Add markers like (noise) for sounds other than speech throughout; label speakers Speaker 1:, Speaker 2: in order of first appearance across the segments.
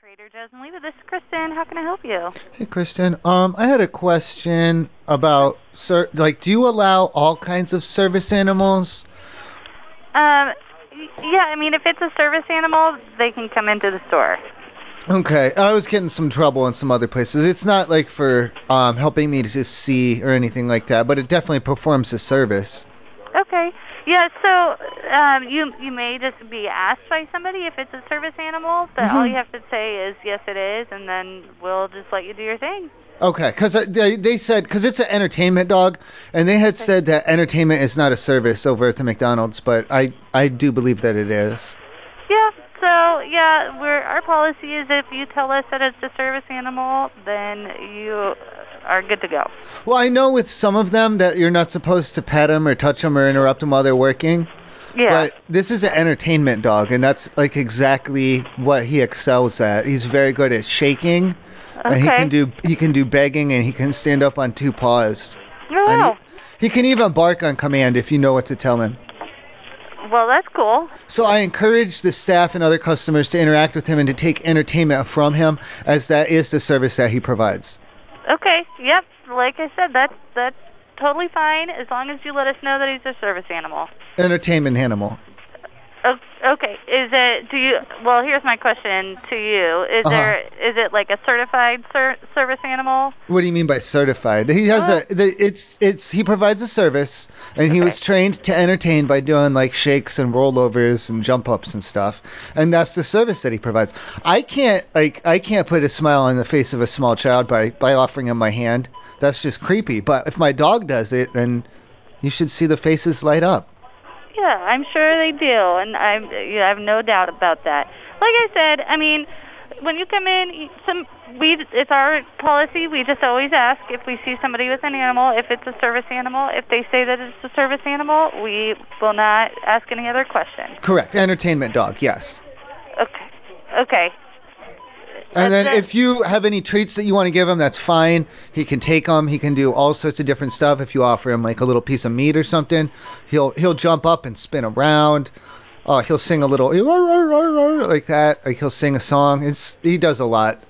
Speaker 1: Trader Joe's and Leva. This is Kristen. How can I help you?
Speaker 2: Hey, Kristen. Um, I had a question about, ser- like, do you allow all kinds of service animals?
Speaker 1: Um, y- yeah, I mean, if it's a service animal, they can come into the store.
Speaker 2: Okay, I was getting some trouble in some other places. It's not like for um, helping me to just see or anything like that, but it definitely performs a service.
Speaker 1: Okay. Yeah, so um, you you may just be asked by somebody if it's a service animal, but all
Speaker 2: Mhm.
Speaker 1: you have to say is yes, it is, and then we'll just let you do your thing.
Speaker 2: Okay, because they, they said because it's an entertainment dog, and they had said that entertainment is not a service over at the McDonald's, but I I do believe that it is.
Speaker 1: Yeah. So yeah, we're our policy is if you tell us that it's a service animal, then you are good to go.
Speaker 2: Well, I know with some of them that you're not supposed to pet them or touch them or interrupt them while they're working.
Speaker 1: Yeah.
Speaker 2: But this is an entertainment dog, and that's like exactly what he excels at. He's very good at shaking, and he
Speaker 1: Okay.
Speaker 2: can do he can do begging, and he can stand up on two paws.
Speaker 1: Oh,
Speaker 2: And
Speaker 1: wow.
Speaker 2: He can even bark on command if you know what to tell him.
Speaker 1: Well, that's cool.
Speaker 2: So I encourage the staff and other customers to interact with him and to take entertainment from him, as that is the service that he provides.
Speaker 1: Okay. Yep. Like I said, that's that's totally fine as long as you let us know that he's a service animal.
Speaker 2: Entertainment animal.
Speaker 1: O- Okay. Is it? Do you? Well, here's my question to you. Is
Speaker 2: Uh-huh.
Speaker 1: there? Is it like a certified ser- service animal?
Speaker 2: What do you mean by certified? He has
Speaker 1: Oh.
Speaker 2: a the, it's it's he provides a service and he was
Speaker 1: Okay.
Speaker 2: trained to entertain by doing like shakes and rollovers and jump ups and stuff. And that's the service that he provides. I can't like I can't put a smile on the face of a small child by by offering him my hand. That's just creepy. But if my dog does it, then you should see the faces light up.
Speaker 1: Yeah, I'm sure they do, and I'm, yeah, I have no doubt about that. Like I said, I mean, when you come in, you- some we it's our policy. We just always ask if we see somebody with an animal, if it's a service animal. If they say that it's a service animal, we will not ask any other questions.
Speaker 2: Correct. Entertainment dog. Yes.
Speaker 1: Okay. Okay. That's
Speaker 2: And then
Speaker 1: it.
Speaker 2: if you have any treats that you want to give him, that's fine. He can take them. He can do all sorts of different stuff. If you offer him like a little piece of meat or something, he'll he'll jump up and spin around. Uh, he'll sing a little "Eh, roar, roar, roar, roar," like that. Like he'll sing a song. It's he does a lot.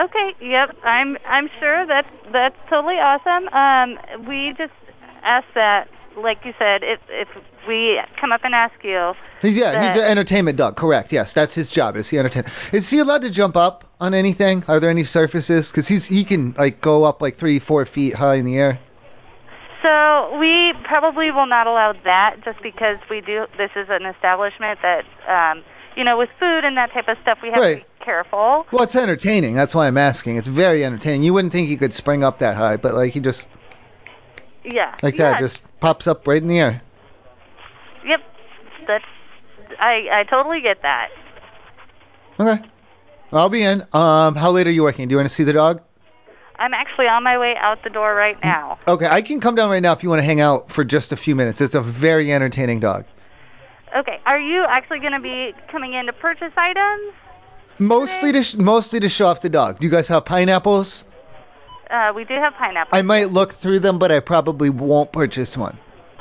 Speaker 1: Okay. Yep. I'm. I'm sure that's that's totally awesome. Um, we just ask that, like you said, if if we come up and ask you.
Speaker 2: He's yeah, he's
Speaker 1: That-
Speaker 2: an entertainment dog. Correct. Yes, that's his job. Is he entertain? Is he allowed to jump up on anything? Are there any surfaces? Because he's he can like go up like three four feet high in the air.
Speaker 1: So we probably will not allow that, just because we do. This is an establishment that, um, you know, with food and that type of stuff, we have to
Speaker 2: Right.
Speaker 1: be careful.
Speaker 2: Well, it's entertaining. That's why I'm asking. It's very entertaining. You wouldn't think he could spring up that high, but like he just
Speaker 1: Yeah.
Speaker 2: like
Speaker 1: yeah,
Speaker 2: that just pops up right in the air.
Speaker 1: Yep. That's. I I totally get that.
Speaker 2: Okay. I'll be in. Um, how late are you working? Do you want to see the dog?
Speaker 1: I'm actually on my way out the door right now.
Speaker 2: Okay, I can come down right now if you want to hang out for just a few minutes. It's a very entertaining dog.
Speaker 1: Okay. Are you actually going to be coming in to purchase items?
Speaker 2: Mostly to sh- mostly to show off the dog. Do you guys have pineapples?
Speaker 1: Uh, we do have pineapple.
Speaker 2: I might look through them, but I probably won't purchase one.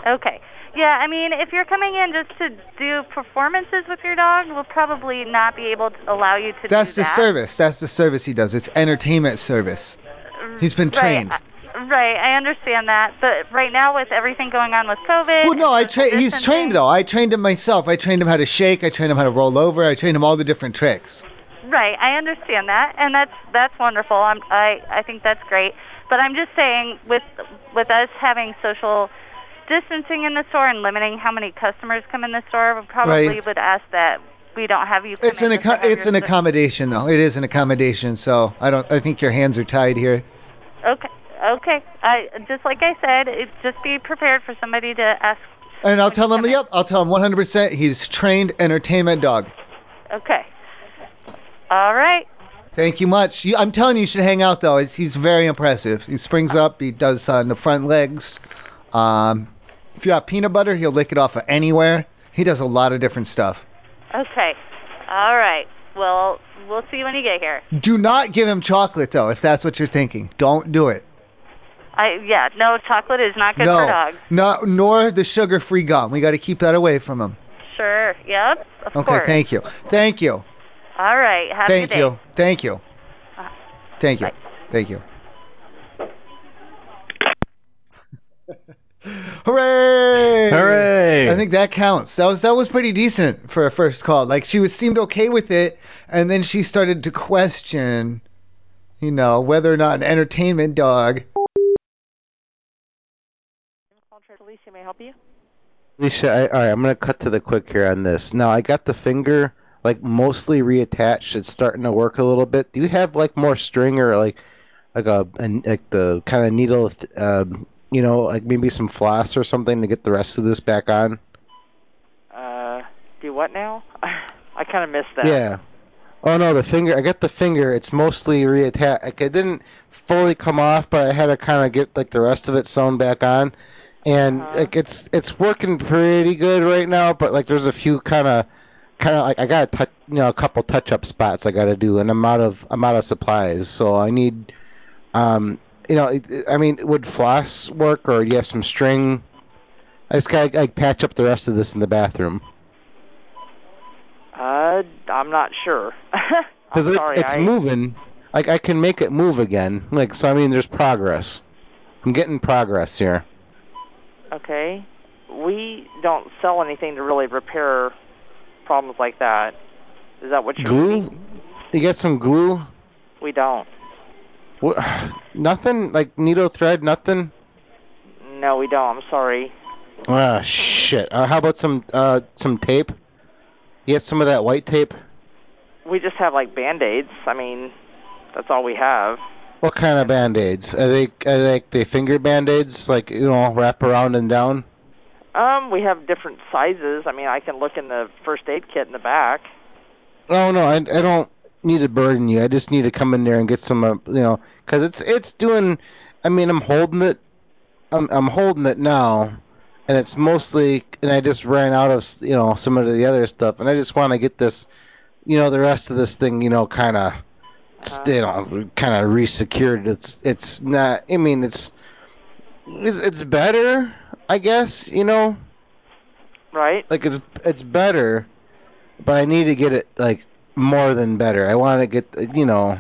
Speaker 1: Okay. Yeah, I mean, if you're coming in just to do performances with your dog, we'll probably not be able to allow you to
Speaker 2: That's
Speaker 1: do
Speaker 2: the
Speaker 1: that.
Speaker 2: service. That's the service he does. It's entertainment service. He's been
Speaker 1: Mm, Right,
Speaker 2: trained.
Speaker 1: I- Right, I understand that, but right now with everything going on with COVID,
Speaker 2: Well, no, I
Speaker 1: and social
Speaker 2: tra- he's
Speaker 1: distancing-
Speaker 2: trained though. I trained him myself. I trained him how to shake. I trained him how to roll over. I trained him all the different tricks.
Speaker 1: Right, I understand that, and that's that's wonderful. I'm, I I think that's great, but I'm just saying with with us having social distancing in the store and limiting how many customers come in the store, we probably
Speaker 2: Right.
Speaker 1: would ask that we don't have you. Come
Speaker 2: It's an
Speaker 1: in just to
Speaker 2: acco-
Speaker 1: have
Speaker 2: it's
Speaker 1: your
Speaker 2: an
Speaker 1: ser-
Speaker 2: accommodation though. It is an accommodation. So I don't. I think your hands are tied here.
Speaker 1: Okay, okay. I just like I said, it, just be prepared for somebody to ask.
Speaker 2: And
Speaker 1: when
Speaker 2: I'll
Speaker 1: you
Speaker 2: tell him.
Speaker 1: come in.
Speaker 2: Yep. I'll tell him 100%. He's trained entertainment dog.
Speaker 1: Okay. All right.
Speaker 2: Thank you much. You, I'm telling you, you should hang out though. It's, he's very impressive. He springs up. He does on the front legs. Um, if you have peanut butter, he'll lick it off of anywhere. He does a lot of different stuff.
Speaker 1: Okay. All right. Well, we'll see when you get here.
Speaker 2: Do not give him chocolate though, if that's what you're thinking. Don't do it.
Speaker 1: I yeah, no chocolate is not good
Speaker 2: no,
Speaker 1: for dogs.
Speaker 2: no, nor the sugar-free gum. We got to keep that away from him.
Speaker 1: Sure. Yep. Of
Speaker 2: Okay,
Speaker 1: course.
Speaker 2: thank you. Thank you.
Speaker 1: All right. Have a good
Speaker 2: Thank
Speaker 1: day.
Speaker 2: you. Thank you.
Speaker 1: Uh,
Speaker 2: Thank you.
Speaker 1: bye.
Speaker 2: Thank you. (laughs) Hooray!
Speaker 3: Hooray!
Speaker 2: I think that counts. That was that was pretty decent for a first call. Like she was seemed okay with it, and then she started to question, you know, whether or not an entertainment dog.
Speaker 4: Alicia, may I help you?
Speaker 3: Alicia, I, all right, I'm gonna cut to the quick here on this. Now I got the finger like mostly reattached. It's starting to work a little bit. Do you have like more string or like like a an like the kind of needle, um, you know, like maybe some floss or something to get the rest of this back on?
Speaker 4: Uh, do what now? (laughs) I kind of missed that.
Speaker 3: Yeah. Oh no, the finger. I got the finger. It's mostly reattached. Like, it didn't fully come off, but I had to kind of get like the rest of it sewn back on, and
Speaker 4: Uh-huh.
Speaker 3: like it's it's working pretty good right now. But like there's a few kind of kind of like I got to touch, you know, a couple touch up spots I got to do, and I'm out of I'm out of supplies, so I need, um, you know, it- it- I mean, would floss work, or you have some string? I just gotta like patch up the rest of this in the bathroom.
Speaker 4: Uh, I'm not sure. (laughs) I'm
Speaker 3: Because it,
Speaker 4: sorry.
Speaker 3: it's
Speaker 4: I,
Speaker 3: moving. Like I can make it move again. Like so, I mean, there's progress. I'm getting progress here.
Speaker 4: Okay. We don't sell anything to really repair problems like that. Is that what you're
Speaker 3: Glue?
Speaker 4: meaning?
Speaker 3: You got some glue?
Speaker 4: We don't.
Speaker 3: What? (sighs) Nothing? Like needle thread? Nothing?
Speaker 4: No, we don't. I'm sorry.
Speaker 3: Ah, shit. Uh, how about some uh some tape? You got some of that white tape?
Speaker 4: We just have like band-aids. I mean, that's all we have.
Speaker 3: What kind of band aids? Are they are they, like the finger band aids? Like you know, wrap around and down?
Speaker 4: Um, we have different sizes. I mean, I can look in the first aid kit in the back.
Speaker 3: Oh, No, no, I, I don't need to burden you. I just need to come in there and get some, uh, you know, because it's it's doing. I mean, I'm holding it. I'm I'm holding it now, and it's mostly. And I just ran out of you know some of the other stuff, and I just want to get this, you know, the rest of this thing, you know, kind of, you know, kind of resecured. It's it's not. I mean, it's it's, it's better, I guess. You know,
Speaker 4: Right?
Speaker 3: like it's it's better, but I need to get it like more than better. I want to get you know,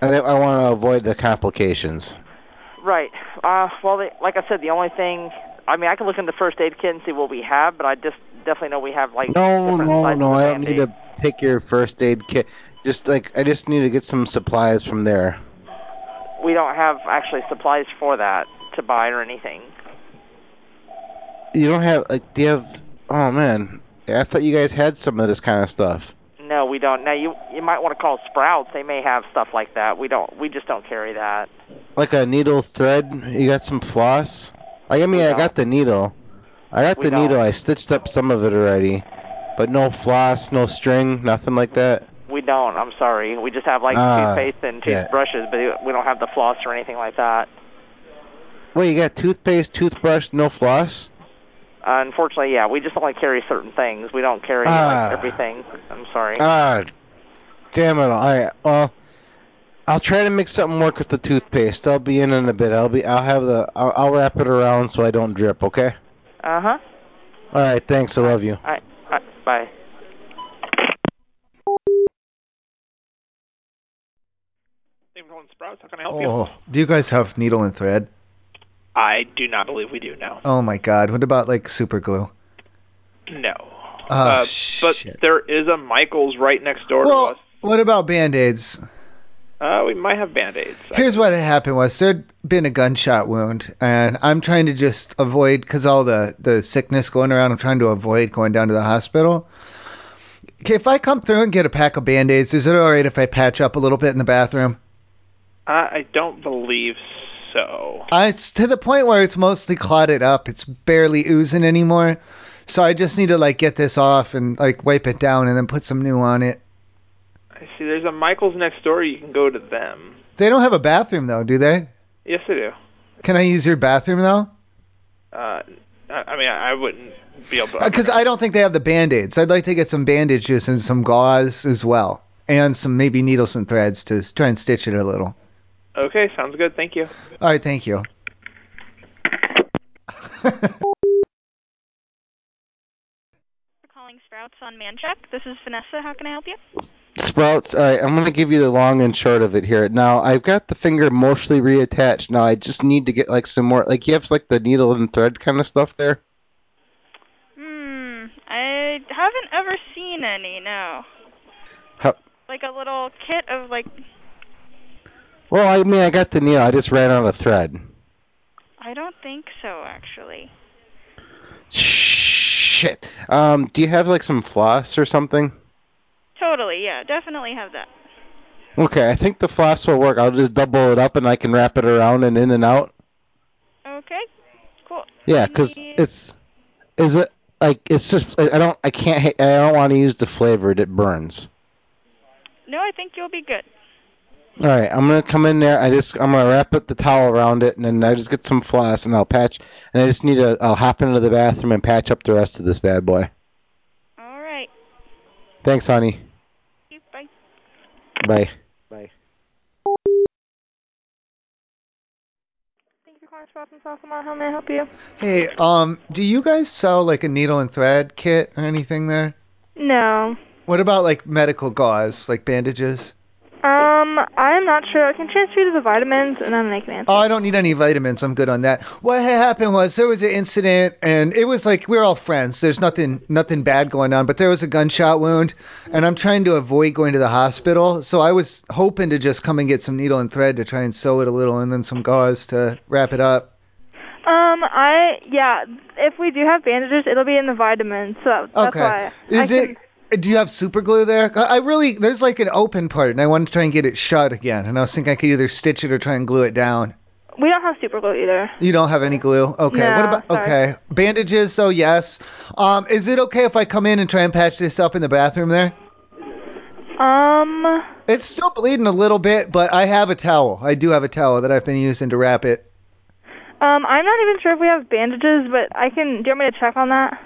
Speaker 3: I I want to avoid the complications.
Speaker 4: Right. Uh, well, the, like I said, the only thing. I mean, I can look in the first aid kit and see what we have, but I just definitely know we have like
Speaker 3: No,
Speaker 4: different
Speaker 3: no,
Speaker 4: sizes
Speaker 3: no.
Speaker 4: of
Speaker 3: I don't need
Speaker 4: Band-Aids.
Speaker 3: to take your first aid kit. Just like I just need to get some supplies from there.
Speaker 4: We don't have actually supplies for that to buy or anything.
Speaker 3: You don't have like do you have? Oh man, I thought you guys had some of this kind of stuff.
Speaker 4: No, we don't. Now you you might want to call Sprouts. They may have stuff like that. We don't. We just don't carry that.
Speaker 3: Like a needle thread. You got some floss. Like I mean,
Speaker 4: We
Speaker 3: I
Speaker 4: don't.
Speaker 3: got the needle. I got
Speaker 4: We
Speaker 3: the
Speaker 4: don't.
Speaker 3: needle. I stitched up some of it already, but no floss, no string, nothing like that.
Speaker 4: We don't. I'm sorry. We just have like
Speaker 3: Ah,
Speaker 4: toothpaste and
Speaker 3: yeah.
Speaker 4: toothbrushes, but we don't have the floss or anything like that.
Speaker 3: Wait, you got toothpaste, toothbrush, no floss?
Speaker 4: Uh, unfortunately, yeah, we just only carry certain things. We don't carry
Speaker 3: Ah.
Speaker 4: like, everything. I'm sorry.
Speaker 3: Ah, damn it! All right, well, I'll try to make something work with the toothpaste. I'll be in in a bit. I'll be. I'll have the. I'll, I'll wrap it around so I don't drip. Okay.
Speaker 4: Uh huh.
Speaker 3: All right. Thanks. I love you.
Speaker 4: All right. All right. Bye.
Speaker 5: Name calling Sprouts. How can I help you?
Speaker 2: Oh, do you guys have needle and thread?
Speaker 5: I do not believe we do now.
Speaker 2: Oh my God! What about like super glue?
Speaker 5: No.
Speaker 2: Oh,
Speaker 5: uh, but
Speaker 2: shit.
Speaker 5: there is a Michaels right next door to
Speaker 2: Well,
Speaker 5: us.
Speaker 2: what about band aids?
Speaker 5: Uh, we might have band-aids.
Speaker 2: Here's what had happened was there'd been a gunshot wound, and I'm trying to just avoid because all the the sickness going around. I'm trying to avoid going down to the hospital. Okay, if I come through and get a pack of band-aids, is it all right if I patch up a little bit in the bathroom?
Speaker 5: Uh, I don't believe so.
Speaker 2: Uh, it's to the point where it's mostly clotted up. It's barely oozing anymore. So I just need to like get this off and like wipe it down and then put some new on it.
Speaker 5: I see. There's a Michaels next door. You can go to them.
Speaker 2: They don't have a bathroom though, do they?
Speaker 5: Yes, I do.
Speaker 2: Can I use your bathroom though?
Speaker 5: Uh, I, I mean, I wouldn't be able to.
Speaker 2: Because Uh, I don't think they have the band-aids. I'd like to get some bandages and some gauze as well, and some maybe needles and threads to s- try and stitch it a little.
Speaker 5: Okay, sounds good. Thank you.
Speaker 2: All right, thank you.
Speaker 6: selling sprouts on Mancheck. This is Vanessa. How can I help you?
Speaker 3: Sprouts, all right, I'm going to give you the long and short of it here. Now, I've got the finger mostly reattached. Now, I just need to get like some more, like you have like the needle and thread kind of stuff there.
Speaker 6: Hmm. I haven't ever seen any. No.
Speaker 3: How,
Speaker 6: Like a little kit of like
Speaker 3: well, I mean, I got the needle. I just ran out of thread.
Speaker 6: I don't think so actually.
Speaker 3: Shit. Um, do you have like some floss or something?
Speaker 6: Totally. Yeah. Definitely have that.
Speaker 3: Okay, I think the floss will work. I'll just double it up and I can wrap it around and in and out.
Speaker 6: Okay. Cool.
Speaker 3: Yeah, 'cause it's is it like it's just I I don't I can't ha- I don't want to use the flavored. It burns.
Speaker 6: No, I think you'll be good.
Speaker 3: All right, I'm gonna come in there. I just I'm gonna wrap up the towel around it and then I just get some floss and I'll patch. And I just need to I'll hop into the bathroom and patch up the rest of this bad boy.
Speaker 6: All right.
Speaker 3: Thanks, honey.
Speaker 6: You bye.
Speaker 3: Bye.
Speaker 7: Thank you, Car Swap and Sophomore. How may I help you?
Speaker 2: Hey, um, do you guys sell like a needle and thread kit or anything there?
Speaker 7: No.
Speaker 2: What about like medical gauze, like bandages?
Speaker 7: Um, I'm not sure. I can transfer you to the vitamins and then they can answer.
Speaker 2: Oh, I don't need any vitamins. I'm good on that. What had happened was there was an incident, and it was like we were all friends. There's nothing nothing bad going on, but there was a gunshot wound, and I'm trying to avoid going to the hospital. So I was hoping to just come and get some needle and thread to try and sew it a little, and then some gauze to wrap it up.
Speaker 7: Um, I yeah. If we do have bandages, it'll be in the vitamins. So that's
Speaker 2: Okay.
Speaker 7: why.
Speaker 2: Is it? Do you have super glue there? I I really there's like an open part, and I wanted to try and get it shut again. And I was thinking I could either stitch it or try and glue it down.
Speaker 7: We don't have super glue either.
Speaker 2: You don't have any glue. Okay.
Speaker 7: No,
Speaker 2: what about
Speaker 7: sorry.
Speaker 2: okay bandages? So yes. Um, is it okay if I come in and try and patch this up in the bathroom there?
Speaker 7: Um.
Speaker 2: It's still bleeding a little bit, but I have a towel. I do have a towel that I've been using to wrap it.
Speaker 7: Um, I'm not even sure if we have bandages, but I can. Do you want me to check on that?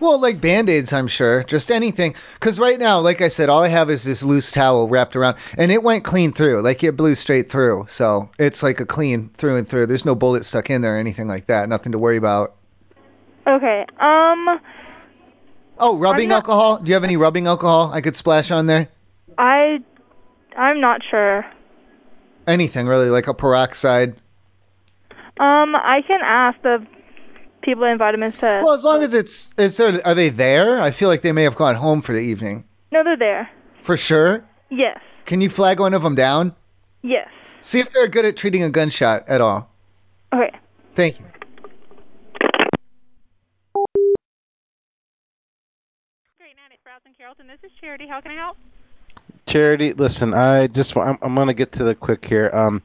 Speaker 2: Well, like band-aids, I'm sure. Just anything. Because right now, like I said, all I have is this loose towel wrapped around, and it went clean through. Like it blew straight through. So it's like a clean through and through. There's no bullet stuck in there or anything like that. Nothing to worry about.
Speaker 7: Okay. Um,
Speaker 2: Oh, rubbing
Speaker 7: not-
Speaker 2: alcohol? Do you have any rubbing alcohol I could splash on there?
Speaker 7: I, I'm not sure.
Speaker 2: Anything really, like a peroxide.
Speaker 7: Um, I can ask the people in vitamins to.
Speaker 2: Well, as long as it's is there, are they there? I feel like they may have gone home for the evening.
Speaker 7: no, they're there.
Speaker 2: For sure.
Speaker 7: Yes.
Speaker 2: Can you flag one of them down?
Speaker 7: Yes.
Speaker 2: See if they're good at treating a gunshot at all.
Speaker 7: Okay.
Speaker 2: Thank you.
Speaker 6: Great night at Sprouts and Carrollton. This is Charity. How can I help?
Speaker 3: Charity, listen, I just want, I'm, I'm gonna get to the quick here. Um,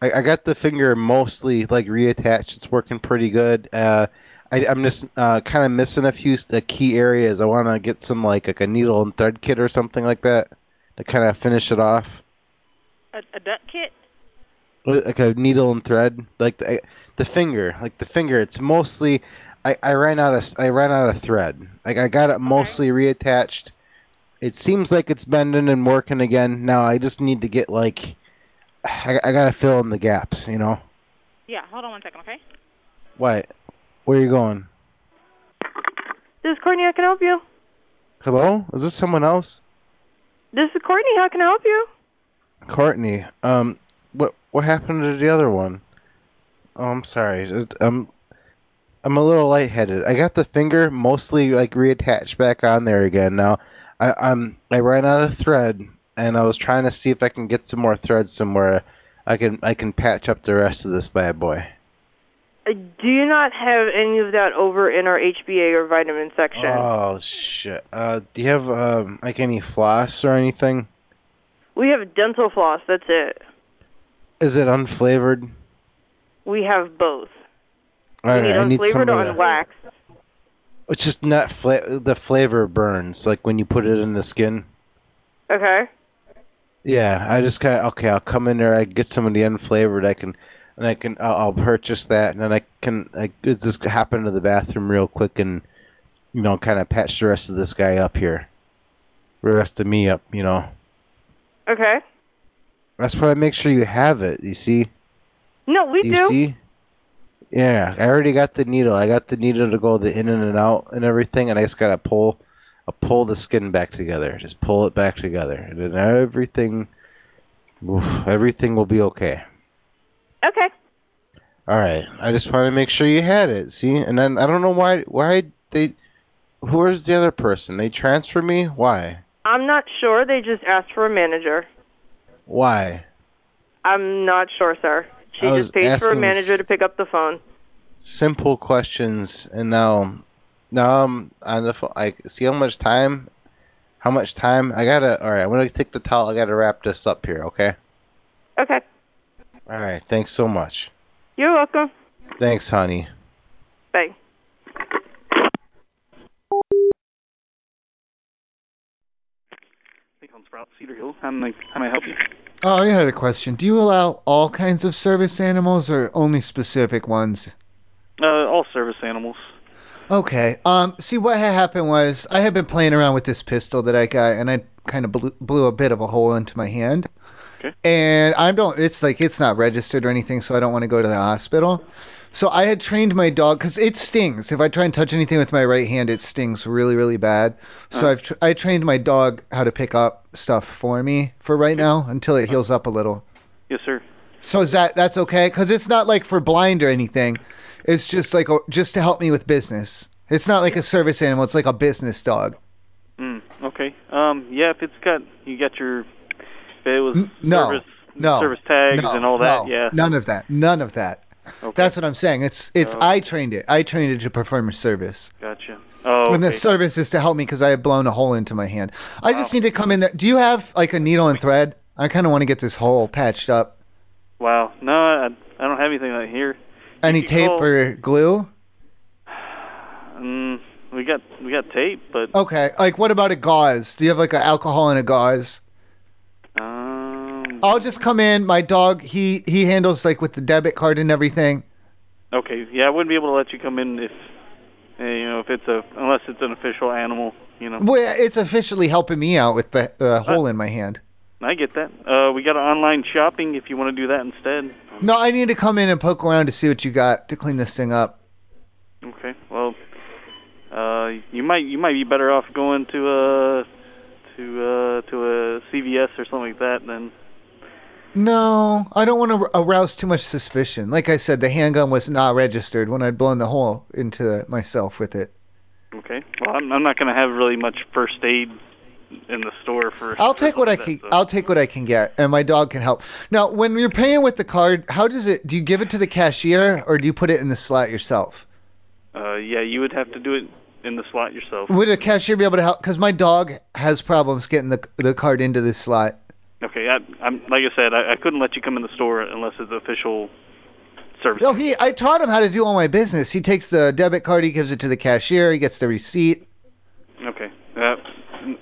Speaker 3: I, I got the finger mostly like reattached. It's working pretty good. Uh, I, I'm just uh, kind of missing a few s- uh, key areas. I want to get some like, like a needle and thread kit or something like that to kind of finish it off.
Speaker 1: A, a duck kit?
Speaker 3: Like a needle and thread, like the, I- the finger, like the finger. It's mostly I, I ran out of s- I ran out of thread. Like I got it mostly reattached. It seems like it's bending and working again. Now I just need to get like I, I gotta fill in the gaps. You know
Speaker 1: Yeah, hold on one second, okay?
Speaker 3: what? Where you going?
Speaker 7: This is Courtney. How can I help you?
Speaker 3: Hello? Is this someone else?
Speaker 7: This is Courtney. How can I help you?
Speaker 3: Courtney. Um, what what happened to the other one? Oh, I'm sorry. It- I'm I'm a little lightheaded. I got the finger mostly like reattached back on there again. Now, I, I'm I ran out of thread, and I was trying to see if I can get some more thread somewhere. I can I can patch up the rest of this bad boy.
Speaker 8: Uh, Do you not have any of that over in our HBA or vitamin section?
Speaker 3: Oh shit. Uh, do you have um like any floss or anything?
Speaker 8: We have dental floss. That's it.
Speaker 3: Is it unflavored?
Speaker 8: We have both.
Speaker 3: All
Speaker 8: we need
Speaker 3: right, I need
Speaker 8: unflavored
Speaker 3: some
Speaker 8: or
Speaker 3: of that.
Speaker 8: unwaxed.
Speaker 3: It's just not fla- the flavor burns like when you put it in the skin.
Speaker 8: Okay.
Speaker 3: Yeah, I just got okay. I'll come in there. I get some of the unflavored. I can, and I can. I'll, I'll purchase that, and then I can. I could just hop into the bathroom real quick and, you know, kind of patch the rest of this guy up here, the rest of me up. You know,
Speaker 8: Okay.
Speaker 3: that's why I make sure you have it. You see?
Speaker 8: No, we
Speaker 3: do you see? Yeah, I already got the needle. I got the needle to go the in and and out and everything, and I just got to pull. I'll pull the skin back together. Just pull it back together, and then everything, oof, everything will be okay.
Speaker 7: Okay.
Speaker 3: All right. I just wanted to make sure you had it. See, and then I don't know why why they. Who is the other person? They transfer me. Why?
Speaker 9: I'm not sure. They just asked for a manager.
Speaker 3: Why?
Speaker 9: I'm not sure, sir. She
Speaker 3: I was
Speaker 9: just paid for a
Speaker 3: asking
Speaker 9: manager
Speaker 3: s-
Speaker 9: to pick up the phone.
Speaker 3: simple questions and now now I'm on the phone. I see how much time how much time I gotta all right, I'm gonna take the towel, I gotta wrap this up here, okay?
Speaker 9: Okay.
Speaker 3: All right, thanks so much.
Speaker 9: You're welcome.
Speaker 3: Thanks, honey.
Speaker 9: Bye.
Speaker 10: Nick on Sprout Cedar Hill. How may, how may I help you?
Speaker 2: Oh, I had a question. Do you allow all kinds of service animals or only specific ones?
Speaker 10: Uh, all service animals.
Speaker 2: Okay. Um. See, what had happened was I had been playing around with this pistol that I got, and I kind of blew, blew a bit of a hole into my hand.
Speaker 10: Okay.
Speaker 2: And I don't. It's like it's not registered or anything, so I don't want to go to the hospital. So I had trained my dog because it stings. If I try and touch anything with my right hand, it stings really, really bad. So I've tr I trained my dog how to pick up stuff for me for right now until it heals up a little.
Speaker 10: Yes, sir.
Speaker 2: So is that that's okay? Because it's not like for blind or anything. It's just like a, just to help me with business. It's not like a service animal. It's like a business dog.
Speaker 10: Mm, okay. Um, yeah, if it's got you got your if it was
Speaker 2: no,
Speaker 10: service
Speaker 2: No.
Speaker 10: service tags
Speaker 2: no,
Speaker 10: and all that.
Speaker 2: no,
Speaker 10: yeah.
Speaker 2: None of that. None of that. That's what I'm saying. It's it's
Speaker 10: Oh.
Speaker 2: I trained it. I trained it to perform a service.
Speaker 10: Gotcha. Oh,
Speaker 2: And the
Speaker 10: okay.
Speaker 2: service is to help me because I had blown a hole into my hand. I just need to come in there. Do you have like a needle and thread? I kind of want to get this hole patched up.
Speaker 10: Wow. No, I, I don't have anything like here.
Speaker 2: Any tape
Speaker 10: call-
Speaker 2: or glue?
Speaker 10: Mm, we got we got tape, but
Speaker 2: Okay. Like what about a gauze? Do you have like an alcohol and a gauze?
Speaker 10: um,
Speaker 2: I'll just come in. My dog, he he handles like with the debit card and everything.
Speaker 10: okay. Yeah, I wouldn't be able to let you come in if eh, you know if it's a unless it's an official animal. You know.
Speaker 2: Well, it's officially helping me out with the uh, hole in my hand.
Speaker 10: I get that. Uh, we got online shopping if you want to do that instead.
Speaker 2: No, I need to come in and poke around to see what you got to clean this thing up.
Speaker 10: Okay. Well, uh, you might you might be better off going to a to uh to a CVS or something like that than
Speaker 2: No, I don't want to arouse too much suspicion. Like I said, the handgun was not registered when I'd blown the hole into myself with it.
Speaker 10: okay. Well, I'm I'm not gonna have really much first aid in the store for.
Speaker 2: I'll take what I can. I'll take what I can get, and my dog can help. Now, when you're paying with the card, how does it? Do you give it to the cashier or do you put it in the slot yourself?
Speaker 10: Uh, yeah, you would have to do it in the slot yourself.
Speaker 2: Would a cashier be able to help? Because my dog has problems getting the the card into this slot.
Speaker 10: Okay. I, I'm like I said, I, I couldn't let you come in the store unless it's official service.
Speaker 2: No, he. I taught him how to do all my business. He takes the debit card, he gives it to the cashier, he gets the receipt.
Speaker 10: Okay. Uh,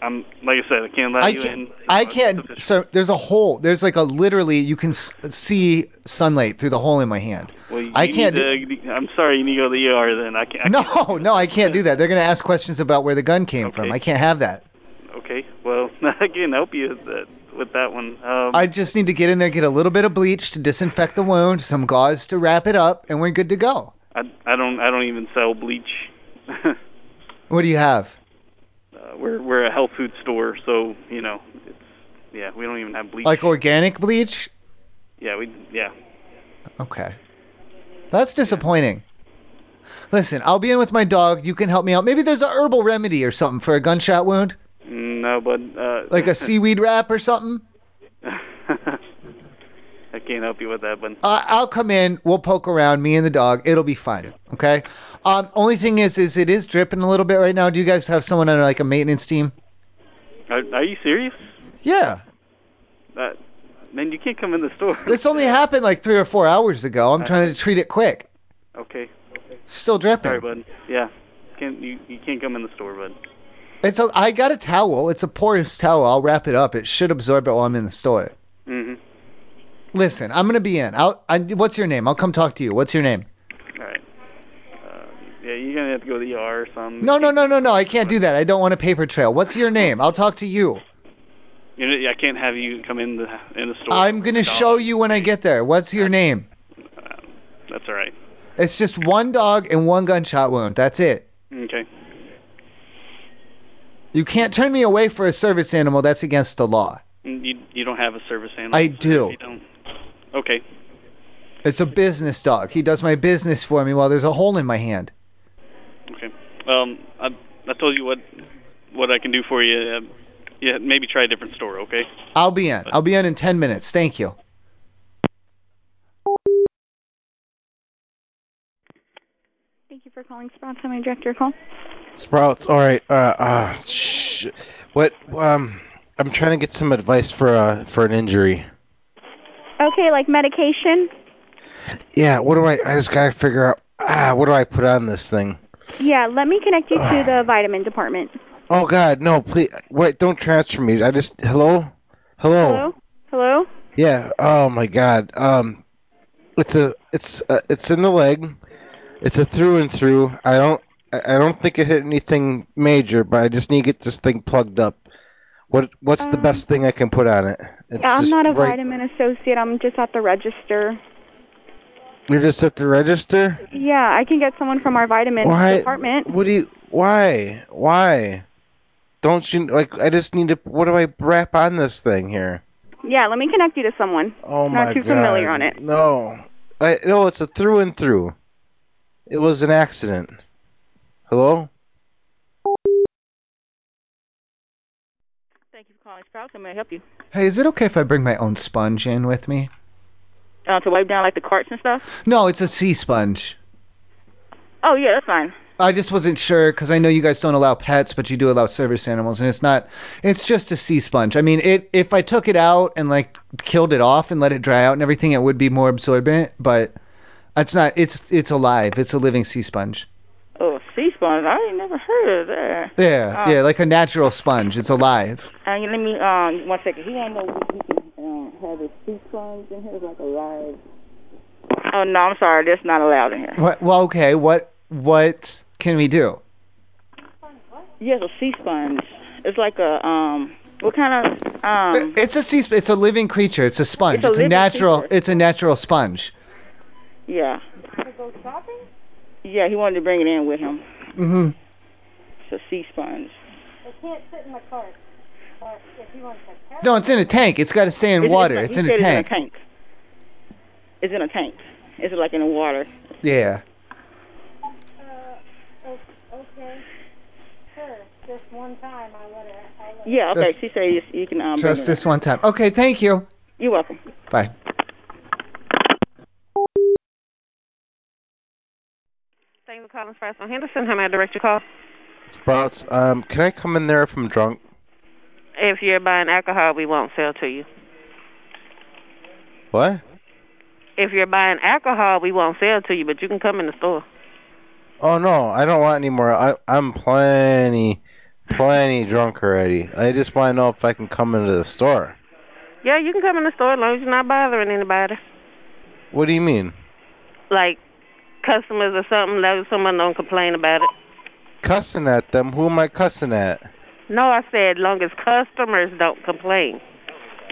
Speaker 10: I'm like I said, I can't let
Speaker 2: I
Speaker 10: you in.
Speaker 2: can't. I can't. So there's a hole. There's like a literally. You can s- see sunlight through the hole in my hand.
Speaker 10: Well, you
Speaker 2: I can't
Speaker 10: Need to, I'm sorry, you need to go to the ER then. I can't. I
Speaker 2: No, no, I can't do that. They're gonna ask questions about where the gun came from. I can't have that.
Speaker 10: Okay. Well, (laughs) I can help you with that, with that one. Um,
Speaker 2: I just need to get in there, get a little bit of bleach to disinfect the wound, some gauze to wrap it up, and we're good to go.
Speaker 10: I I don't I don't even sell bleach. uh,
Speaker 2: What do you have?
Speaker 10: we're we're a health food store, so you know it's yeah we don't even have bleach.
Speaker 2: Like organic bleach?
Speaker 10: yeah we yeah.
Speaker 2: Okay. That's disappointing. Listen, I'll be in with my dog. You can help me out. Maybe there's a herbal remedy or something for a gunshot wound,
Speaker 10: No, but uh,
Speaker 2: like a seaweed wrap or something.
Speaker 10: I can't help you with that, but
Speaker 2: Uh, I'll come in. We'll poke around, me and the dog. It'll be fine. Okay. Um, only thing is, is it is dripping a little bit right now. Do you guys have someone on like a maintenance team?
Speaker 10: are, are you serious?
Speaker 2: Yeah.
Speaker 10: Uh, man, you can't come in the store. (laughs)
Speaker 2: This only happened like three or four hours ago.
Speaker 10: Uh-huh.
Speaker 2: I'm trying to treat it quick.
Speaker 10: okay.
Speaker 2: Still dripping.
Speaker 10: Sorry, bud. Yeah. Can't you you can't come in the store, bud.
Speaker 2: It's a, I got a towel. It's a porous towel. I'll wrap it up. It should absorb it while I'm in the store.
Speaker 10: Mhm.
Speaker 2: Listen, I'm gonna be in. I'll, I, what's your name? I'll come talk to you. What's your name?
Speaker 10: Mm-hmm. All right. Uh, yeah, you're gonna have to go to the ER or something.
Speaker 2: No, no, no, no, no. I can't do that. I don't want a paper trail. What's your name? I'll talk to you.
Speaker 10: You know, I can't have you come in the in the store.
Speaker 2: I'm gonna show you when I get there. What's your name?
Speaker 10: That's all right.
Speaker 2: It's just one dog and one gunshot wound. That's it.
Speaker 10: Okay.
Speaker 2: You can't turn me away for a service animal. That's against the law.
Speaker 10: You you don't have a service animal.
Speaker 2: I
Speaker 10: so
Speaker 2: do.
Speaker 10: You don't. Okay.
Speaker 2: It's a business dog. He does my business for me while there's a hole in my hand.
Speaker 10: Okay. Um, I I told you what what I can do for you. Um, yeah, maybe try a different store. Okay.
Speaker 2: I'll be in. I'll be in in 10 minutes. Thank you.
Speaker 6: Thank you for calling Sprouts. How may I direct your call?
Speaker 3: Sprouts. All right. Uh, uh sh- what? Um, I'm trying to get some advice for uh for an injury.
Speaker 11: Okay, like medication.
Speaker 3: Yeah. What do I? I just gotta figure out. Ah, what do I put on this thing?
Speaker 11: Yeah, let me connect you to the vitamin department.
Speaker 3: Oh God, no! Please, wait! Don't transfer me. I just hello, hello.
Speaker 11: Hello?
Speaker 3: Yeah. Oh my God. Um, it's a it's a, it's in the leg. It's a through and through. I don't I I don't think it hit anything major, but I just need to get this thing plugged up. What what's the best thing I can put on it? It's
Speaker 11: Um, yeah, I'm
Speaker 3: just
Speaker 11: not a
Speaker 3: right-
Speaker 11: vitamin associate. I'm just at the register.
Speaker 3: You're just at the register.
Speaker 11: Yeah, I can get someone from our vitamin
Speaker 3: Why?
Speaker 11: department.
Speaker 3: What do you? Why? Why? Don't you like? I just need to. What do I wrap on this thing here?
Speaker 11: Yeah, let me connect you to someone.
Speaker 3: Oh
Speaker 11: Not
Speaker 3: my
Speaker 11: too
Speaker 3: god.
Speaker 11: familiar on it.
Speaker 3: No. I no, it's a through and through. It was an accident. Hello?
Speaker 6: Thank you for calling Sprouts. How may I help you?
Speaker 2: Hey, is it okay if I bring my own sponge in with me?
Speaker 6: Uh, to wipe down like the carts and stuff?
Speaker 2: No, it's a sea sponge.
Speaker 6: Oh yeah, that's fine.
Speaker 2: I just wasn't sure because I know you guys don't allow pets, but you do allow service animals, and it's not. It's just a sea sponge. I mean, it. If I took it out and like killed it off and let it dry out and everything, it would be more absorbent. But it's not. It's it's alive. It's a living sea sponge.
Speaker 6: Oh, sea sponge. I ain't never heard of that.
Speaker 2: Yeah,
Speaker 6: Uh,
Speaker 2: yeah, like a natural sponge. It's alive.
Speaker 6: Uh, let me um one second. He don't know if he can um, have his sea sponge in here like a live. Oh no, I'm sorry. That's not allowed in here.
Speaker 2: What? Well, okay. What what can we do?
Speaker 6: Yes, a sea sponge. It's like a um. What kind of um?
Speaker 2: It's a sea. sp- It's a living creature. It's a sponge.
Speaker 6: It's a
Speaker 2: It's a,
Speaker 6: living
Speaker 2: natural.
Speaker 6: creature.
Speaker 2: It's a natural sponge.
Speaker 6: Yeah. Yeah, he wanted to bring it in with him.
Speaker 2: hmm
Speaker 6: It's a sea sponge.
Speaker 5: It can't sit in the car. Or if you want to
Speaker 2: No, it's in a tank. It's got to stay in
Speaker 6: It's-
Speaker 2: water.
Speaker 6: like-
Speaker 2: It's
Speaker 6: he
Speaker 2: in a
Speaker 6: said
Speaker 2: tank.
Speaker 6: It's in a tank. It's in a tank. It's like in the water.
Speaker 2: Yeah.
Speaker 5: Uh, Okay. Sure. Just one time I let her. I let
Speaker 6: Yeah, okay.
Speaker 2: Just-
Speaker 6: she said you, you can um, bring
Speaker 2: Just
Speaker 6: it
Speaker 2: this one time. Okay. Thank you.
Speaker 6: in. You're welcome.
Speaker 2: Bye.
Speaker 9: Thank you for calling Sprouts on Henderson. How may I direct your call?
Speaker 3: Sprouts, um, can I come in there if I'm drunk?
Speaker 9: If you're buying alcohol, we won't sell to you.
Speaker 3: What?
Speaker 9: If you're buying alcohol, we won't sell to you, but you can come in the store.
Speaker 3: Oh no, I don't want any more. I I'm plenty plenty drunk already. I just want to know if I can come into the store.
Speaker 9: Yeah, you can come in the store as long as you're not bothering anybody.
Speaker 3: What do you mean?
Speaker 9: Like customers or something, that someone don't complain about it.
Speaker 3: Cussing at them? Who am I cussing at?
Speaker 9: No, I said long as customers don't complain.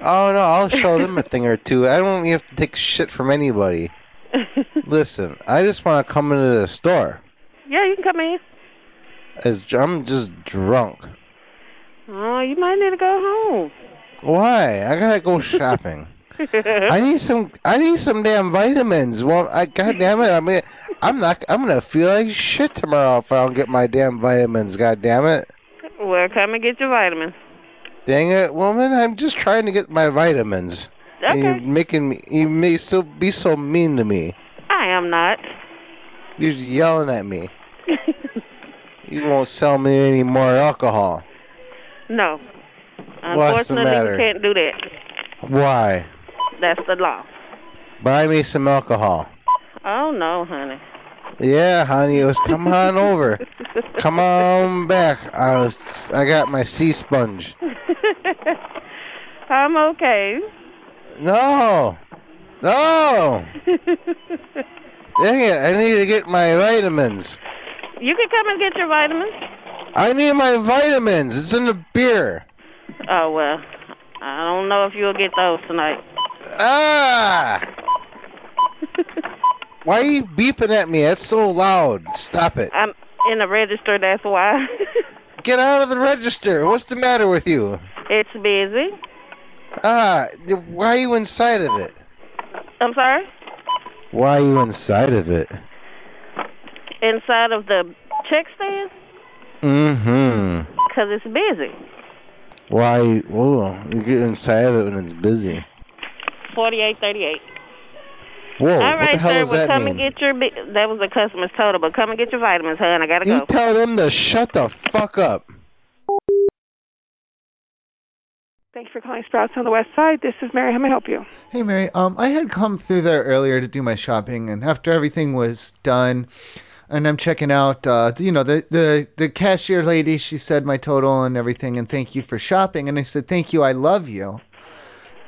Speaker 3: Oh no, I'll show them
Speaker 11: (laughs)
Speaker 3: a thing or two. I don't even have to take shit from anybody. Listen, I just want to come into the store.
Speaker 9: Yeah, you can come in.
Speaker 3: As I'm just drunk.
Speaker 9: Oh, you might need to go home.
Speaker 3: Why? I gotta go shopping.
Speaker 12: (laughs)
Speaker 3: I need some. I need some damn vitamins. Well, I God damn it. I mean, I'm not. I'm gonna feel like shit tomorrow if I don't get my damn vitamins. God damn it.
Speaker 9: well, come and get your vitamins.
Speaker 3: Dang it, woman. I'm just trying to get my vitamins. And you're
Speaker 9: Okay.
Speaker 3: making me. You may still be so mean to me.
Speaker 9: I am not.
Speaker 3: You're yelling at me. You won't sell me any more alcohol.
Speaker 9: no.
Speaker 3: What's the
Speaker 9: Unfortunately,
Speaker 3: matter?
Speaker 9: you can't do that.
Speaker 3: Why?
Speaker 9: That's the law.
Speaker 3: Buy me some alcohol.
Speaker 9: Oh no, honey.
Speaker 3: Yeah, honey, it was come on over. Come on back. I was, I got my sea sponge.
Speaker 9: I'm okay.
Speaker 3: No, no. Dang it! I need to get my vitamins.
Speaker 9: you can come and get your vitamins.
Speaker 3: I need my vitamins. It's in the beer.
Speaker 9: Oh well. I don't know if you'll get those tonight.
Speaker 3: Ah! Why are you beeping at me? That's so loud. Stop it.
Speaker 9: I'm in the register, that's why. (laughs)
Speaker 3: Get out of the register. What's the matter with you?
Speaker 9: It's busy.
Speaker 3: Ah, y- why are you inside of it?
Speaker 9: I'm sorry.
Speaker 3: Why are you inside of it?
Speaker 9: Inside of the check stand
Speaker 3: Mm-hmm.
Speaker 9: because it's busy.
Speaker 3: Why? Whoa, you get inside of it when it's busy.
Speaker 9: Forty-eight thirty-eight.
Speaker 3: Whoa,
Speaker 9: All
Speaker 3: Oh, what
Speaker 9: right,
Speaker 3: the hell
Speaker 9: sir.
Speaker 3: does
Speaker 9: well,
Speaker 3: that
Speaker 9: come
Speaker 3: mean?
Speaker 9: and get your. bi- That was the customer's total, but come and get your vitamins, hun. I gotta
Speaker 3: you
Speaker 9: go.
Speaker 3: tell them to shut the fuck up. (laughs)
Speaker 13: Thanks for calling Sprouts on the West Side. This is Mary. How may I help you?
Speaker 2: Hey Mary, um, I had come through there earlier to do my shopping, and after everything was done, and I'm checking out, uh, you know, the the the cashier lady, she said my total and everything, and thank you for shopping, and I said thank you, I love you.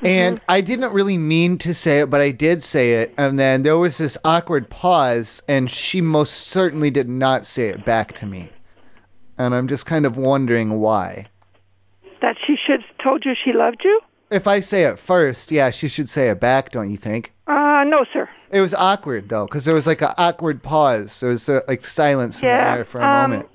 Speaker 13: Mm-hmm.
Speaker 2: And I didn't really mean to say it, but I did say it, and then there was this awkward pause, and she most certainly did not say it back to me, and I'm just kind of wondering why.
Speaker 13: That she should told you she loved you?
Speaker 2: If I say it first, yeah, she should say it back, don't you think?
Speaker 13: Uh, no, sir.
Speaker 2: It was awkward though, 'cause there was like an awkward pause. There was uh like silence in
Speaker 13: Yeah,
Speaker 2: the air for a
Speaker 13: um,
Speaker 2: moment.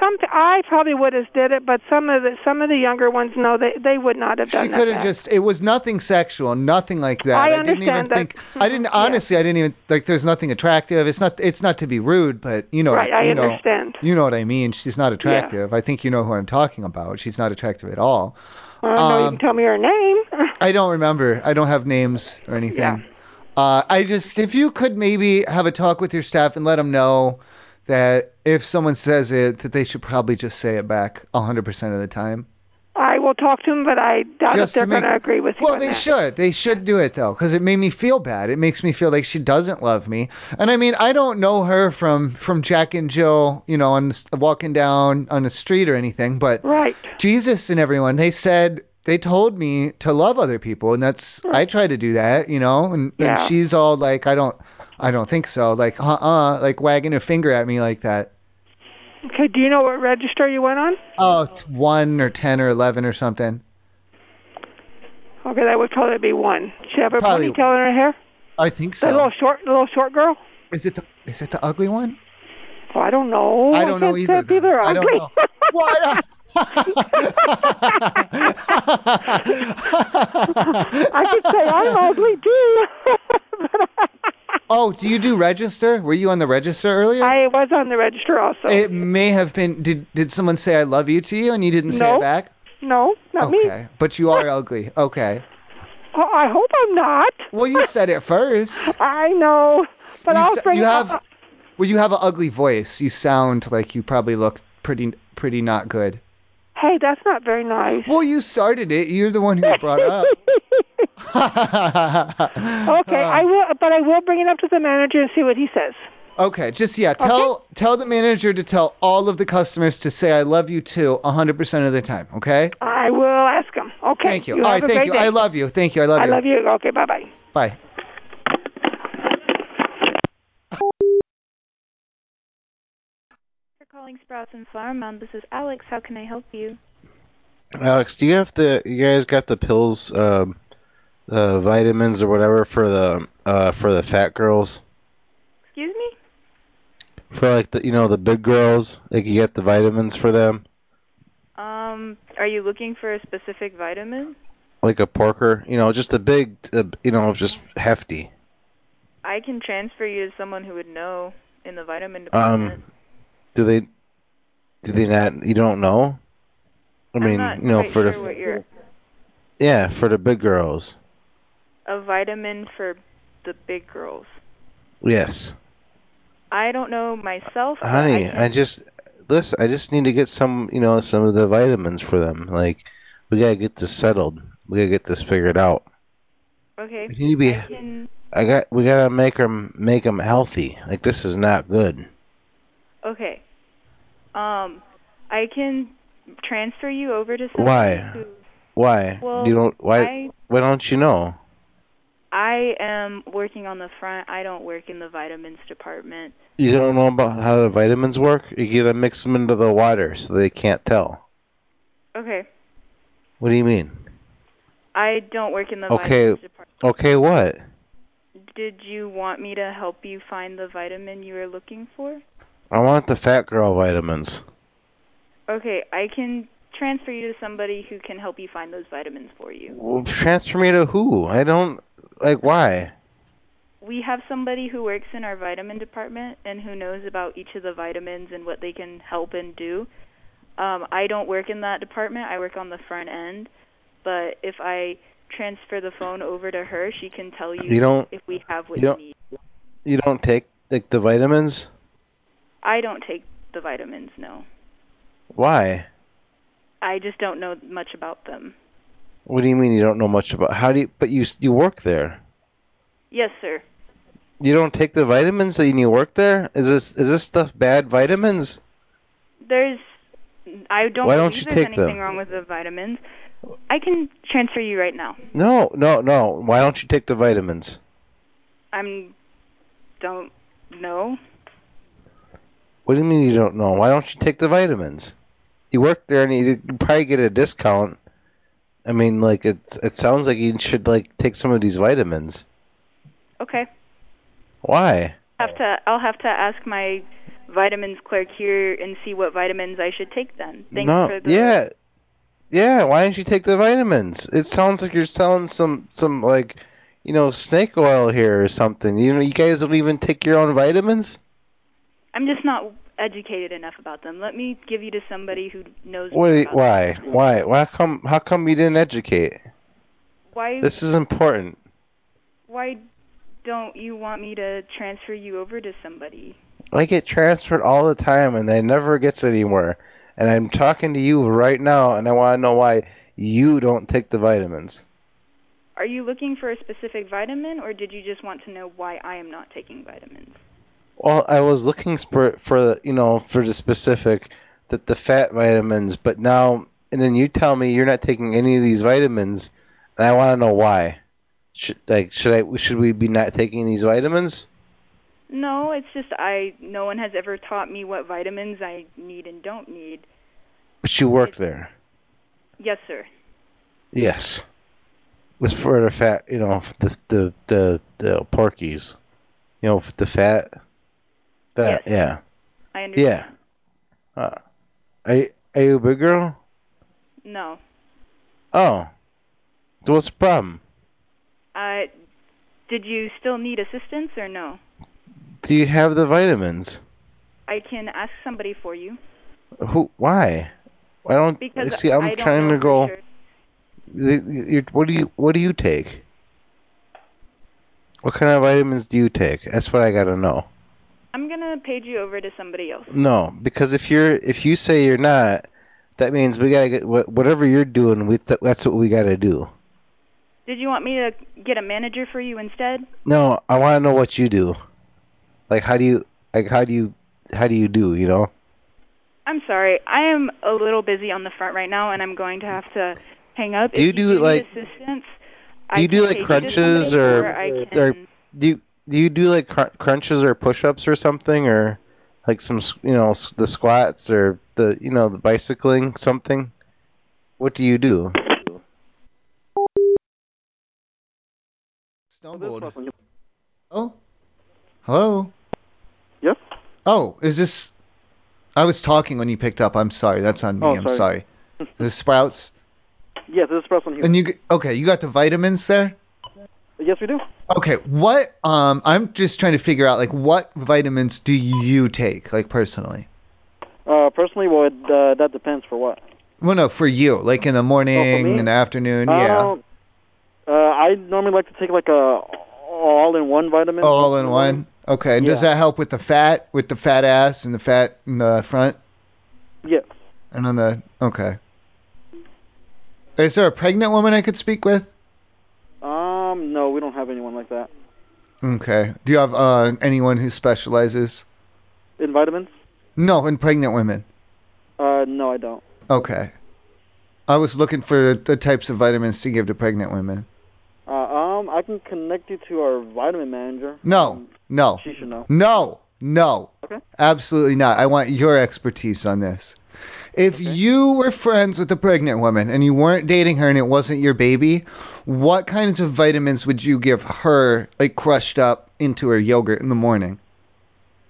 Speaker 13: Some I probably would have did it, but some of the some of the younger ones no, they they would not have done
Speaker 2: She
Speaker 13: that.
Speaker 2: could have
Speaker 13: back.
Speaker 2: just. It was nothing sexual, nothing like that.
Speaker 13: I
Speaker 2: didn't even
Speaker 13: understand that.
Speaker 2: think.
Speaker 13: (laughs)
Speaker 2: I didn't honestly. I didn't even like. There's nothing attractive. It's not. It's not to be rude, but you know.
Speaker 13: Right, I
Speaker 2: you know,
Speaker 13: understand.
Speaker 2: You know what I mean. She's not attractive. I think you know who I'm talking about. She's not attractive at all.
Speaker 13: I don't know. You
Speaker 2: Um,
Speaker 13: can tell me her name. (laughs)
Speaker 2: I don't remember. I don't have names or anything. Uh, I just, if you could maybe have a talk with your staff and let them know that if someone says it, that they should probably just say it back 100% of the time.
Speaker 13: I will talk to them, but I doubt if
Speaker 2: Just
Speaker 13: they're
Speaker 2: to make-
Speaker 13: going to agree with you.
Speaker 2: Well,
Speaker 13: on
Speaker 2: they
Speaker 13: that.
Speaker 2: should. They should do it though, 'cause it made me feel bad. It makes me feel like she doesn't love me. And I mean, I don't know her from from Jack and Jill, you know, on the s- walking down on the street or anything. But
Speaker 13: right.
Speaker 2: Jesus and everyone, they said they told me to love other people, and that's I try to do that, you know. And,
Speaker 13: Yeah.
Speaker 2: and she's all like, I don't, I don't think so. Like, uh, uh like wagging her finger at me like that.
Speaker 13: Okay. Do you know what register you went on?
Speaker 2: Oh, t- one or ten or eleven or something.
Speaker 13: Okay, that would probably be one. She have a
Speaker 2: Probably-
Speaker 13: ponytail in her hair.
Speaker 2: I think
Speaker 13: That
Speaker 2: so.
Speaker 13: little short, little short girl.
Speaker 2: Is it the is it the ugly one?
Speaker 13: Oh, I don't know.
Speaker 2: I don't know
Speaker 13: can't
Speaker 2: either,
Speaker 13: say if
Speaker 2: then.
Speaker 13: People are
Speaker 2: I don't
Speaker 13: ugly.
Speaker 2: know. What?
Speaker 13: (laughs)
Speaker 2: (laughs)
Speaker 13: I could say I'm ugly too.
Speaker 2: Oh, do you do register? Were you on the register earlier?
Speaker 13: I was on the register also.
Speaker 2: It may have been. Did did someone say I love you to you and you didn't say
Speaker 13: No.
Speaker 2: it back?
Speaker 13: No, not me.
Speaker 2: okay, but you are ugly. Okay.
Speaker 13: Oh, I hope I'm not.
Speaker 2: Well, you said it first.
Speaker 13: (laughs) I know, but
Speaker 2: you
Speaker 13: I'll
Speaker 2: sa-
Speaker 13: bring
Speaker 2: you
Speaker 13: it
Speaker 2: have
Speaker 13: up.
Speaker 2: well, you have an ugly voice. You sound like you probably look pretty pretty not good.
Speaker 13: Hey, that's not very nice.
Speaker 2: (laughs) Well, you started it. You're the one who brought up. (laughs)
Speaker 13: Okay, I will, but I will bring it up to the manager and see what he says.
Speaker 2: Okay, just yeah, tell tell the manager to tell all of the customers to say I love you too 100% of the time, okay?
Speaker 13: I will ask him. Okay.
Speaker 2: Thank you. all right,
Speaker 13: have a
Speaker 2: thank
Speaker 13: great
Speaker 2: you.
Speaker 13: day.
Speaker 2: I love you. Thank you. I love
Speaker 13: I
Speaker 2: you.
Speaker 13: love you. Okay, bye bye.
Speaker 2: Bye.
Speaker 14: for calling Sprouts and Flower Mound. This is Alex. How can I help you?
Speaker 3: Alex, do you have the? You guys got the pills, um, the vitamins or whatever for the uh, for the fat girls,
Speaker 14: Excuse me?
Speaker 3: for like the you know the big girls. Like you get the vitamins for them,
Speaker 14: Um, are you looking for a specific vitamin?
Speaker 3: like a porker. You know, just the big, uh, you know, just hefty.
Speaker 14: I can transfer you to someone who would know in the vitamin department.
Speaker 3: Um, do they? Do they not? You don't know? I mean,
Speaker 14: I'm not
Speaker 3: you know,
Speaker 14: quite
Speaker 3: for
Speaker 14: sure
Speaker 3: the
Speaker 14: what you're
Speaker 3: yeah, for the big girls.
Speaker 14: a vitamin for the big girls.
Speaker 3: Yes,
Speaker 14: I don't know myself. but
Speaker 3: honey,
Speaker 14: I
Speaker 3: I, just listen. I just need to get some, you know, some of the vitamins for them. Like, we gotta get this settled. We gotta get this figured out.
Speaker 14: okay.
Speaker 3: We need to be.
Speaker 14: I can
Speaker 3: I got. We gotta make them make them healthy. Like this is not good.
Speaker 14: okay. Um, I can transfer you over to someone
Speaker 3: Why?
Speaker 14: who
Speaker 3: Why?
Speaker 14: Well,
Speaker 3: you don't. Why?
Speaker 14: I-
Speaker 3: why don't you know?
Speaker 14: I am working on the front. I don't work in the vitamins department.
Speaker 3: You don't know about how the vitamins work. You gotta mix them into the water so they can't tell.
Speaker 14: Okay.
Speaker 3: What do you mean?
Speaker 14: I don't work in the
Speaker 3: okay.
Speaker 14: vitamins department.
Speaker 3: Okay. What?
Speaker 14: Did you want me to help you find the vitamin you were looking for?
Speaker 3: I want the fat girl vitamins.
Speaker 14: Okay, I can transfer you to somebody who can help you find those vitamins for you.
Speaker 3: Well, transfer me to who? I don't like why.
Speaker 14: We have somebody who works in our vitamin department and who knows about each of the vitamins and what they can help and do. Um, I don't work in that department. I work on the front end, but if I transfer the phone over to her, she can tell you,
Speaker 3: You don't-
Speaker 14: if we have what
Speaker 3: You
Speaker 14: you,
Speaker 3: don't.
Speaker 14: need.
Speaker 3: You don't take like the vitamins.
Speaker 14: I don't take the vitamins, no.
Speaker 3: Why?
Speaker 14: I just don't know much about them.
Speaker 3: What do you mean you don't know much about? How do you? But you s- you work there.
Speaker 14: Yes, sir.
Speaker 3: You don't take the vitamins and you work there. Is this is this stuff bad vitamins?
Speaker 14: There's I don't
Speaker 3: Why don't
Speaker 14: believe
Speaker 3: you
Speaker 14: there's
Speaker 3: take
Speaker 14: anything
Speaker 3: them?
Speaker 14: wrong with the vitamins. I can transfer you right now.
Speaker 3: No, no, no. Why don't you take the vitamins?
Speaker 14: I'm don't know.
Speaker 3: What do you mean you don't know? Why don't you take the vitamins? You work there and you you probably get a discount. I mean, like it. It sounds like you should like take some of these vitamins.
Speaker 14: Okay.
Speaker 3: Why?
Speaker 14: Have to I'll have to ask my vitamins clerk here and see what vitamins I should take then. Thanks
Speaker 3: no.
Speaker 14: for the
Speaker 3: yeah. Yeah. Why don't you take the vitamins? It sounds like you're selling some some like, you know, snake oil here or something. You know, you guys don't even take your own vitamins.
Speaker 14: I'm just not educated enough about them. Let me give you to somebody who knows
Speaker 3: What?
Speaker 14: more
Speaker 3: do you-
Speaker 14: about
Speaker 3: Why?
Speaker 14: them.
Speaker 3: Why? Why come? How come you didn't educate?
Speaker 14: Why
Speaker 3: This is important.
Speaker 14: why don't you want me to transfer you over to somebody?
Speaker 3: I get transferred all the time and they never gets anywhere. And I'm talking to you right now and I want to know why you don't take the vitamins.
Speaker 14: Are you looking for a specific vitamin or did you just want to know why I am not taking vitamins?
Speaker 3: Well, I was looking for for the you know for the specific that the fat vitamins, but now and then you tell me you're not taking any of these vitamins, and I want to know why. Should like should I should we be not taking these vitamins?
Speaker 14: No, it's just I no one has ever taught me what vitamins I need and don't need.
Speaker 3: But you work there.
Speaker 14: Yes, sir.
Speaker 3: Yes. It's for the fat, you know, the the the the porkies. You know, the fat. That yeah.
Speaker 14: I understand.
Speaker 3: Yeah. Uh, are you, are you a big girl?
Speaker 14: No.
Speaker 3: Oh. Then What's the problem?
Speaker 14: I did you still need assistance or no?
Speaker 3: Do you have the vitamins?
Speaker 14: I can ask somebody for you.
Speaker 3: Who? Why? I don't
Speaker 14: Because
Speaker 3: see. I'm
Speaker 14: I don't
Speaker 3: trying
Speaker 14: know
Speaker 3: to
Speaker 14: for
Speaker 3: go.
Speaker 14: sure.
Speaker 3: The- you- you- what do you What do you take? What kind of vitamins do you take? That's what I gotta know.
Speaker 14: I'm going to page you over to somebody else.
Speaker 3: No, because if you're if you say you're not, that means we gotta get wha- whatever you're doing. We th- that's what we gotta do.
Speaker 14: Did you want me to get a manager for you instead?
Speaker 3: No, I want to know what you do. Like how do you like how do you how do you do? You know?
Speaker 14: I'm sorry. I am a little busy on the front right now and I'm going to have to hang up.
Speaker 3: Do you
Speaker 14: if
Speaker 3: do,
Speaker 14: you need
Speaker 3: like-
Speaker 14: assistance?
Speaker 3: Do
Speaker 14: I
Speaker 3: you
Speaker 14: can
Speaker 3: do like
Speaker 14: take you to
Speaker 3: crunches
Speaker 14: somebody
Speaker 3: or
Speaker 14: where I can-
Speaker 3: or do you do you do like cr- crunches or push-ups or something or like some s- you know s- the squats or the you know the bicycling something? What do you do?
Speaker 2: Stumbled. Oh. Hello.
Speaker 10: Yep.
Speaker 2: Oh, is this? I was talking when you picked up. I'm sorry. That's on me.
Speaker 10: Oh,
Speaker 2: I'm sorry.
Speaker 10: (laughs)
Speaker 2: The sprouts.
Speaker 10: Yes, this is Preston here.
Speaker 2: And you g- okay? You got the vitamins there.
Speaker 10: Yes, we do.
Speaker 2: Okay, what um I'm just trying to figure out like what vitamins do you take like personally?
Speaker 10: Uh, personally, well, it, uh, that depends for what.
Speaker 2: Well, no, for you, like
Speaker 10: Oh,
Speaker 2: in the morning, in the afternoon, yeah.
Speaker 10: Uh, I normally like to take like a all-in-one vitamin.
Speaker 2: All in one. Okay, and does that help with the fat, with the fat ass and the fat in the front
Speaker 10: Yes.
Speaker 2: and on the okay. Is there a pregnant woman I could speak with? Oh.
Speaker 10: Um, no, we don't have anyone like that.
Speaker 2: Okay. Do you have uh anyone who specializes?
Speaker 10: In vitamins?
Speaker 2: No, in pregnant women.
Speaker 10: Uh, no, I don't.
Speaker 2: Okay. I was looking for the types of vitamins to give to pregnant women.
Speaker 10: Uh, um, I can connect you to our vitamin manager.
Speaker 2: No, no.
Speaker 10: She should know.
Speaker 2: No, no. Absolutely not. I want your expertise on this. If you were friends with a pregnant woman and you weren't dating her and it wasn't your baby, what kinds of vitamins would you give her, like crushed up into her yogurt in the morning?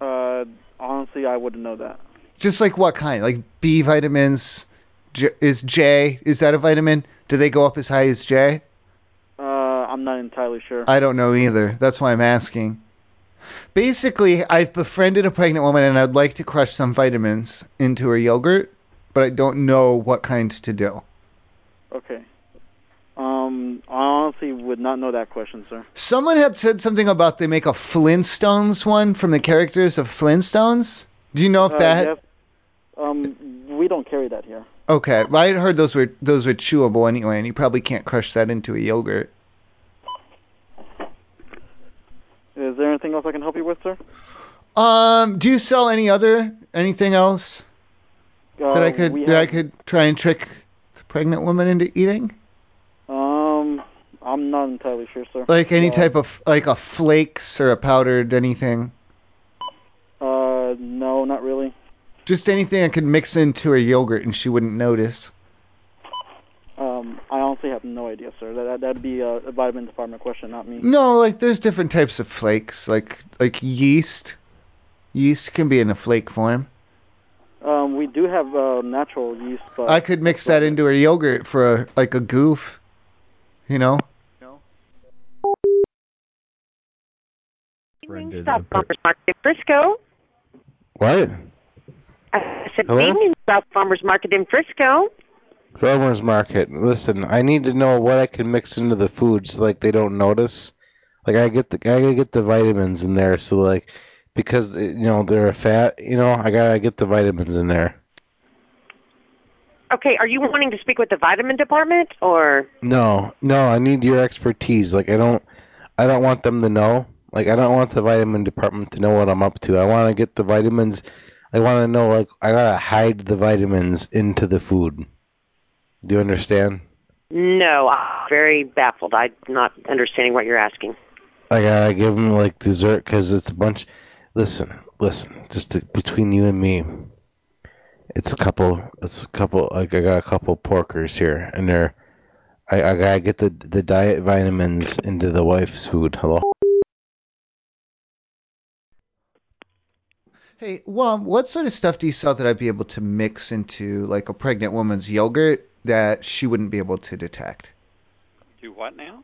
Speaker 10: Uh, honestly, I wouldn't know that.
Speaker 2: Just like what kind? Like B vitamins? J- is J? Is that a vitamin? Do they go up as high as J?
Speaker 10: Uh, I'm not entirely sure.
Speaker 2: I don't know either. That's why I'm asking. Basically, I've befriended a pregnant woman and I'd like to crush some vitamins into her yogurt, but I don't know what kind to do.
Speaker 10: Okay. Um, I honestly would not know that question, sir.
Speaker 2: Someone had said something about they make a Flintstones one from the characters of Flintstones. Do you know if
Speaker 10: Uh,
Speaker 2: that?
Speaker 10: yep. Um, we don't carry that here.
Speaker 2: Okay, well, I had heard those were those were chewable anyway, and you probably can't crush that into a yogurt.
Speaker 10: Is there anything else I can help you with, sir?
Speaker 2: Um, do you sell any other anything else
Speaker 10: Uh,
Speaker 2: that I could
Speaker 10: we
Speaker 2: that I
Speaker 10: have-
Speaker 2: could try and trick the pregnant woman into eating?
Speaker 10: Um, I'm not entirely sure, sir.
Speaker 2: Like any
Speaker 10: Uh,
Speaker 2: type of like a flakes or a powdered anything,
Speaker 10: Uh, no, not really.
Speaker 2: just anything I could mix into her yogurt and she wouldn't notice.
Speaker 10: Um, I honestly have no idea, sir. That that'd be a, a vitamin department question, not me.
Speaker 2: No, like there's different types of flakes, like like yeast. Yeast can be in a flake form.
Speaker 10: Um, we do have uh, natural yeast, but
Speaker 2: I could mix that into her yogurt for a, like a goof, you know.
Speaker 15: Stop Farmers Market Frisco.
Speaker 3: What?
Speaker 15: I said,
Speaker 3: Hello?
Speaker 15: evening South Farmers Market in Frisco.
Speaker 3: Farmers Market. Listen, I need to know what I can mix into the food so like they don't notice. Like I get the I gotta get the vitamins in there so like because eh, you know they're a fat, you know I gotta get the vitamins in there.
Speaker 15: Okay, are you wanting to speak with the vitamin department or?
Speaker 3: No, no, I need your expertise. Like I don't I don't want them to know. Like I don't want the vitamin department to know what I'm up to. I want to get the vitamins. I want to know like I gotta hide the vitamins into the food. Do you understand?
Speaker 15: No, I'm very baffled. I'm not understanding what you're
Speaker 3: (sighs)
Speaker 15: asking.
Speaker 3: I gotta give them like dessert 'cause it's a bunch. Listen, listen, just to, between you and me, it's a couple. It's a couple. Like I got a couple porkers here, and they're. I, I gotta get the the diet vitamins into the wife's food. Hello.
Speaker 2: Hey, well, what sort of stuff do you sell that I'd be able to mix into like a pregnant woman's yogurt that she wouldn't be able to detect?
Speaker 4: Do what now?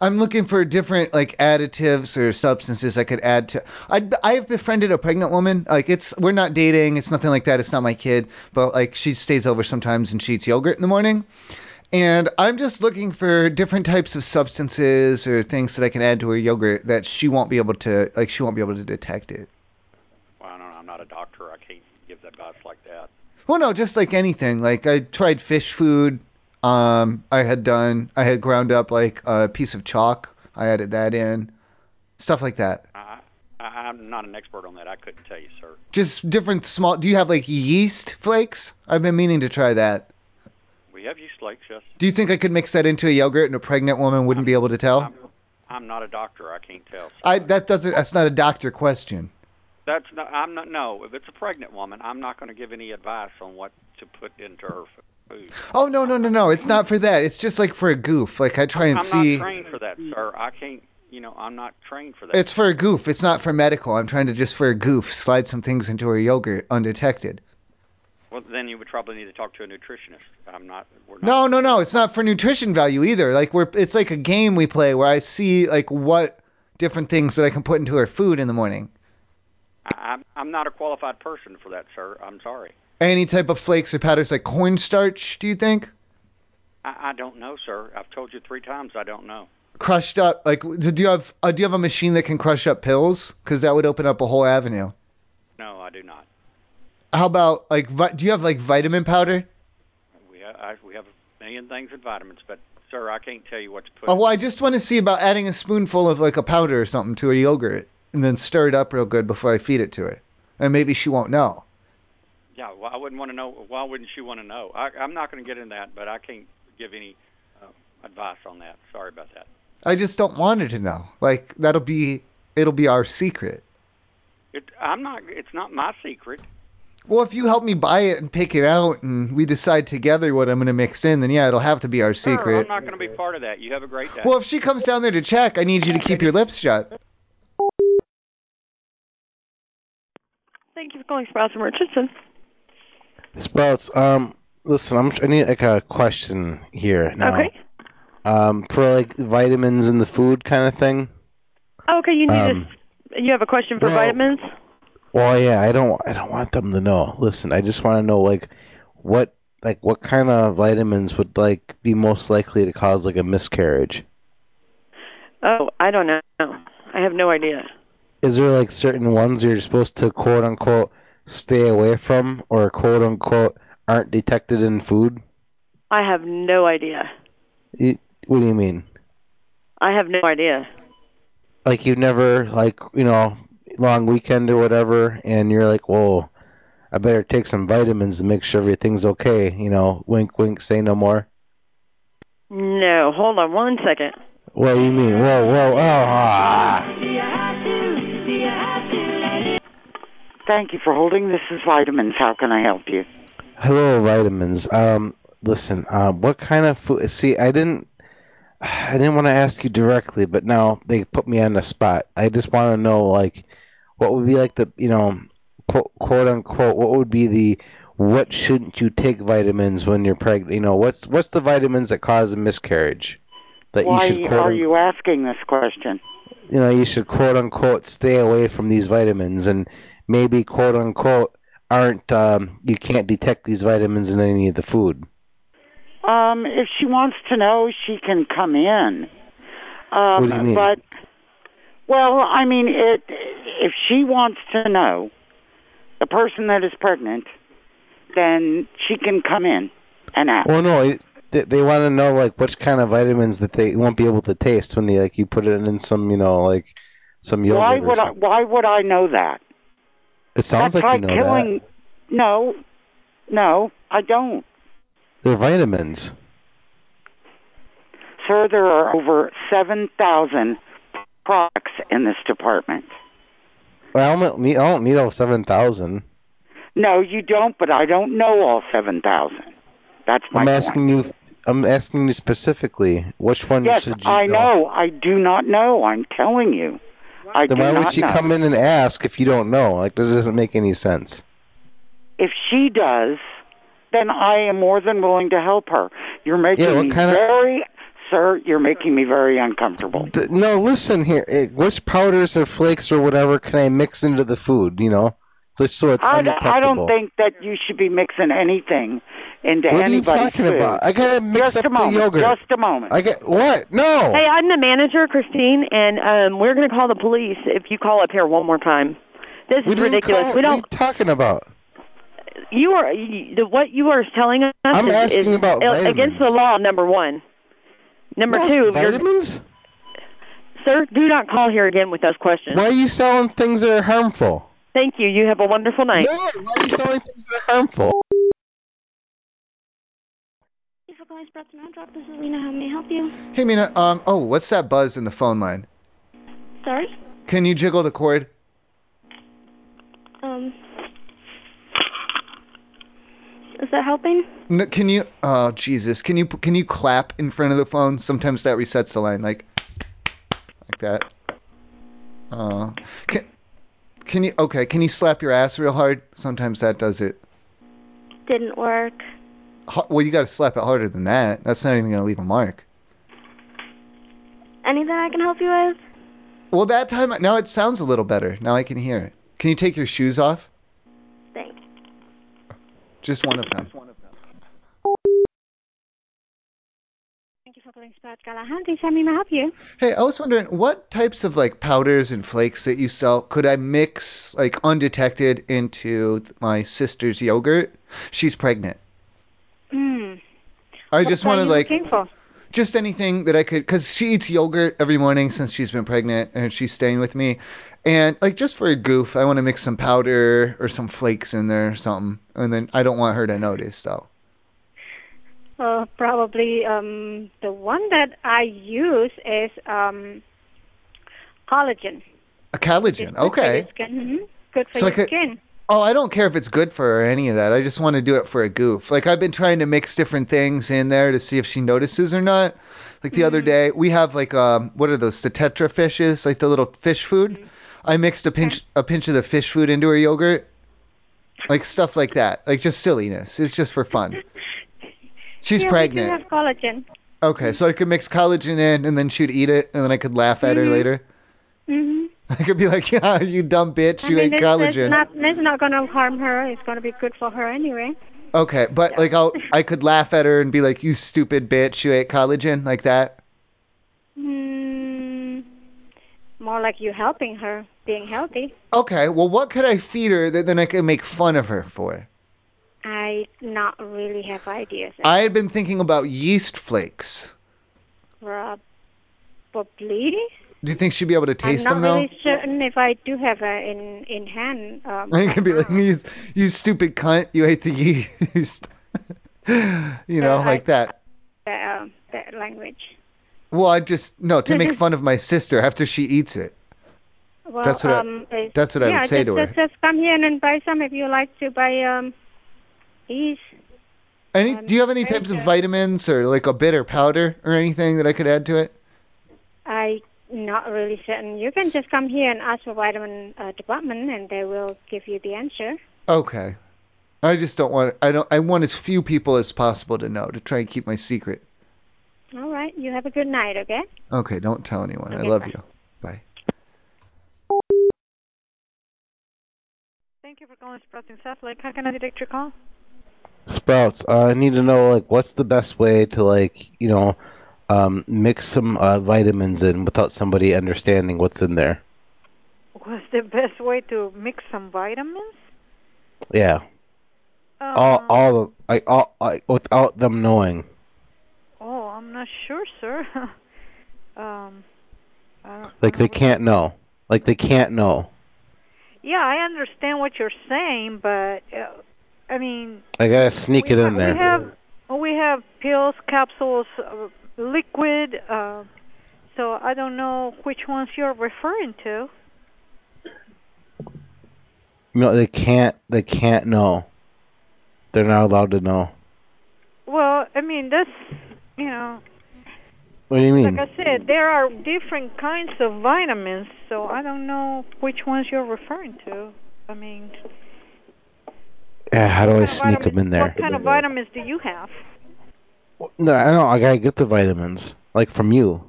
Speaker 2: I'm looking for different like additives or substances I could add to. I I have befriended a pregnant woman. Like it's we're not dating. It's nothing like that. It's not my kid. But like she stays over sometimes and she eats yogurt in the morning. And I'm just looking for different types of substances or things that I can add to her yogurt that she won't be able to like she won't be able to detect it.
Speaker 16: Well, I don't know. I'm not a doctor. I can't give advice like that.
Speaker 2: Well, no, just like anything. Like I tried fish food. Um, I had done. I had ground up like a piece of chalk. I added that in. Stuff like that.
Speaker 16: I, I, I'm not an expert on that. I couldn't tell you, sir.
Speaker 2: Just different small. Do you have like yeast flakes? I've been meaning to try that.
Speaker 16: We have yeast flakes, yes.
Speaker 2: Do you think I could mix that into a yogurt and a pregnant woman wouldn't be able to tell?
Speaker 16: I'm not a doctor. I can't tell.
Speaker 2: I that doesn't. That's not a doctor question.
Speaker 16: That's not. I'm not. No, if it's a pregnant woman, I'm not going to give any advice on what to put into her f- food.
Speaker 2: Oh no no no no. It's not for that. It's just like for a goof. Like I try and
Speaker 16: I'm
Speaker 2: see.
Speaker 16: not trained for that, sir. I can't. You know, I'm not trained for that.
Speaker 2: It's for a goof. It's not for medical. I'm trying to just for a goof slide some things into her yogurt undetected.
Speaker 16: Well, then you would probably need to talk to a nutritionist. I'm not. We're not.
Speaker 2: No, no, no. It's not for nutrition value either. Like we're it's like a game we play where I see like what different things that I can put into her food in the morning.
Speaker 16: I, I'm. I'm not a qualified person for that, sir. I'm sorry.
Speaker 2: Any type of flakes or powders like cornstarch, do you think?
Speaker 16: I, I don't know, sir. I've told you three times. I don't know.
Speaker 2: Crushed up like do you have uh, do you have a machine that can crush up pills? Cuz that would open up a whole avenue.
Speaker 16: No, I do not.
Speaker 2: How about like vi- do you have like vitamin powder?
Speaker 16: We have. I, we have a million things in vitamins, but sir, I can't tell you what to put.
Speaker 2: Oh, well, I just want to see about adding a spoonful of like a powder or something to her yogurt and then stir it up real good before I feed it to her. And maybe she won't know.
Speaker 16: Yeah, well, I wouldn't want to know. Why wouldn't you want to know? I, I'm not going to get in that, but I can't give any uh, advice on that. Sorry about that.
Speaker 2: I just don't want her to know. Like that'll be it'll be our secret.
Speaker 16: It, I'm not. It's not my secret.
Speaker 2: Well, if you help me buy it and pick it out, and we decide together what I'm gonna mix in, then yeah, it'll have to be our
Speaker 16: Sir,
Speaker 2: secret.
Speaker 16: I'm not going to be part of that. You have a great day.
Speaker 2: well, if she comes down there to check, I need you to keep your lips shut.
Speaker 17: Thank you for calling Sprouts and Richardson.
Speaker 3: Sprouts, um, listen, I'm, I need like a question here now.
Speaker 17: Okay.
Speaker 3: Um, for like vitamins in the food kind of thing.
Speaker 17: Oh, okay, you need
Speaker 3: Um,
Speaker 17: to. You have a question for vitamins?
Speaker 3: Well, yeah, I don't, I don't want them to know. Listen, I just want to know like what, like what kind of vitamins would like be most likely to cause like a miscarriage.
Speaker 17: Oh, I don't know. I have no idea.
Speaker 3: Is there like certain ones you're supposed to quote unquote stay away from or quote unquote aren't detected in food?
Speaker 17: I have no idea.
Speaker 3: Y- What do you mean?
Speaker 17: I have no idea.
Speaker 3: like you've never like you know long weekend or whatever and you're like whoa i better take some vitamins to make sure everything's okay you know wink wink say no more
Speaker 17: No, hold on one second.
Speaker 3: what do you mean whoa whoa oh ah.
Speaker 18: Thank you for holding. This is Vitamins. How can I help you?
Speaker 3: hello vitamins um listen um what kind of food see i didn't i didn't want to ask you directly but now they put me on the spot i just want to know like what would be like the you know quote, quote unquote what would be the what shouldn't you take vitamins when you're pregnant you know what's what's the vitamins that cause a miscarriage that
Speaker 18: Why
Speaker 3: you should quote
Speaker 18: are you asking this question?
Speaker 3: you know, you should quote unquote stay away from these vitamins and maybe quote unquote aren't um, you can't detect these vitamins in any of the food.
Speaker 18: Um, if she wants to know, she can come in. Um,
Speaker 3: What do you mean?
Speaker 18: But well, I mean, it. If she wants to know, the person that is pregnant, then she can come in and ask.
Speaker 3: Well, no, it- they, they want to know like which kind of vitamins that they won't be able to taste when they like you put it in some you know like some yogurt.
Speaker 18: why
Speaker 3: or
Speaker 18: would I?
Speaker 3: something.
Speaker 18: Why would I know that?
Speaker 3: It sounds
Speaker 18: That's
Speaker 3: like you know
Speaker 18: killing.
Speaker 3: that.
Speaker 18: No, no, I don't,
Speaker 3: They're vitamins.
Speaker 18: sir. There are over seven thousand products in this department.
Speaker 3: Well, I don't need I don't need all seven thousand.
Speaker 18: No, you don't. But I don't know all seven thousand. That's my
Speaker 3: I'm
Speaker 18: point.
Speaker 3: asking you. I'm asking you specifically which one
Speaker 18: yes,
Speaker 3: should you
Speaker 18: I know. I do not know. I'm telling you. I
Speaker 3: then
Speaker 18: do
Speaker 3: why
Speaker 18: not
Speaker 3: would she
Speaker 18: know.
Speaker 3: come in and ask if you don't know? Like this doesn't make any sense.
Speaker 18: If she does, then I am more than willing to help her. You're making
Speaker 3: Yeah, what
Speaker 18: me
Speaker 3: kind of-
Speaker 18: very, sir. You're making me very uncomfortable.
Speaker 3: Th- no, listen here. eh, Which powders or flakes or whatever can I mix into the food? You know, just so it's
Speaker 18: I, d-
Speaker 3: undetectable.
Speaker 18: I don't think that you should be mixing anything into
Speaker 3: What are you
Speaker 18: anybody's
Speaker 3: talking
Speaker 18: food.
Speaker 3: about? I gotta mix
Speaker 18: just
Speaker 3: up
Speaker 18: a
Speaker 3: the
Speaker 18: moment,
Speaker 3: yogurt.
Speaker 18: Just a moment.
Speaker 3: I get what? No.
Speaker 17: Hey,
Speaker 19: I'm the manager, Christine, and um, we're going to call the police if you call up here one more time. This
Speaker 3: We
Speaker 19: is
Speaker 3: didn't
Speaker 19: ridiculous.
Speaker 3: call-
Speaker 19: we
Speaker 3: What are you
Speaker 19: don't.
Speaker 3: talking about?
Speaker 19: You are you, the- what you are telling us
Speaker 3: I'm
Speaker 19: is, is
Speaker 3: asking about
Speaker 19: ill- against the law. Number one. Number
Speaker 3: What,
Speaker 19: two, you're-
Speaker 3: vitamins?
Speaker 19: sir, do not call here again with those questions.
Speaker 3: Why are you selling things that are harmful?
Speaker 19: Thank you. You have a wonderful night.
Speaker 3: No, why are you selling things that are harmful?
Speaker 20: Thank you for calling Sprouts and Hot Drop. This is Lena. How may I help you?
Speaker 2: Hey, Mina. Um. Oh, what's that buzz in the phone line?
Speaker 20: Sorry.
Speaker 2: Can you jiggle the cord?
Speaker 20: Um. Is that helping?
Speaker 2: No, can you? Oh, Jesus. Can you? Can you clap in front of the phone? Sometimes that resets the line, like, like that. Uh, can, can you? Okay. Can you slap your ass real hard? Sometimes that does it.
Speaker 20: Didn't work.
Speaker 2: Ho- Well, you got to slap it harder than that. That's not even gonna leave a mark.
Speaker 20: Anything I can help you with?
Speaker 2: Well, that time now it sounds a little better. Now I can hear it. Can you take your shoes off?
Speaker 20: Thanks.
Speaker 2: Just one of them.
Speaker 20: Thank you for calling Sprouts Galahad. This is how may I help you?
Speaker 2: Hey, I was wondering what types of like powders and flakes that you sell could I mix like undetected into th- my sister's yogurt? She's pregnant.
Speaker 20: Hmm.
Speaker 2: I just
Speaker 20: What are
Speaker 2: wanted
Speaker 20: you
Speaker 2: like
Speaker 20: looking for?
Speaker 2: just anything that I could cuz she eats yogurt every morning since she's been pregnant and she's staying with me. And like just for a goof, I want to mix some powder or some flakes in there or something. And then I don't want her to notice though.
Speaker 5: Uh, probably um, the one that I use is um, collagen.
Speaker 2: A collagen. Okay.
Speaker 5: Skin.
Speaker 20: Mm-hmm.
Speaker 5: mhm. Good for
Speaker 2: So I
Speaker 5: your
Speaker 2: could-
Speaker 5: skin.
Speaker 2: Oh, I don't care if it's good for her or any of that. I just want to do it for a goof. Like I've been trying to mix different things in there to see if she notices or not. Like the
Speaker 20: Mm-hmm.
Speaker 2: other day, we have like um, what are those? The tetra fishes,
Speaker 20: Mm-hmm.
Speaker 2: like the little fish food. I mixed a pinch a pinch of the fish food into her yogurt. like stuff like that, like just silliness. It's just
Speaker 20: (laughs)
Speaker 2: for fun. She's
Speaker 20: yeah,
Speaker 2: pregnant.
Speaker 20: We do have collagen.
Speaker 2: Okay, so I could mix collagen in, and then she'd eat it, and then I could laugh at her
Speaker 20: Mhm.
Speaker 2: later.
Speaker 20: Mm-hmm.
Speaker 2: I could be like, (laughs) "Yeah, you dumb bitch,
Speaker 20: I
Speaker 2: you
Speaker 20: mean,
Speaker 2: ate
Speaker 20: it's,
Speaker 2: collagen."
Speaker 20: It's not, it's not going to harm her. It's going to be good for her anyway.
Speaker 2: okay, but like I'll, I could laugh at her and be like, "You stupid bitch, you ate collagen," like that.
Speaker 20: Mm, more like you helping her, being healthy.
Speaker 2: Okay, well, what could I feed her that then I could make fun of her for?
Speaker 20: I not really have ideas.
Speaker 2: I had been thinking about yeast flakes.
Speaker 20: Probably.
Speaker 2: Do you think she'd be able to taste
Speaker 20: I'm
Speaker 2: them
Speaker 20: not
Speaker 2: though?
Speaker 20: really certain if I do have uh, in in hand. Um,
Speaker 2: I could be (laughs) like, you, you stupid cunt, you ate the yeast. (laughs) you know, like that.
Speaker 20: that, um, that language.
Speaker 2: Well, I just, no, to make fun of my sister after she eats it.
Speaker 20: Well,
Speaker 2: That's what I-
Speaker 20: um, uh,
Speaker 2: that's what I
Speaker 20: yeah,
Speaker 2: would say
Speaker 20: just,
Speaker 2: to her.
Speaker 20: Just, just come here and then buy some if you like to buy um, these.
Speaker 2: Any,
Speaker 20: Um,
Speaker 2: do you have any types of vitamins or like a bitter powder or anything that I could add to it?
Speaker 20: I not really certain. You can just come here and ask for vitamin uh, department, and they will give you the answer.
Speaker 2: Okay. I just don't want, I don't, I want as few people as possible to know to try and keep my secret.
Speaker 20: All right. You have a good night. Okay.
Speaker 2: Okay, don't tell anyone. I
Speaker 20: Okay,
Speaker 2: love
Speaker 20: bye.
Speaker 2: you. Bye.
Speaker 21: Thank you for calling Sprouting Satellite. How can I direct your call?
Speaker 3: Sprouts, uh, I need to know like what's the best way to like you know um, mix some uh, vitamins in without somebody understanding what's in there.
Speaker 21: What's the best way to mix some vitamins?
Speaker 3: Yeah,
Speaker 21: Uh,
Speaker 3: all all of, like all like without them knowing.
Speaker 21: oh, I'm not sure, sir. (laughs) um, I don't-
Speaker 3: Like they can't know. Like they can't know.
Speaker 21: yeah, I understand what you're saying, but uh, I mean,
Speaker 3: I gotta sneak it in there.
Speaker 21: we have we have pills, capsules, uh, liquid. Uh, so I don't know which ones you're referring to.
Speaker 3: No, they can't. They can't know. They're not allowed to know.
Speaker 21: Well, I mean that's you know
Speaker 3: What do you mean?
Speaker 21: Like I said, there are different kinds of vitamins, so I don't know which ones you're referring to. I mean,
Speaker 3: Yeah, how do I
Speaker 21: uh, what kind
Speaker 3: sneak
Speaker 21: of
Speaker 3: them in there?
Speaker 21: What kind of vitamins do you have?
Speaker 3: No, I don't. I gotta get the vitamins, like from you.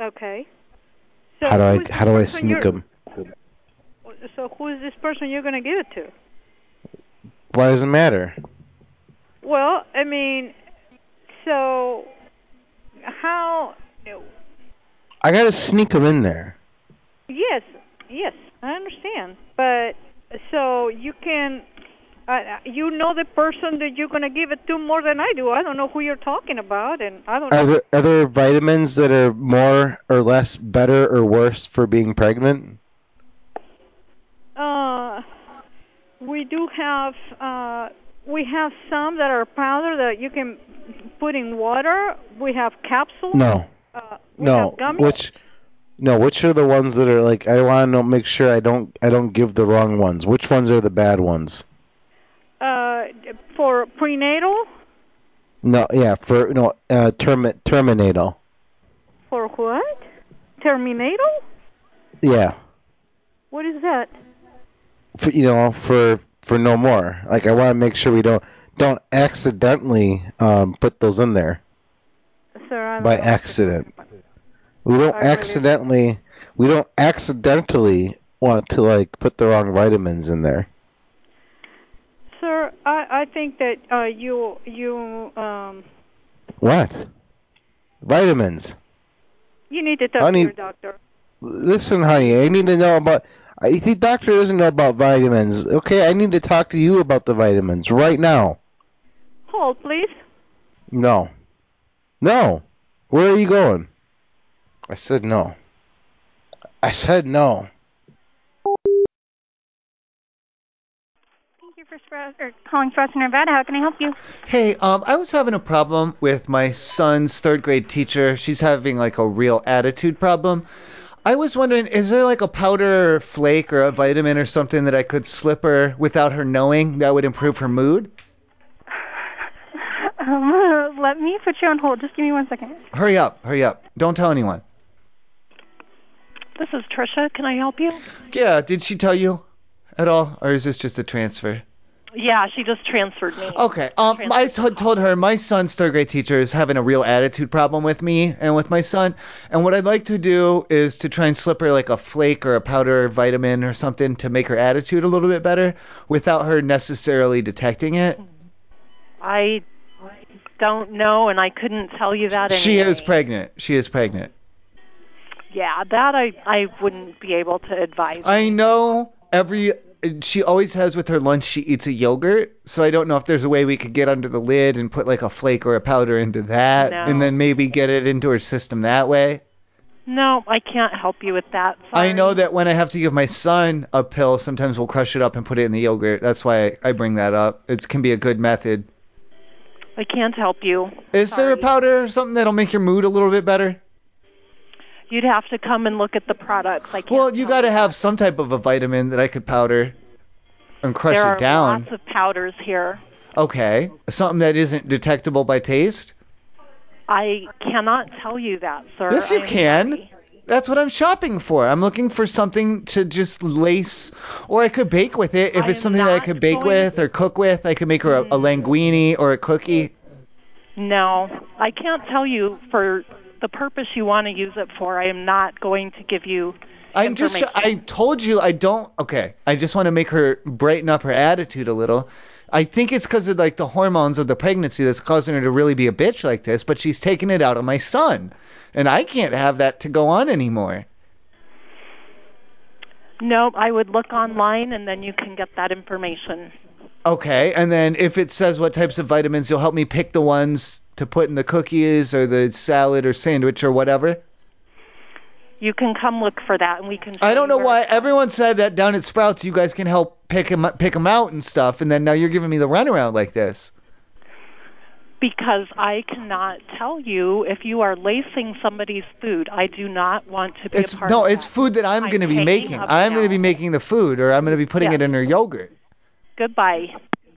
Speaker 21: Okay. So
Speaker 3: How do
Speaker 21: who is
Speaker 3: I?
Speaker 21: the
Speaker 3: How do I
Speaker 21: person
Speaker 3: sneak
Speaker 21: you're-
Speaker 3: them?
Speaker 21: So who is this person you're gonna give it to?
Speaker 3: Why does it matter?
Speaker 21: Well, I mean, so how?
Speaker 3: I gotta sneak them in there.
Speaker 21: Yes, yes, I understand. But so you can, uh, you know the person that you're gonna give it to more than I do. I don't know who you're talking about, and I don't
Speaker 3: Are
Speaker 21: know.
Speaker 3: there, are there vitamins that are more or less better or worse for being pregnant?
Speaker 21: Uh, we do have uh, we have some that are powder that you can put in water. We have capsules.
Speaker 3: No.
Speaker 21: Uh, we
Speaker 3: No.
Speaker 21: have gummies.
Speaker 3: Which? No. Which are the ones that are like? I want to make sure I don't. I don't give the wrong ones. Which ones are the bad ones?
Speaker 21: Uh, for prenatal,
Speaker 3: No. Yeah. For no. Uh, termi- terminatal.
Speaker 21: for what? Terminatal?
Speaker 3: Yeah.
Speaker 21: What is that?
Speaker 3: for you know for for no more. Like I want to make sure we don't don't accidentally um, put those in there
Speaker 21: Sir,
Speaker 20: um,
Speaker 21: I don't
Speaker 3: by
Speaker 21: know.
Speaker 3: accident. We don't accidentally we don't accidentally want to like put the wrong vitamins in there.
Speaker 21: Sir, I, I think that uh, you you um
Speaker 3: What? Vitamins.
Speaker 21: you need to talk
Speaker 3: I
Speaker 21: to your
Speaker 3: need-
Speaker 21: doctor.
Speaker 3: Listen, honey, I need to know about. I the doctor doesn't know about vitamins. Okay, I need to talk to you about the vitamins right now.
Speaker 21: Hold, please. (clears throat)
Speaker 3: No. No. Where are you going? I said no. I said no.
Speaker 20: Thank you for Sprout, or calling Sprouts in Nevada. How can I help you?
Speaker 2: Hey, um, I was having a problem with my son's third grade teacher. She's having like a real attitude problem. I was wondering, is there like a powder or flake or a vitamin or something that I could slip her without her knowing that would improve her mood?
Speaker 22: (laughs)
Speaker 20: Um, let me put you on hold. Just give me one second.
Speaker 2: Hurry up, hurry up. Don't tell anyone.
Speaker 20: This is Trisha. Can I help you?
Speaker 2: Yeah, did she tell you? at all, or is this just a transfer?
Speaker 22: Yeah, she just transferred me.
Speaker 2: Okay. Um, I t- told her my son's third grade teacher is having a real attitude problem with me and with my son, and what I'd like to do is to try and slip her like a flake or a powder or vitamin or something to make her attitude a little bit better without her necessarily detecting it.
Speaker 22: I don't know, and I couldn't tell you that. Anyway.
Speaker 2: She is pregnant. She is pregnant.
Speaker 22: Yeah, that I I wouldn't be able to advise.
Speaker 2: I know every she always has with her lunch she eats a yogurt, so I don't know if there's a way we could get under the lid and put like a flake or a powder into that
Speaker 22: No.
Speaker 2: and then maybe get it into her system that way.
Speaker 22: No, I can't help you with that.
Speaker 2: I know that when I have to give my son a pill, sometimes we'll crush it up and put it in the yogurt. That's why I bring that up. It can be a good method.
Speaker 22: I can't help you.
Speaker 2: Is there a powder or something that'll make your mood a little bit better?
Speaker 22: You'd have to come and look at the products. Like
Speaker 2: Well, you got to have some type of a vitamin that I could powder and crush
Speaker 22: there are
Speaker 2: it down.
Speaker 22: lots of powders here.
Speaker 2: Okay. Something that isn't detectable by taste?
Speaker 22: I cannot tell you that, sir.
Speaker 2: yes, you
Speaker 22: I'm-
Speaker 2: can. That's what I'm shopping for. I'm looking for something to just lace, or I could bake with it. If it's something that I could bake
Speaker 22: going-
Speaker 2: with or cook with, I could make her a, a linguine or a cookie.
Speaker 22: No, I can't tell you for the purpose you want to use it for. I am not going to give you.
Speaker 2: I'm just, I told you I don't, okay. I just want to make her brighten up her attitude a little. I think it's because of like the hormones of the pregnancy that's causing her to really be a bitch like this, but she's taking it out on my son. And I can't have that to go on anymore.
Speaker 22: No, I would look online and then you can get that information.
Speaker 2: Okay, and then if it says what types of vitamins, you'll help me pick the ones to put in the cookies or the salad or sandwich or whatever.
Speaker 22: You can come look for that and we can.
Speaker 2: I don't know why everyone said that down at Sprouts you guys can help pick 'em pick 'em out and stuff, and then now you're giving me the runaround like this.
Speaker 22: Because I cannot tell you if you are lacing somebody's food. I do not want to be
Speaker 2: It's
Speaker 22: a part
Speaker 2: no,
Speaker 22: of
Speaker 2: it's food that I'm, going to be
Speaker 22: hanging
Speaker 2: making.
Speaker 22: up
Speaker 2: I'm going to be making the food, or I'm going to be putting
Speaker 22: Yeah.
Speaker 2: it in her yogurt.
Speaker 22: Goodbye.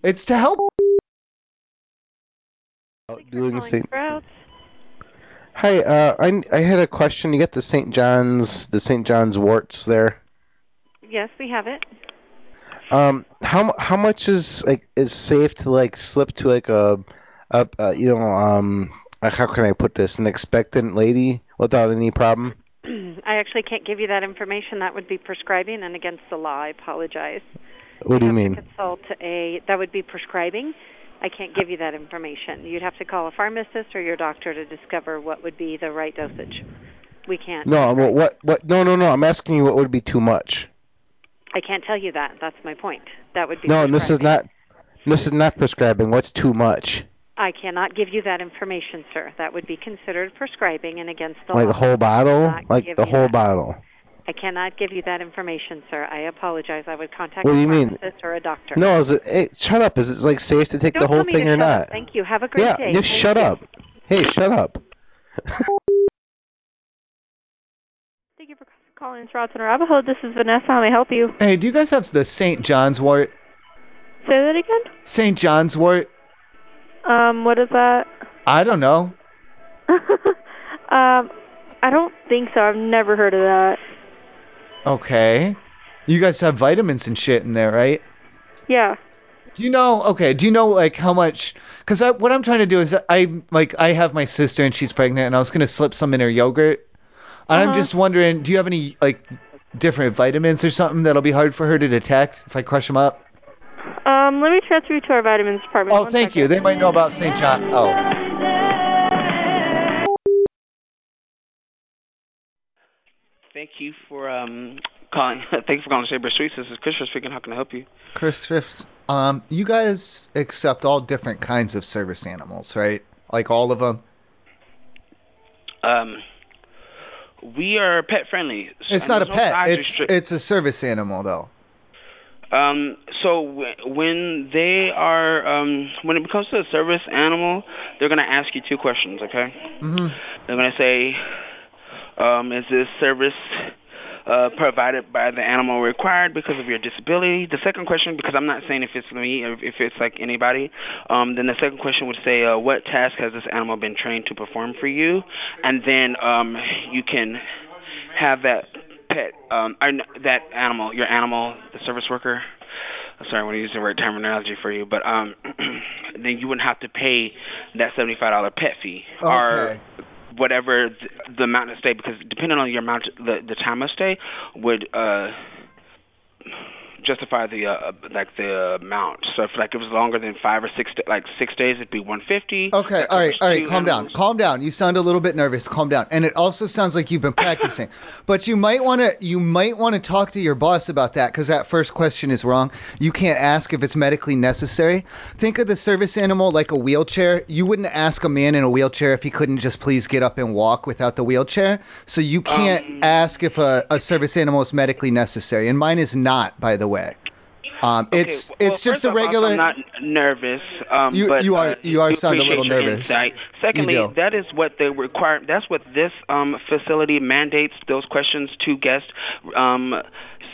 Speaker 2: It's to help.
Speaker 3: Doing a Saint.
Speaker 2: Mm-hmm.
Speaker 3: Hi, uh, I I had a question. You got the Saint John's the Saint John's warts there.
Speaker 23: Yes, we have it. (clears throat)
Speaker 3: Um, how mu- how much is like is safe to like slip to like a, a, a you know um uh, how can I put this an expectant lady without any problem?
Speaker 23: I actually can't give you that information. That would be prescribing and against the law. I apologize.
Speaker 3: What do you mean?
Speaker 23: Consult a that would be prescribing. I can't give you that information. You'd have to call a pharmacist or your doctor to discover what would be the right dosage. We can't.
Speaker 3: No, what what what? No, no, no. I'm asking you what would be too much.
Speaker 23: I can't tell you that. That's my point. That would be
Speaker 3: No, and this is not this is not prescribing. What's too much?
Speaker 23: I cannot give you that information, sir. That would be considered prescribing and against the
Speaker 3: Like
Speaker 23: law.
Speaker 3: a whole bottle?
Speaker 23: Not
Speaker 3: Like
Speaker 23: give
Speaker 3: the
Speaker 23: you
Speaker 3: whole
Speaker 23: that.
Speaker 3: bottle?
Speaker 23: I cannot give you that information, sir. I apologize. I would contact
Speaker 3: What
Speaker 23: a
Speaker 3: do you mean?
Speaker 23: pharmacist or a doctor.
Speaker 3: No, is it? Hey, shut up. Is it like safe to take
Speaker 23: Don't
Speaker 3: the whole
Speaker 23: tell me
Speaker 3: thing
Speaker 23: to
Speaker 3: or
Speaker 23: shut up.
Speaker 3: not?
Speaker 23: Thank you. Have a great
Speaker 3: yeah,
Speaker 23: day.
Speaker 3: just
Speaker 23: Thank
Speaker 3: shut
Speaker 23: you.
Speaker 3: up. Hey, shut up.
Speaker 12: (laughs) Thank you for calling Sprouts and Arapaho. This is Vanessa. How may I help you?
Speaker 2: Hey, do you guys have the Saint John's wort?
Speaker 12: Say that again.
Speaker 2: Saint John's wort?
Speaker 12: Um, what is that? (laughs)
Speaker 2: I don't know.
Speaker 12: um, I don't think so. I've never heard of that.
Speaker 2: Okay. You guys have vitamins and shit in there, right?
Speaker 12: Yeah.
Speaker 2: Do you know? Okay. Do you know like how much? Because I, what I'm trying to do is I like I have my sister and she's pregnant and I was gonna slip some in her yogurt. And I'm
Speaker 24: Uh-huh.
Speaker 2: just wondering, do you have any like different vitamins or something that'll be hard for her to detect if I crush them up?
Speaker 12: Um, let me transfer you to our vitamins department.
Speaker 2: Oh, thank you. They might know about St. John. Oh.
Speaker 25: Thank you for um calling. (laughs) Thank you for calling Saber Streets. This is Christopher speaking. How can I help you?
Speaker 2: Chris Thrifts, um, you guys accept all different kinds of service animals, right? Like all of them.
Speaker 25: Um, we are pet friendly. So-
Speaker 2: It's not a
Speaker 25: there's no
Speaker 2: pet.
Speaker 25: size
Speaker 2: It's
Speaker 25: restrict-
Speaker 2: it's a service animal though.
Speaker 25: Um, so w- when they are, um, when it comes to a service animal, they're gonna ask you two questions, okay?
Speaker 2: Mhm.
Speaker 25: They're gonna say, um, is this service uh, provided by the animal required because of your disability? The second question, because I'm not saying if it's me or if it's like anybody, um, then the second question would say, uh, what task has this animal been trained to perform for you? And then um, you can have that pet, um, or n- that animal, your animal, the service worker. I'm sorry, I want to use the right terminology for you, but um, (clears throat) then you wouldn't have to pay that seventy-five dollar pet fee or whatever th- the amount of stay, because depending on your amount, the the time of stay would uh justify the uh, like the amount. So if like it was longer than five or six da- like six days, it'd be one fifty.
Speaker 2: Okay, all right, all right, calm down, calm down. You sound a little bit nervous. Calm down. And it also sounds like you've been
Speaker 25: (laughs)
Speaker 2: practicing, but you might want to you might want to talk to your boss about that because that first question is wrong. You can't ask if it's medically necessary. Think of the service animal like a wheelchair. You wouldn't ask a man in a wheelchair if he couldn't just please get up and walk without the wheelchair. So
Speaker 25: Um,
Speaker 2: you can't ask if a, a service animal is medically necessary, and mine is not, by the way. Um, it's it's just a regular.
Speaker 25: I'm not nervous. Um,
Speaker 2: You-
Speaker 25: but,
Speaker 2: you are-
Speaker 25: uh,
Speaker 2: you are
Speaker 25: we
Speaker 2: sound a
Speaker 25: appreciate
Speaker 2: little
Speaker 25: your
Speaker 2: nervous.
Speaker 25: Insight.
Speaker 2: You
Speaker 25: Secondly,
Speaker 2: do.
Speaker 25: that is what they require. That's what this um, facility mandates. Those questions to guests, um,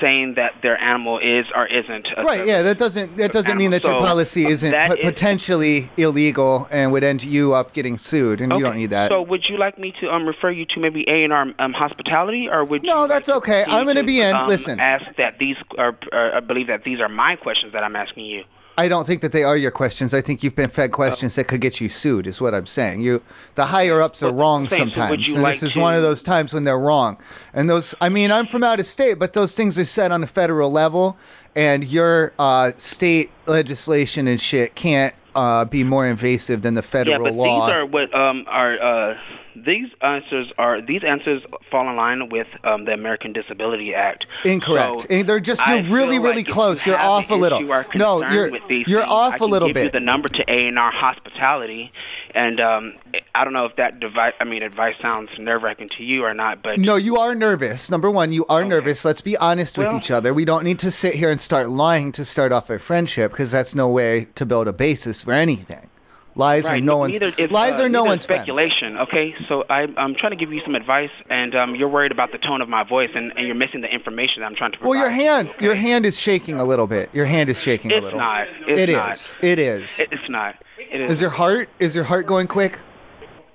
Speaker 25: saying that their animal is or isn't. A
Speaker 2: Right, yeah, that doesn't that doesn't mean that your
Speaker 25: So,
Speaker 2: policy isn't
Speaker 25: that
Speaker 2: pot-
Speaker 25: is-
Speaker 2: potentially illegal and would end you up getting sued, and you don't need that.
Speaker 25: So would you like me to um, refer you to maybe A and R um, Hospitality, or would
Speaker 2: no, that's okay. I'm going to be in.
Speaker 25: um,
Speaker 2: Listen,
Speaker 25: ask that these are, or I believe that these are my questions that I'm asking you.
Speaker 2: I don't think that they are your questions. I think you've been
Speaker 25: Oh.
Speaker 2: fed questions that could get you sued, is what I'm saying. You, the higher ups are wrong
Speaker 25: saying, so would
Speaker 2: sometimes,
Speaker 25: you
Speaker 2: and
Speaker 25: like
Speaker 2: this is
Speaker 25: to-
Speaker 2: one of those times when they're wrong. And those, I mean, I'm from out of state, but those things are set on a federal level, and your uh, state legislation and shit can't uh, be more invasive than the federal
Speaker 25: yeah, but
Speaker 2: law.
Speaker 25: these are what um, are uh, these answers are these answers fall in line with um, the American Disability Act.
Speaker 2: Incorrect.
Speaker 25: So
Speaker 2: And they're just
Speaker 25: I
Speaker 2: you're really
Speaker 25: feel
Speaker 2: really
Speaker 25: like if
Speaker 2: close.
Speaker 25: you
Speaker 2: You're
Speaker 25: have
Speaker 2: off a
Speaker 25: an
Speaker 2: little.
Speaker 25: issue or
Speaker 2: no,
Speaker 25: concern
Speaker 2: Oh, you're
Speaker 25: with these
Speaker 2: you're
Speaker 25: things, I
Speaker 2: off a
Speaker 25: can
Speaker 2: little
Speaker 25: give
Speaker 2: bit.
Speaker 25: You the number to A and R Hospitality, and um, I don't know if that device. I mean, advice sounds nerve wracking to you or not, but
Speaker 2: No, you are nervous. Number one, you are nervous. Let's be honest with
Speaker 25: Well-
Speaker 2: each other. We don't need to sit here and start lying to start off a friendship because that's no way to build a basis for anything. Lies
Speaker 25: right,
Speaker 2: are no one's
Speaker 25: neither is,
Speaker 2: lies
Speaker 25: uh,
Speaker 2: are no
Speaker 25: neither is
Speaker 2: one's friends.
Speaker 25: speculation. Okay, so I, I'm trying to give you some advice, and um, you're worried about the tone of my voice, and, and you're missing the information that I'm trying to.
Speaker 2: Well, your hand your hand is shaking a little bit. Your hand is shaking a
Speaker 25: It's
Speaker 2: little.
Speaker 25: not. It's
Speaker 2: It
Speaker 25: not.
Speaker 2: is. It is.
Speaker 25: It, it's not. It is.
Speaker 2: Is your heart is your heart going quick?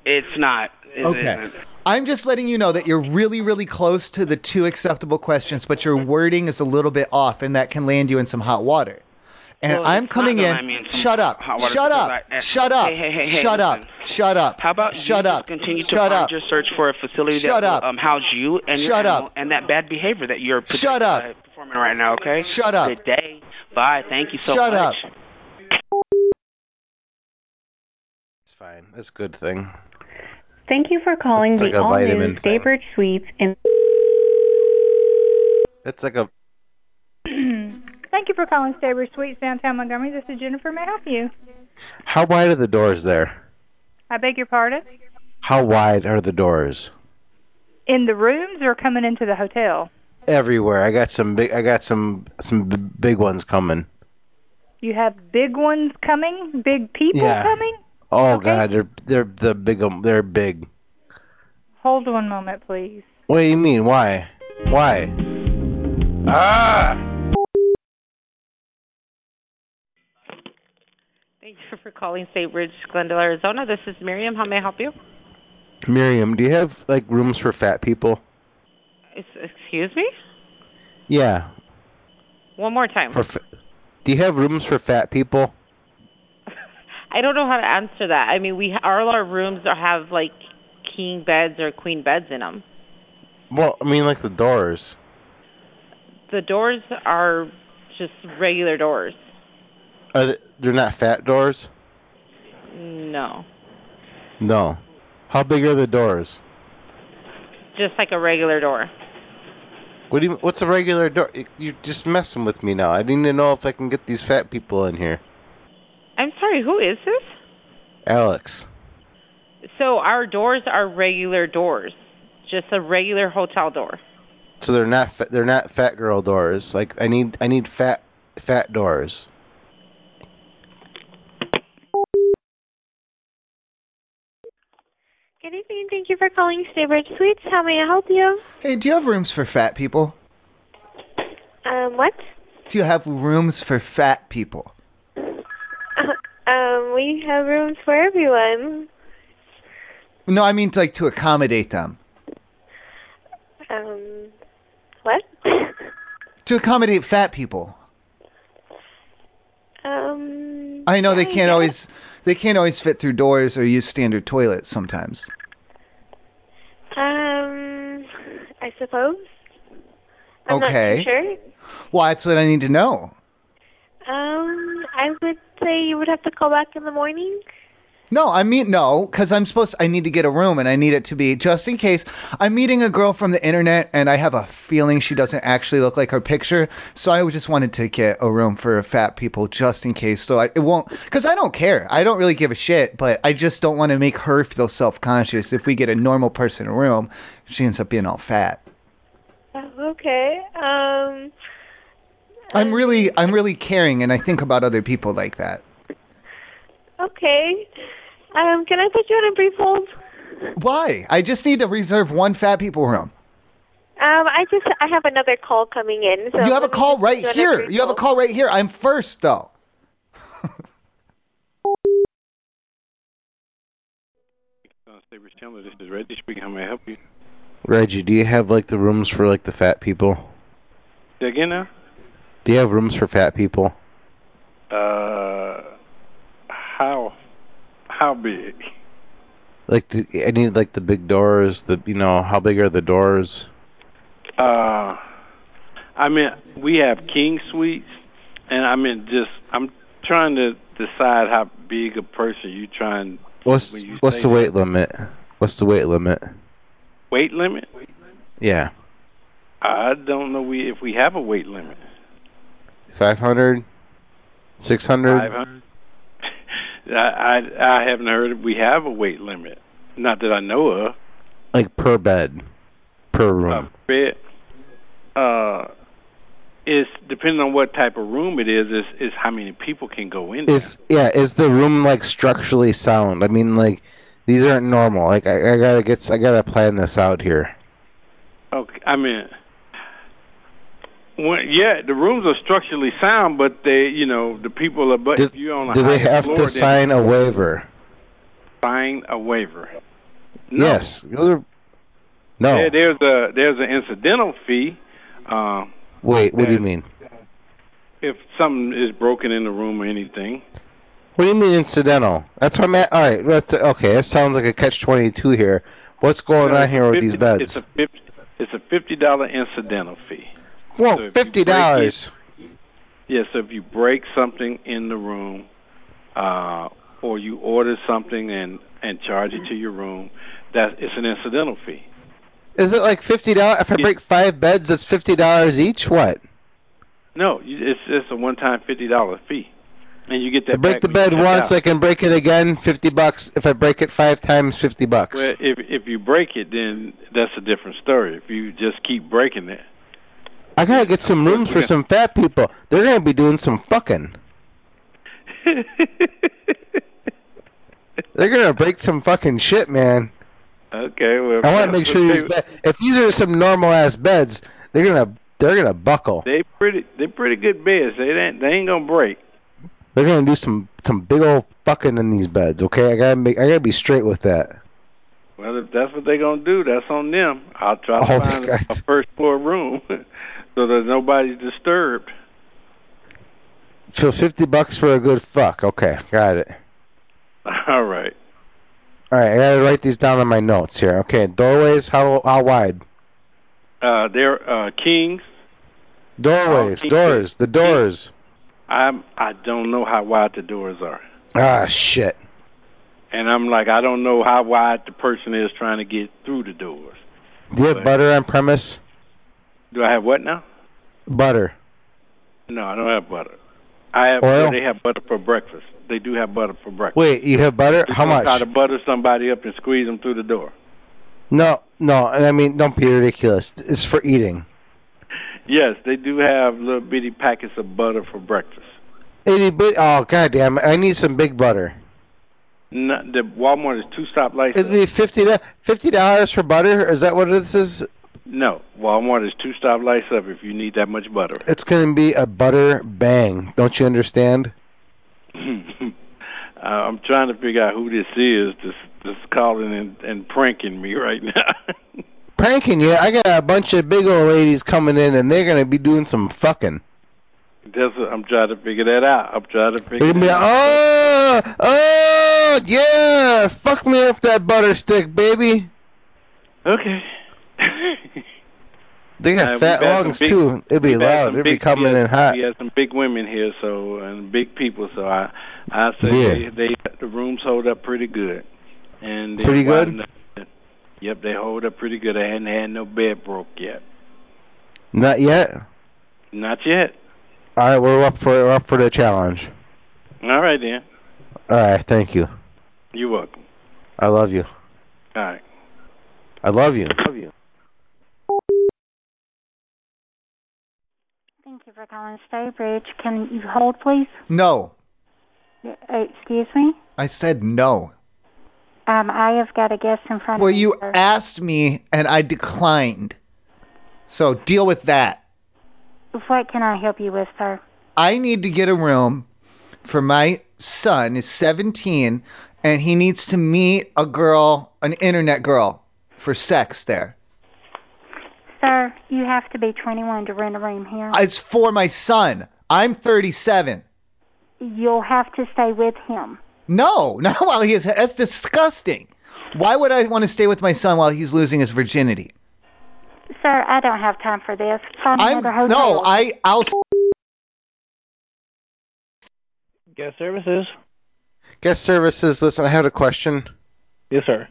Speaker 25: It's not. It
Speaker 2: Okay.
Speaker 25: isn't.
Speaker 2: I'm just letting you know that you're really, really close to the two acceptable questions, but your wording is a little bit off, and that can land you in some hot water. And
Speaker 25: Well,
Speaker 2: I'm
Speaker 25: it's
Speaker 2: coming
Speaker 25: not
Speaker 2: in.
Speaker 25: gonna land me in some
Speaker 2: shut up.
Speaker 25: hot water
Speaker 2: Shut
Speaker 25: because
Speaker 2: up.
Speaker 25: I- eh,
Speaker 2: shut up.
Speaker 25: hey, hey, hey, hey,
Speaker 2: shut up.
Speaker 25: listen.
Speaker 2: Shut up.
Speaker 25: How about
Speaker 2: shut
Speaker 25: you
Speaker 2: up.
Speaker 25: Just continue to
Speaker 2: shut
Speaker 25: find
Speaker 2: up.
Speaker 25: your search for a facility
Speaker 2: Shut
Speaker 25: that
Speaker 2: up.
Speaker 25: will um, house you and your
Speaker 2: Shut
Speaker 25: animal
Speaker 2: up.
Speaker 25: and that bad behavior that you're pro-
Speaker 2: Shut up.
Speaker 25: uh, performing right now. Okay.
Speaker 2: Shut up.
Speaker 25: Good day. Bye. Thank you so
Speaker 2: Shut
Speaker 25: much.
Speaker 2: up.
Speaker 3: It's fine. That's a good thing.
Speaker 1: Thank you for calling
Speaker 3: It's
Speaker 1: the
Speaker 3: like a
Speaker 1: all
Speaker 3: vitamin
Speaker 1: new
Speaker 3: thing.
Speaker 1: Staybridge Suites in
Speaker 3: That's like a
Speaker 5: Thank you for calling Staber Suites, downtown Montgomery. This is Jennifer. May I help you?
Speaker 3: how wide are the doors there?
Speaker 5: I beg your pardon?
Speaker 3: How wide are the doors?
Speaker 5: In the rooms or coming into the hotel?
Speaker 3: Everywhere. I got some big. I got some some b- big ones coming.
Speaker 5: You have big ones coming? Big people
Speaker 3: Yeah.
Speaker 5: coming?
Speaker 3: Oh God, they're they're the big. um, They're big.
Speaker 5: Hold one moment, please.
Speaker 3: What do you mean? Why? Why? Ah!
Speaker 23: Thank you for calling State Ridge, Glendale, Arizona. This is Miriam. How may I help you?
Speaker 3: Miriam, do you have like rooms for fat people?
Speaker 23: Ex- Excuse me?
Speaker 3: Yeah.
Speaker 23: One more time.
Speaker 3: For fa- do you have rooms for fat people?
Speaker 23: I don't know how to answer that. I mean, we all our rooms are, have like king beds or queen beds in them.
Speaker 3: Well, I mean like the doors.
Speaker 23: The doors are just regular doors.
Speaker 3: Are they, they're not fat doors?
Speaker 23: No,
Speaker 3: No. How big are the doors?
Speaker 23: just like a regular door.
Speaker 3: What do you, what's a regular door? You're just messing with me now. I need to know if I can get these fat people in here.
Speaker 23: I'm sorry. Who is this?
Speaker 3: Alex.
Speaker 23: So our doors are regular doors, just a regular hotel door.
Speaker 3: So they're not fa- they're not fat girl doors. Like I need I need fat fat doors.
Speaker 1: Good evening. Thank you for calling Staybridge Suites. How may I help you?
Speaker 2: Hey, do you have rooms for fat people?
Speaker 1: Um, what? (laughs)
Speaker 2: Do you have rooms for fat people?
Speaker 1: Uh, um, we have rooms for everyone.
Speaker 2: No, I mean like to accommodate them.
Speaker 1: Um, What?
Speaker 2: to accommodate fat people.
Speaker 1: Um.
Speaker 2: I know they
Speaker 1: yeah,
Speaker 2: can't
Speaker 1: guess.
Speaker 2: always they can't always fit through doors or use standard toilets sometimes.
Speaker 1: Um. I suppose. I'm Not
Speaker 2: Okay.
Speaker 1: too sure.
Speaker 2: Well, that's what I need to know.
Speaker 1: Um. I would say you would have to call back in the morning.
Speaker 2: No, I mean no, because I'm supposed. I need to get a room, and I need it to be just in case. I'm meeting a girl from the internet, and I have a feeling she doesn't actually look like her picture. So I just wanted to get a room for fat people, just in case. So I it won't, because I don't care. I don't really give a shit, but I just don't want to make her feel self-conscious. If we get a normal person a room, she ends up being all fat.
Speaker 1: Oh, okay. Um.
Speaker 2: I'm really, I'm really caring, and I think about other people like that.
Speaker 1: Okay. Um. Can I put you on a brief hold?
Speaker 2: Why? I just need to reserve one fat people room.
Speaker 1: Um. I just I have another call coming in. So
Speaker 2: you
Speaker 1: let
Speaker 2: have a
Speaker 1: me
Speaker 2: call
Speaker 1: just put
Speaker 2: right
Speaker 1: you on a
Speaker 2: here.
Speaker 1: brief
Speaker 2: You have a
Speaker 1: hold.
Speaker 2: call right here. I'm first though.
Speaker 8: Uh, Sabres Chandler, this is Reggie speaking. How may I help you?
Speaker 3: Reggie, do you have like the rooms for like the fat people?
Speaker 8: Say again now?
Speaker 3: Do you have rooms for fat people?
Speaker 8: Uh, how how big?
Speaker 3: Like, do, I need like the big doors. The you know how big are the doors?
Speaker 8: Uh, I mean, we have king suites, and I mean, just I'm trying to decide how big a person you trying
Speaker 3: What's
Speaker 8: When you
Speaker 3: what's
Speaker 8: say
Speaker 3: the weight limit? What's the weight limit?
Speaker 8: weight limit.
Speaker 3: Yeah,
Speaker 8: I don't know we if we have a weight limit.
Speaker 3: 500, 600.
Speaker 8: Five hundred. (laughs) I, I I haven't heard we have a weight limit. Not that I know of.
Speaker 3: Like per bed, per room.
Speaker 8: bed. Uh, it's depending on what type of room it is. Is is how many people can go in there.
Speaker 3: Is yeah, is the room like structurally sound? I mean, like these aren't normal. Like I, I gotta get, s- I gotta plan this out here.
Speaker 8: Okay, I mean, when, yeah, the rooms are structurally sound, but they, you know, the people are. But if you're on a
Speaker 3: Do they
Speaker 8: higher
Speaker 3: have
Speaker 8: floor,
Speaker 3: to
Speaker 8: then
Speaker 3: sign a waiver?
Speaker 8: sign a waiver.
Speaker 3: Yes. Those are- no.
Speaker 8: There, there's a there's an incidental fee. Um,
Speaker 3: Wait, what do you mean?
Speaker 8: if something is broken in the room or anything,
Speaker 3: What do you mean incidental? That's what I'm at. All right, that's okay. That sounds like a catch twenty-two here. What's going on here with these beds?
Speaker 8: it's a fifty it's a fifty dollar incidental fee.
Speaker 3: Whoa,
Speaker 8: so if you
Speaker 3: fifty dollars.
Speaker 8: Yes, so if you break something in the room, uh, or you order something and and charge it to your room, that it's an incidental fee.
Speaker 3: Is it like fifty dollars? If I break five beds, that's fifty dollars each. What?
Speaker 8: No, you- it's it's a one time fifty dollar fee, and you get that.
Speaker 3: I break
Speaker 8: back
Speaker 3: the
Speaker 8: when you
Speaker 3: bed
Speaker 8: check
Speaker 3: once,
Speaker 8: out.
Speaker 3: I can break it again, fifty bucks. If I break it five times, fifty bucks.
Speaker 8: Well, if if you break it, then that's a different story. If you just keep breaking it,
Speaker 3: I gotta get some rooms for some fat people. They're gonna be doing some fucking. They're gonna break some fucking shit, man.
Speaker 8: okay. Well,
Speaker 3: I want to make sure these
Speaker 8: they,
Speaker 3: bed. If these are some normal ass beds, they're gonna they're gonna buckle.
Speaker 8: they pretty they pretty good beds. They ain't they ain't gonna break.
Speaker 3: They're gonna do some some big old fucking in these beds. Okay, I gotta make I gotta be straight with that.
Speaker 8: Well, if that's what they're gonna do, that's on them. I'll try to
Speaker 3: Oh, my
Speaker 8: find a- a first floor room (laughs) so that nobody's disturbed. (laughs)
Speaker 3: So fifty bucks for a good fuck. Okay, got it.
Speaker 8: All right.
Speaker 3: All right, I gotta write these down on my notes here. Okay, doorways how how wide?
Speaker 8: Uh, they're uh, kings.
Speaker 3: Doorways, doors, the doors.
Speaker 8: I'm I don't know how wide the doors are,
Speaker 3: Ah shit.
Speaker 8: and I'm like I don't know how wide the person is trying to get through the doors.
Speaker 3: Do you have butter on premise?
Speaker 8: Do I have what now?
Speaker 3: Butter.
Speaker 8: No, I don't have butter. I have.
Speaker 3: Oil?
Speaker 8: They have butter for breakfast. They do have butter for breakfast.
Speaker 3: Wait, you have butter? How
Speaker 8: Don't Try
Speaker 3: much?
Speaker 8: to butter somebody up and squeeze them through the door.
Speaker 3: No, no, and I mean don't be ridiculous. It's for eating.
Speaker 8: Yes, they do have little bitty packets of butter for breakfast.
Speaker 3: Itty bit. Oh goddamn! I need some big butter.
Speaker 8: No, the Walmart is two stop lights.
Speaker 3: It's be fifty fifty dollars for butter. Is that what this is?
Speaker 8: No, Walmart is two stop lights up if you need that much butter.
Speaker 3: It's gonna be a butter bang. Don't you understand?
Speaker 8: Uh, I'm trying to figure out who this is that's, that's calling and, and pranking me right now. (laughs)
Speaker 3: pranking you. I got a bunch of big old ladies coming in, and they're gonna be doing some fucking.
Speaker 8: That's what I'm trying to figure that out. I'm trying to
Speaker 3: They're
Speaker 8: figure.
Speaker 3: gonna be like, oh, oh, yeah, fuck me off that butter stick, baby.
Speaker 8: Okay. (laughs)
Speaker 3: They got
Speaker 8: Uh, we've
Speaker 3: fat
Speaker 8: had some
Speaker 3: lungs
Speaker 8: big-
Speaker 3: too. It'd be
Speaker 8: we've had
Speaker 3: loud.
Speaker 8: some
Speaker 3: It'd be
Speaker 8: big-
Speaker 3: coming
Speaker 8: we had-
Speaker 3: in hot.
Speaker 8: We had some big women here, so and big people, so I I say they,
Speaker 3: Yeah.
Speaker 8: they the rooms hold up pretty good. And they
Speaker 3: Pretty good?
Speaker 8: widened up. Yep, they hold up pretty good. I hadn't had no bed broke yet.
Speaker 3: Not yet.
Speaker 8: Not yet.
Speaker 3: All right, we're up for we're up for the challenge.
Speaker 8: All right then.
Speaker 3: All right, thank you.
Speaker 8: You welcome.
Speaker 3: I love you.
Speaker 8: All right.
Speaker 3: I love you.
Speaker 6: Thank you for calling Staybridge. Can you hold, please?
Speaker 2: No,
Speaker 6: Uh, Excuse me?
Speaker 2: I said no.
Speaker 6: Um, I have got a guest in front
Speaker 2: Well,
Speaker 6: of me.
Speaker 2: you
Speaker 6: sir.
Speaker 2: asked me and I declined. So deal with that.
Speaker 6: What can I help you with, sir?
Speaker 2: I need to get a room for my son. Is 17 and he needs to meet a girl, an internet girl, for sex there.
Speaker 6: Sir, you have to be 21 to rent a room here.
Speaker 2: It's for my son. I'm 37.
Speaker 6: You'll have to stay with him.
Speaker 2: No, (laughs) not while he is. That's disgusting. Why would I want to stay with my son while he's losing his virginity?
Speaker 6: Sir, I don't have time for this. Find
Speaker 2: I'm
Speaker 6: another hotel.
Speaker 2: no. I I'll.
Speaker 7: Guest services.
Speaker 3: Guest services. Listen, I had a question.
Speaker 7: Yes, sir.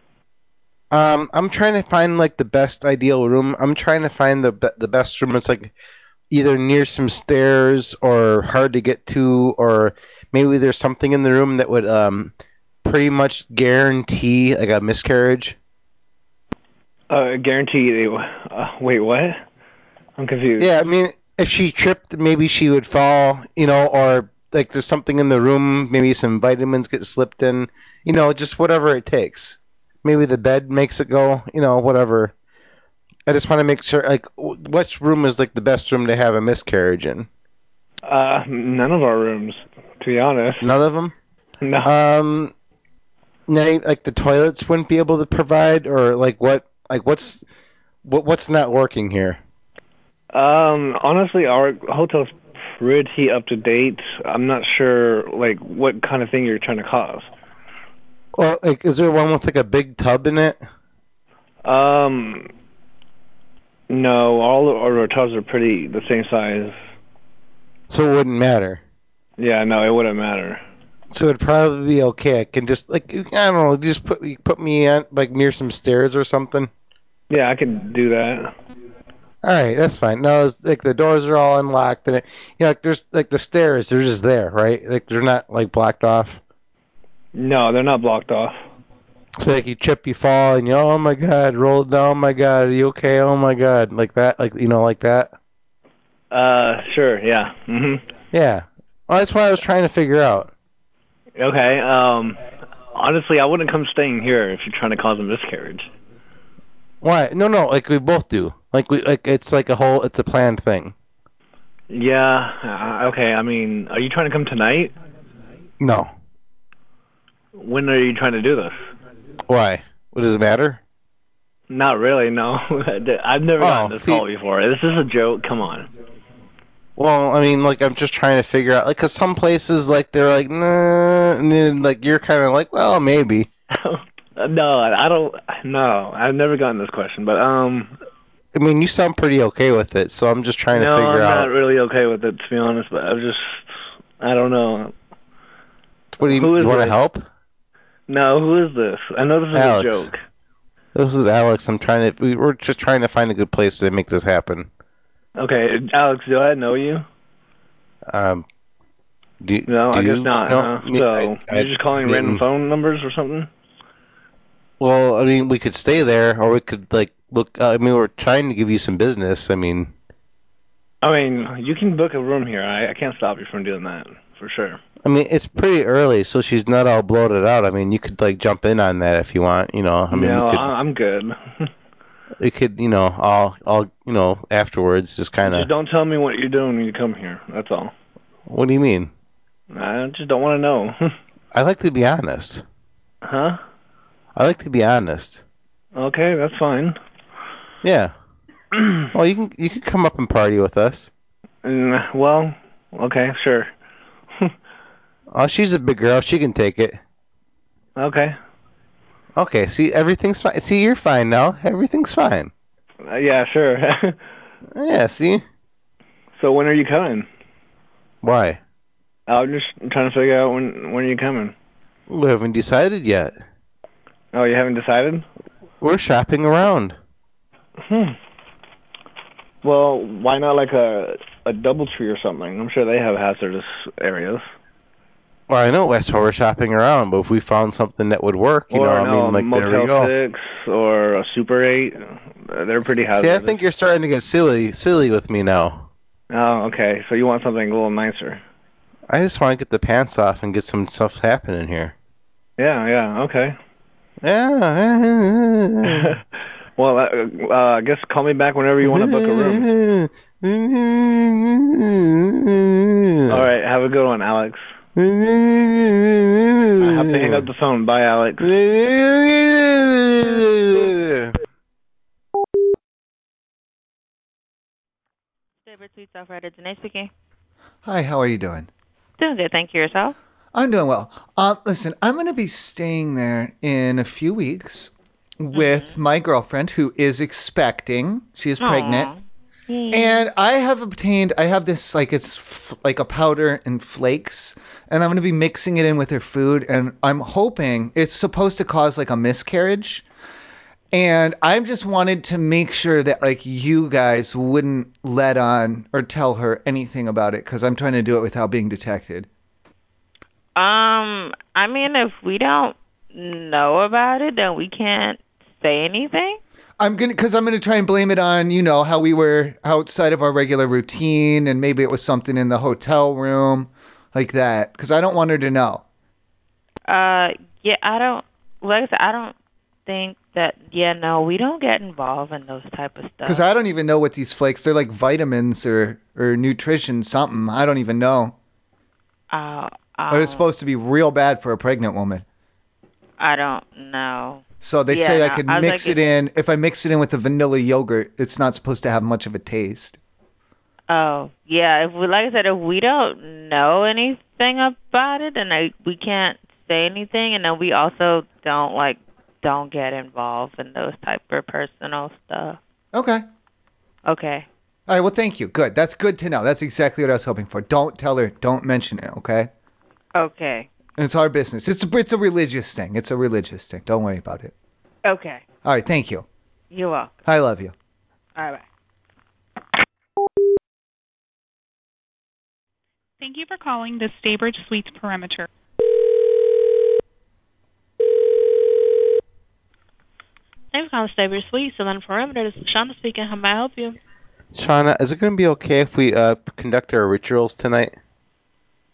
Speaker 3: Um, I'm trying to find like the best ideal room. I'm trying to find the be- the best room. It's like either near some stairs or hard to get to, or maybe there's something in the room that would um pretty much guarantee like a miscarriage.
Speaker 7: Uh, guarantee they. Uh, wait, what? I'm confused.
Speaker 3: Yeah, I mean, if she tripped, maybe she would fall, you know, or like there's something in the room, maybe some vitamins get slipped in, you know, just whatever it takes. Maybe the bed makes it go, you know, whatever. I just want to make sure, like, w- which room is like the best room to have a miscarriage in?
Speaker 7: Uh, none of our rooms, to be honest.
Speaker 3: None of them.
Speaker 7: No.
Speaker 3: Um, now, like the toilets wouldn't be able to provide, or like what, like what's, what, what's not working here?
Speaker 7: Um, honestly, our hotel's pretty up to date. I'm not sure, like, what kind of thing you're trying to cause.
Speaker 3: Well, like, is there one with like a big tub in it?
Speaker 7: Um, no, all of our hotels are pretty the same size.
Speaker 3: So it wouldn't matter.
Speaker 7: Yeah, no, it wouldn't matter.
Speaker 3: So it'd probably be okay. I can just like I don't know, just put you put me on like near some stairs or something.
Speaker 7: Yeah, I could do that.
Speaker 3: All right, that's fine. No, it's, like the doors are all unlocked and it, you know, like there's like the stairs, they're just there, right? Like they're not like blocked off.
Speaker 7: No, they're not blocked off.
Speaker 3: So like you trip, you fall, and you oh my god, roll down, oh my god, are you okay? Oh my god, like that, like you know, like that.
Speaker 7: Uh, sure, yeah. hmm
Speaker 3: Yeah. Well, that's what I was trying to figure out.
Speaker 7: Okay. Um, honestly, I wouldn't come staying here if you're trying to cause a miscarriage.
Speaker 3: Why? No, no, like we both do. Like we like it's like a whole, it's a planned thing.
Speaker 7: Yeah. Uh, okay. I mean, are you trying to come tonight?
Speaker 3: No.
Speaker 7: When are you trying to do this?
Speaker 3: Why? What does it matter?
Speaker 7: Not really. No. (laughs) I've never gotten
Speaker 3: Oh,
Speaker 7: this
Speaker 3: see-
Speaker 7: call before. This is a joke. Come on.
Speaker 3: Well, I mean, like I'm just trying to figure out, like, 'cause some places, like, they're like, nah, and then like you're kind of like, well, maybe.
Speaker 7: Uh, (laughs) No, I I don't. No, I've never gotten this question. But um,
Speaker 3: I mean, you sound pretty okay with it, so I'm just trying
Speaker 7: no,
Speaker 3: to
Speaker 7: I'm
Speaker 3: figure
Speaker 7: not
Speaker 3: out.
Speaker 7: really okay with it to be honest. But I'm just, I don't know.
Speaker 3: What do you,
Speaker 7: who is
Speaker 3: you want to
Speaker 7: this?
Speaker 3: help?
Speaker 7: No, who is this? I know this is
Speaker 3: Alex.
Speaker 7: a joke.
Speaker 3: This is Alex. I'm trying to. We we're just trying to find a good place to make this happen.
Speaker 7: Okay, Alex, do I know you?
Speaker 3: Um, do you-
Speaker 7: No,
Speaker 3: do
Speaker 7: I guess
Speaker 3: you-
Speaker 7: not.
Speaker 3: no,
Speaker 7: huh?
Speaker 3: me-
Speaker 7: so
Speaker 3: I- I
Speaker 7: you're just calling random
Speaker 3: didn't-
Speaker 7: phone numbers or something?
Speaker 3: Well, I mean, we could stay there, or we could like look. Uh, I mean, we're trying to give you some business. I mean,
Speaker 7: I mean, you can book a room here. I, I can't stop you from doing that for sure.
Speaker 3: I mean, it's pretty early, so she's not all bloated out. I mean, you could like jump in on that if you want. You know, I mean,
Speaker 7: no,
Speaker 3: we could.
Speaker 7: I, I'm good.
Speaker 3: we could, you know, all, all, you know, afterwards, just kind
Speaker 7: Just
Speaker 3: of.
Speaker 7: don't tell me what you're doing when you come here. That's all.
Speaker 3: What do you mean?
Speaker 7: I just don't want to know.
Speaker 3: I like to be honest.
Speaker 7: huh?
Speaker 3: I like to be honest.
Speaker 7: Okay, that's fine. (clears throat)
Speaker 3: Yeah. well, you can you can come up and party with us.
Speaker 7: Mm, well, okay, sure.
Speaker 3: Oh, she's a big girl. She can take it.
Speaker 7: Okay.
Speaker 3: Okay. See, everything's fine. See, you're fine now. Everything's
Speaker 7: (laughs)
Speaker 3: fine.
Speaker 7: Uh, yeah, sure. (laughs)
Speaker 3: yeah. See.
Speaker 7: So when are you coming?
Speaker 3: Why?
Speaker 7: I'm just trying to figure out when when are you coming.
Speaker 3: We haven't decided yet.
Speaker 7: Oh, you haven't decided?
Speaker 3: We're shopping around.
Speaker 7: Hmm. Well, why not like a a double tree or something? I'm sure they have hazardous areas.
Speaker 3: Well, I know that's why we're shopping around, but if we found something that would work, you
Speaker 7: or
Speaker 3: know,
Speaker 7: no,
Speaker 3: I mean, like
Speaker 7: Motel
Speaker 3: there we go.
Speaker 7: Six or a Super Eight. Uh, They're pretty
Speaker 3: See, I
Speaker 7: hazardous.
Speaker 3: think you're starting to get silly, silly with me now.
Speaker 7: Oh, okay. So you want something a little nicer?
Speaker 3: I just want to get the pants off and get some stuff happening here.
Speaker 7: Yeah, yeah. Okay.
Speaker 3: Yeah.
Speaker 7: (laughs)
Speaker 3: (laughs)
Speaker 7: Well, uh, uh, I guess call me back whenever you want to book a room.
Speaker 3: (laughs)
Speaker 7: (laughs) All right. Have a good
Speaker 3: (laughs)
Speaker 7: one, Alex. I have to hang up the phone. Bye, Alex.
Speaker 3: (laughs)
Speaker 9: Favorite Sweet South Rider, Janae speaking.
Speaker 2: Hi, how are you doing?
Speaker 9: Doing good, thank you. Yourself?
Speaker 2: I'm doing well. Uh, listen, I'm going to be staying there in a few weeks with my girlfriend who is expecting. She is pregnant. And I have obtained, I have this like it's f- like a powder and flakes, and I'm gonna be mixing it in with her food, and I'm hoping it's supposed to cause like a miscarriage. And I just wanted to make sure that like you guys wouldn't let on or tell her anything about it, because I'm trying to do it without being detected.
Speaker 9: Um, I mean, if we don't know about it, then we can't say anything.
Speaker 2: I'm gonna, cause I'm gonna try and blame it on, you know, how we were outside of our regular routine, and maybe it was something in the hotel room, like that, cause I don't want her to know.
Speaker 9: Uh, yeah, I don't. Like I said, I don't think that. Yeah, no, we don't get involved in those type of stuff.
Speaker 2: Cause I don't even know what these flakes, they're like vitamins or or nutrition something. I don't even know.
Speaker 9: Uh,
Speaker 2: But it's supposed to be real bad for a pregnant woman.
Speaker 9: I don't know.
Speaker 2: So they
Speaker 9: Yeah,
Speaker 2: say I
Speaker 9: no,
Speaker 2: could
Speaker 9: I was
Speaker 2: mix
Speaker 9: like,
Speaker 2: it in. If I mix it in with the vanilla yogurt, it's not supposed to have much of a taste.
Speaker 9: Oh, yeah. If we, like I said, if we don't know anything about it, then I, we can't say anything, and then we also don't like don't get involved in those type of personal stuff.
Speaker 2: Okay.
Speaker 9: Okay.
Speaker 2: All right. Well, thank you. Good. That's good to know. That's exactly what I was hoping for. Don't tell her. Don't mention it. Okay.
Speaker 9: Okay.
Speaker 2: And it's our business. It's a, it's a religious thing. It's a religious thing. Don't worry about it.
Speaker 9: Okay.
Speaker 2: All right. Thank you.
Speaker 9: You are.
Speaker 2: I love you.
Speaker 9: All right.
Speaker 11: Thank you for calling the Staybridge Suites Perimeter.
Speaker 13: Thank you for calling Savory Suites, Atlanta Perimeter. This is Shonda speaking. How may I help you?
Speaker 3: Shauna, is it going to be okay if we uh, conduct our rituals tonight?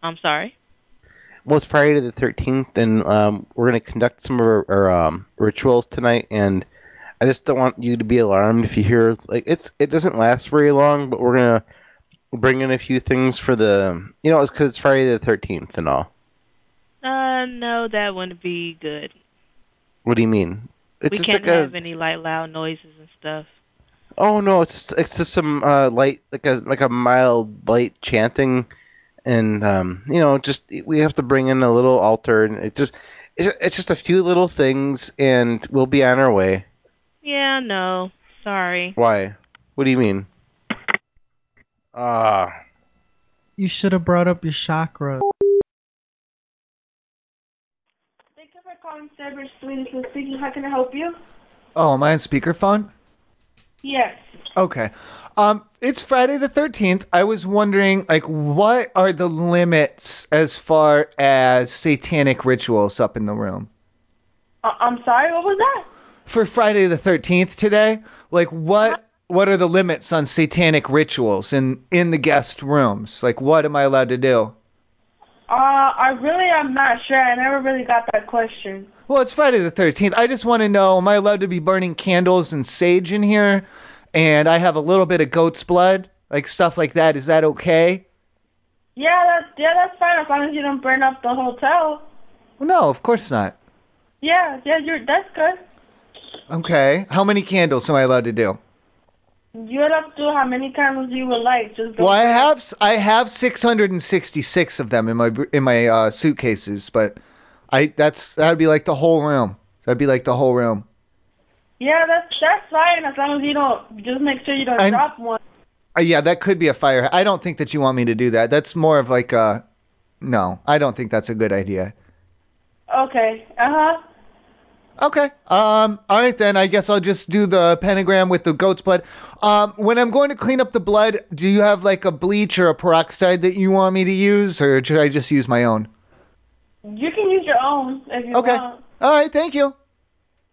Speaker 13: I'm sorry.
Speaker 3: Well, it's Friday the 13th, and um, we're going to conduct some of our, our um, rituals tonight. And I just don't want you to be alarmed if you hear like it's it doesn't last very long, but we're going to bring in a few things for the you know it's because it's Friday the 13th and all.
Speaker 13: Uh, no, that wouldn't be good.
Speaker 3: What do you mean? It's
Speaker 13: we
Speaker 3: just
Speaker 13: can't
Speaker 3: like a
Speaker 13: have any like loud noises and stuff.
Speaker 3: Oh no, it's just, it's just some uh, light, like a like a mild light chanting, and um, you know, just we have to bring in a little altar, and it just it's it's just a few little things, and we'll be on our way.
Speaker 13: Yeah, no. Sorry.
Speaker 3: Why? What do you mean? Ah,
Speaker 14: You should have brought up your chakra.
Speaker 24: Thank you for calling Cyber Suite. This is speaking. How can I help you?
Speaker 2: Oh, am I on speakerphone?
Speaker 24: Yes.
Speaker 2: Okay. Um, it's Friday the 13th. I was wondering, like, what are the limits as far as satanic rituals up in the room?
Speaker 24: I- I'm sorry. What was that?
Speaker 2: For Friday the 13th today, like, what what are the limits on satanic rituals in in the guest rooms? Like, what am I allowed to do?
Speaker 24: Uh, I really am not sure. I never really got that question.
Speaker 2: Well, it's Friday the 13th. I just want to know, am I allowed to be burning candles and sage in here? And I have a little bit of goat's blood, like stuff like that. Is that okay?
Speaker 24: Yeah, that's yeah, that's fine as long as you don't burn up the hotel.
Speaker 2: No, of course not.
Speaker 24: Yeah, yeah, you're that's good.
Speaker 2: Okay. How many candles am I allowed to do?
Speaker 24: You're up to how many cameras you would like. Just don't
Speaker 2: Well, I have s- I have 666 of them in my in my uh, suitcases, but I that's that'd be like the whole room. That'd be like the whole room.
Speaker 24: Yeah, that's that's fine as long as you don't just make sure you don't
Speaker 2: I'm-
Speaker 24: drop one.
Speaker 2: Uh, yeah, that could be a fire. I don't think that you want me to do that. That's more of like a no. I don't think that's a good idea.
Speaker 24: Okay. Uh huh.
Speaker 2: Okay. Um. All right then. I guess I'll just do the pentagram with the goat's blood. Um. When I'm going to clean up the blood, do you have like a bleach or a peroxide that you want me to use, or should I just use my own?
Speaker 24: You can use your own if you
Speaker 2: Okay.
Speaker 24: want.
Speaker 2: All right. Thank you.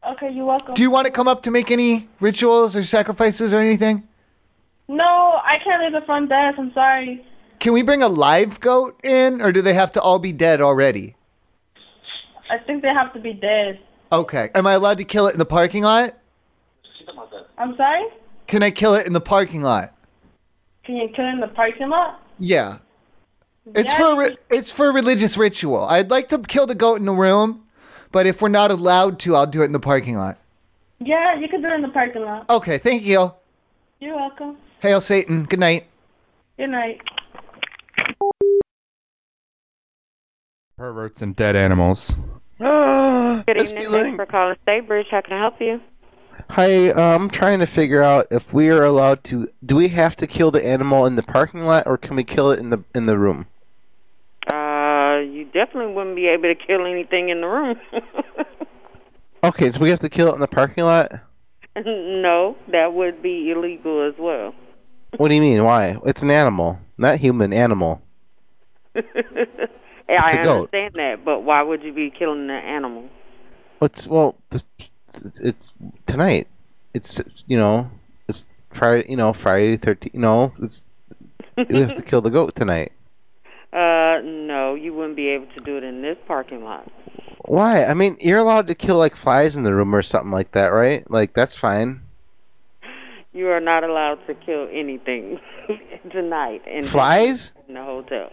Speaker 24: Okay, you're welcome.
Speaker 2: Do you want to come up to make any rituals or sacrifices or anything?
Speaker 24: No, I can't leave the front desk. I'm sorry.
Speaker 2: Can we bring a live goat in, or do they have to all be dead already?
Speaker 24: I think they have to be dead.
Speaker 2: Okay. Am I allowed to kill it in the parking lot?
Speaker 24: I'm sorry.
Speaker 2: Can I kill it in the parking lot?
Speaker 24: Can you kill in the parking lot?
Speaker 2: Yeah. It's for ri- it's for religious ritual. I'd like to kill the goat in the room, but if we're not allowed to, I'll do it in the parking lot.
Speaker 24: Yeah, you can do it in the parking lot.
Speaker 2: Okay, thank you.
Speaker 24: You're welcome.
Speaker 2: Hail Satan. Good night.
Speaker 24: Good night.
Speaker 4: Perverts and dead animals.
Speaker 12: Good evening. Thanks for calling Staybridge. How can I help you?
Speaker 3: Hi, uh, I'm trying to figure out if we are allowed to. Do we have to kill the animal in the parking lot, or can we kill it in the in the room?
Speaker 12: Uh, you definitely wouldn't be able to kill anything in the room. (laughs)
Speaker 3: Okay, so we have to kill it in the parking lot.
Speaker 12: no, that would be illegal as well. (laughs)
Speaker 3: What do you mean? Why? It's an animal, not human. Animal.
Speaker 12: Yeah, I
Speaker 3: It's a goat.
Speaker 12: understand that, but why would you be killing an animal?
Speaker 3: What's well? th- It's, it's tonight. It's you know. It's Friday. You know Friday thirteen. You know it's. We have to kill the goat tonight.
Speaker 12: Uh, no, you wouldn't be able to do it in this parking lot.
Speaker 3: Why? I mean, you're allowed to kill like flies in the room or something like that, right? Like that's fine.
Speaker 12: You are not allowed to kill anything (laughs) tonight in
Speaker 3: Flies?
Speaker 12: in the hotel.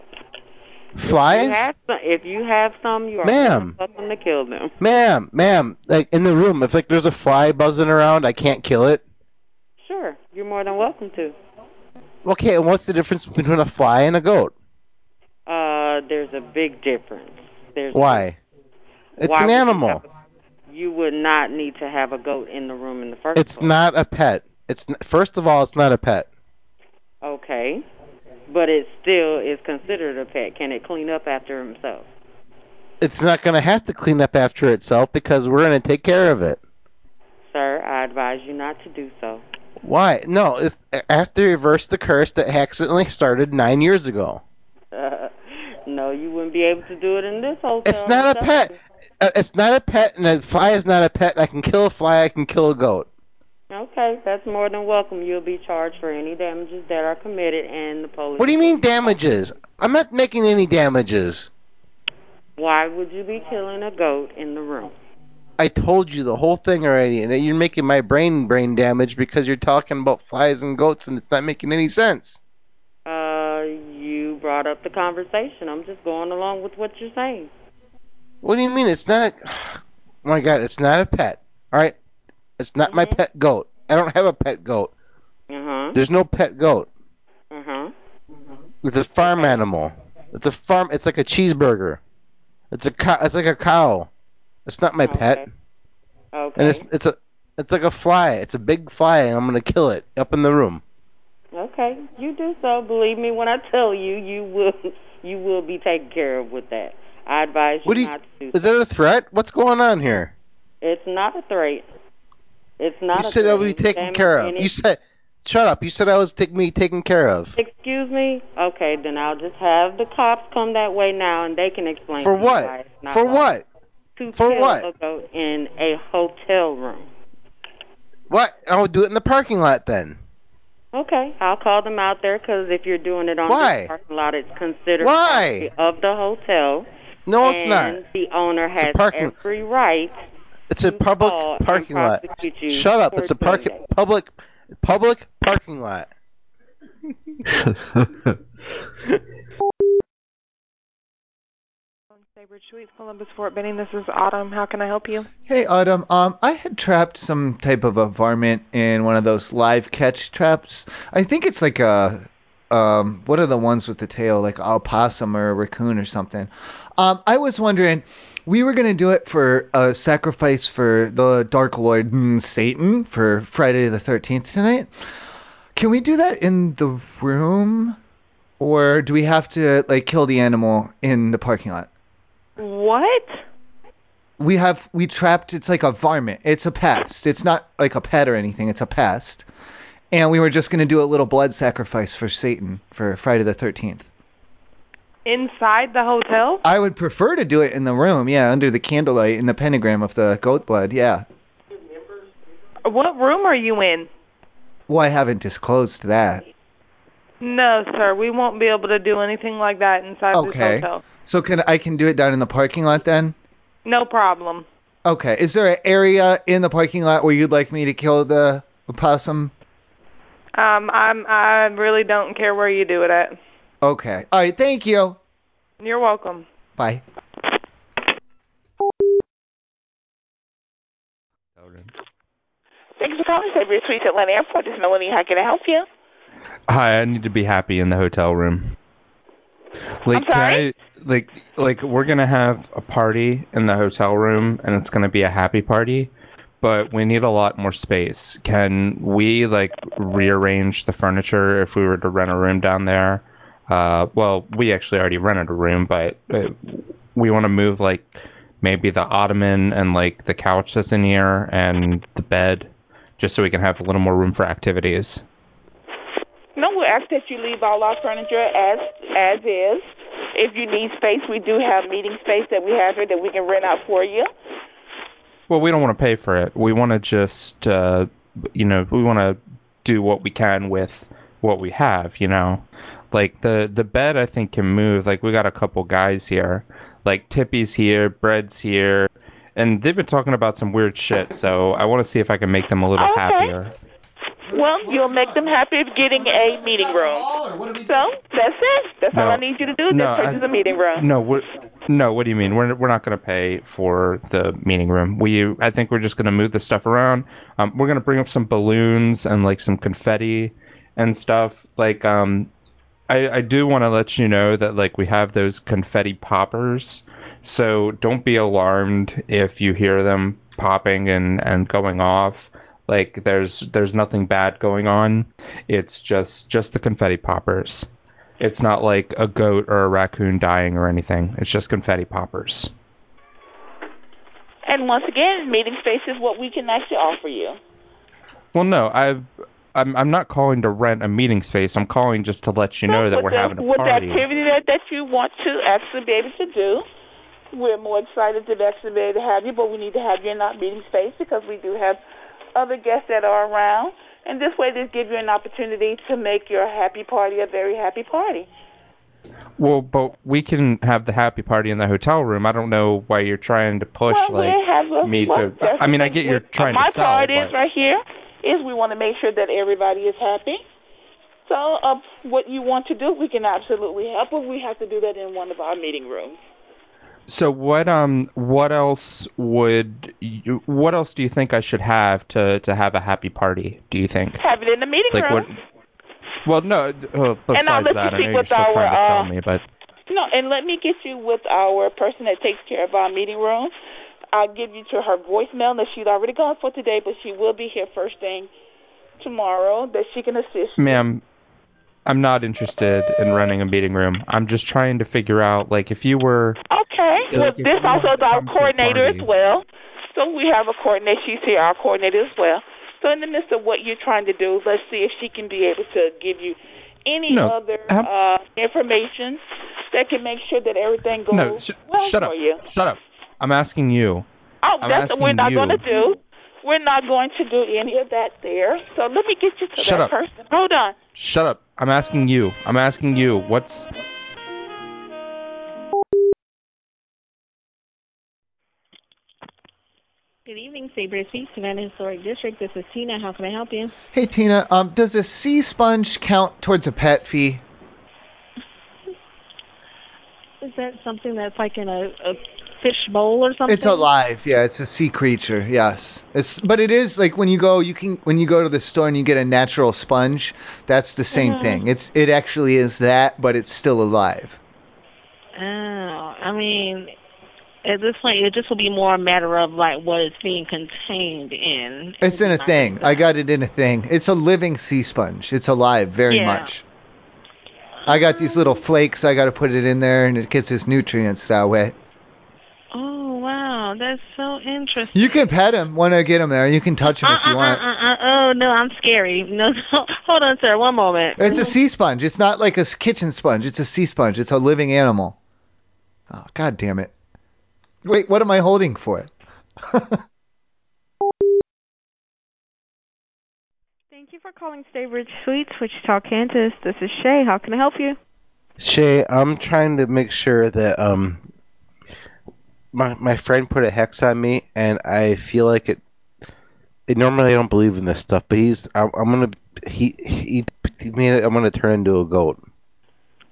Speaker 12: If you
Speaker 3: Flies?
Speaker 12: have some, if you have some, you are
Speaker 3: Ma'am.
Speaker 12: welcome to kill them.
Speaker 3: Ma'am, ma'am, like in the room, if like there's a fly buzzing around, I can't kill it.
Speaker 12: Sure, you're more than welcome to.
Speaker 3: Okay, and what's the difference between a fly and a goat?
Speaker 12: Uh, there's a big difference. There's
Speaker 3: Why? It's
Speaker 12: Why
Speaker 3: an
Speaker 12: would you
Speaker 3: animal.
Speaker 12: You would not need to have a goat in the room in the first.
Speaker 3: It's not a pet. It's n- first of all, it's not a pet.
Speaker 12: Okay, but it still is considered a pet. Can it clean up after himself?
Speaker 3: It's not going to have to clean up after itself because we're going to take care of it.
Speaker 12: Sir, I advise you not to do so.
Speaker 3: Why? No, it's I have to reverse the curse that accidentally started nine years ago.
Speaker 12: Uh, (laughs) no, you wouldn't be able to do it in this hotel.
Speaker 3: It's not a pet. Uh, It's not a pet, and a fly is not a pet. I can kill a fly. I can kill a goat.
Speaker 12: Okay, that's more than welcome. You'll be charged for any damages that are committed, and the police.
Speaker 3: What do you mean damages? I'm not making any damages.
Speaker 12: Why would you be killing a goat in the room?
Speaker 3: I told you the whole thing already, and you're making my brain brain damage because you're talking about flies and goats, and it's not making any sense.
Speaker 12: Uh, you brought up the conversation. I'm just going along with what you're saying.
Speaker 3: What do you mean? It's not. A, (sighs) oh my God, it's not a pet. All right, it's not
Speaker 12: Mm-hmm.
Speaker 3: my pet goat. I don't have a pet goat.
Speaker 12: Uh huh.
Speaker 25: Mm-hmm.
Speaker 3: There's no pet goat.
Speaker 12: Uh huh.
Speaker 3: It's a farm animal. It's a farm. It's like a cheeseburger. It's a cow. It's like a cow. It's not my pet.
Speaker 12: Okay.
Speaker 3: And it's it's a it's like a fly. It's a big fly, and I'm gonna kill it up in the room.
Speaker 12: Okay. You do so. Believe me when I tell you, you will (laughs) you will be taken care of with that. I advise you
Speaker 3: What do you-
Speaker 12: not to.
Speaker 3: Is that a threat? What's going on here?
Speaker 12: It's not a threat. It's not.
Speaker 3: you
Speaker 12: a
Speaker 3: said
Speaker 12: threat.
Speaker 3: I would be taken
Speaker 12: Damage
Speaker 3: care of.
Speaker 12: any-
Speaker 3: You said shut up. You said I was take me taken care of.
Speaker 12: Excuse me. Okay, then I'll just have the cops come that way now, and they can explain
Speaker 3: For
Speaker 12: to you why
Speaker 3: what?
Speaker 12: it's not
Speaker 3: For
Speaker 12: allowed
Speaker 3: what?
Speaker 12: To
Speaker 3: For
Speaker 12: kill
Speaker 3: what?
Speaker 12: a goat in a hotel room.
Speaker 3: What? I would do it in the parking lot then.
Speaker 12: Okay, I'll call them out there 'cause if you're doing it on
Speaker 3: Why?
Speaker 12: the parking lot, it's considered
Speaker 3: Why?
Speaker 12: property of the hotel.
Speaker 3: No,
Speaker 12: and
Speaker 3: it's not.
Speaker 12: The owner
Speaker 3: a
Speaker 12: has
Speaker 3: parking-
Speaker 12: every right.
Speaker 3: It's a public
Speaker 12: call and
Speaker 3: parking lot.
Speaker 12: prosecute you
Speaker 3: Shut up.
Speaker 12: for
Speaker 3: It's a
Speaker 12: doing
Speaker 3: park public public parking lot.
Speaker 17: Sabridge Suites, Columbus, Fort Benning. This is Autumn. How can I help you?
Speaker 2: Hey Autumn, um, I had trapped some type of a varmint in one of those live catch traps. I think it's like a, um, what are the ones with the tail, like a possum or a raccoon or something. Um, I was wondering, we were gonna do it for a sacrifice for the Dark Lord mm, Satan for Friday the 13th tonight. Can we do that in the room, or do we have to like kill the animal in the parking lot?
Speaker 17: What?
Speaker 2: we have we trapped it's like a varmint it's a pest it's not like a pet or anything it's a pest and we were just going to do a little blood sacrifice for satan for friday the 13th
Speaker 17: Inside the hotel?
Speaker 2: i would prefer to do it in the room yeah under the candlelight in the pentagram of the goat blood yeah
Speaker 17: What room are you in?
Speaker 2: well i haven't disclosed that
Speaker 17: No, sir. We won't be able to do anything like that inside
Speaker 2: okay
Speaker 17: this hotel.
Speaker 2: so can i can do it down in the parking lot then
Speaker 17: No problem.
Speaker 2: okay is there an area in the parking lot where you'd like me to kill the opossum
Speaker 17: Um, I'm I really don't care where you do it at.
Speaker 2: okay all right thank you
Speaker 17: You're welcome.
Speaker 2: bye
Speaker 24: Thanks for calling Savory Suites Atlanta Airport. This is Melanie. How can I help you?
Speaker 15: Hi, I need to be happy in the hotel room. Like, can I, like, like we're gonna have a party in the hotel room, and it's gonna be a happy party, but we need a lot more space. Can we like rearrange the furniture if we were to rent a room down there? Uh, well, we actually already rented a room, but uh, we want to move like maybe the ottoman and like the couch that's in here and the bed, just so we can have a little more room for activities.
Speaker 24: No, we ask that you leave all our furniture as as is. If you need space, we do have meeting space that we have here that we can rent out for you.
Speaker 15: Well, we don't want to pay for it. We want to just, uh, you know, we want to do what we can with what we have, you know. Like the the bed, I think can move. Like we got a couple guys here. Like Tippy's here, Bread's here, and they've been talking about some weird shit. So I want to see if I can make them a little
Speaker 24: Okay.
Speaker 15: happier.
Speaker 24: Well, you'll make them happy with getting a meeting room. So that's it. That's all
Speaker 15: No.
Speaker 24: I need you to do. Just
Speaker 15: No, I-
Speaker 24: purchase a meeting room.
Speaker 15: No, what? No, what do you mean? We're we're not gonna pay for the meeting room. We I think we're just gonna move the stuff around. Um, we're gonna bring up some balloons and like some confetti and stuff. Like um, I I do want to let you know that like we have those confetti poppers. So don't be alarmed if you hear them popping and and going off. Like there's there's nothing bad going on. It's just just the confetti poppers. It's not like a goat or a raccoon dying or anything. It's just confetti poppers.
Speaker 24: And once again, meeting space is what we can actually offer you.
Speaker 15: Well, no, I've. I'm, I'm not calling to rent a meeting space. I'm calling just to let you know that we're
Speaker 24: with the-
Speaker 15: having a
Speaker 24: with the
Speaker 15: party.
Speaker 24: activity that, that you want to actually be able to do. We're more excited to actually be able to have you, but we need to have you in our meeting space because we do have other guests that are around. And this way, this gives you an opportunity to make your happy party a very happy party.
Speaker 15: Well, but we can have the happy party in the hotel room. I don't know why you're trying to push like
Speaker 24: we have a,
Speaker 15: me
Speaker 24: well,
Speaker 15: to. I mean, I get
Speaker 24: (laughs)
Speaker 15: you're trying
Speaker 24: my
Speaker 15: to sell.
Speaker 24: part
Speaker 15: but-
Speaker 24: is right here is we want to make sure that everybody is happy. So, uh, what you want to do, we can absolutely help, but we have to do that in one of our meeting rooms.
Speaker 15: So what um what else would you, what else do you think I should have to to have a happy party? Do you think?
Speaker 24: (laughs) Have it in the meeting
Speaker 15: Like
Speaker 24: room.
Speaker 15: what? Well, no. d- Uh,
Speaker 24: And I'll
Speaker 15: besides
Speaker 24: let you
Speaker 15: that, I
Speaker 24: see
Speaker 15: know you're
Speaker 24: what's
Speaker 15: still
Speaker 24: our,
Speaker 15: trying to
Speaker 24: uh,
Speaker 15: sell me, but
Speaker 24: No, and let me get you with our person that takes care of our meeting room. I'll give you to her voicemail that she's already gone for today, but she will be here first thing tomorrow that she can assist.
Speaker 15: ma'am, I'm not interested in running a meeting room. I'm just trying to figure out like if you were.
Speaker 24: Okay.
Speaker 15: Yeah,
Speaker 24: Well,
Speaker 15: okay,
Speaker 24: this
Speaker 15: so you
Speaker 24: also is our coordinator as
Speaker 15: party.
Speaker 24: well. So we have a coordinator. She's here, our coordinator as well. So in the midst of what you're trying to do, let's see if she can be able to give you any
Speaker 15: No,
Speaker 24: other
Speaker 15: I'm-
Speaker 24: uh, information that can make sure that everything goes
Speaker 15: No, sh-
Speaker 24: well
Speaker 15: shut
Speaker 24: for
Speaker 15: up.
Speaker 24: you.
Speaker 15: Shut up. I'm asking you.
Speaker 24: Oh,
Speaker 15: I'm
Speaker 24: that's what we're
Speaker 15: asking
Speaker 24: not
Speaker 15: you.
Speaker 24: going to do. We're not going to do any of that there. So let me get you to
Speaker 15: Shut
Speaker 24: that
Speaker 15: up.
Speaker 24: person. Hold on.
Speaker 15: Shut up. I'm asking you. I'm asking you. What's
Speaker 26: Good evening, Sabre Suites, Savannah Historic District. This is Tina. How can I help you?
Speaker 2: Hey Tina, um, does a sea sponge count towards a pet fee?
Speaker 16: Is that something that's like in a, a fish bowl or something?
Speaker 2: It's alive, yeah. It's a sea creature, yes. It's but it is like when you go, you can when you go to the store and you get a natural sponge. That's the same
Speaker 16: Mhm.
Speaker 2: thing. It's it actually is that, but it's still alive.
Speaker 16: Oh, I mean, at this point, it just will be more a matter of like what it's being contained in.
Speaker 2: It's in a thing. I got it in a thing. It's a living sea sponge. It's alive very
Speaker 16: Yeah. Mm.
Speaker 2: much. I got these little flakes. I got to put it in there, and it gets its nutrients that way.
Speaker 16: Oh wow, that's so interesting.
Speaker 2: You can pet him when I get him there. You can touch him if you
Speaker 16: uh,
Speaker 2: want.
Speaker 16: Uh, uh, uh, oh no, I'm scary. No,
Speaker 17: (laughs)
Speaker 16: no, hold on, sir. One moment.
Speaker 2: It's a sea sponge. It's not like a s- kitchen sponge. It's a sea sponge. It's a living animal. Oh, god damn it. Wait, what am I holding for? (laughs)
Speaker 17: Thank you for calling Stay Bridge Suites, Wichita, Kansas. This is Shay. How can I help you?
Speaker 3: Shay, I'm trying to make sure that um my my friend put a hex on me, and I feel like it. it normally, I don't believe in this stuff, but he's I, I'm gonna he he, he made it, I'm gonna turn into a goat.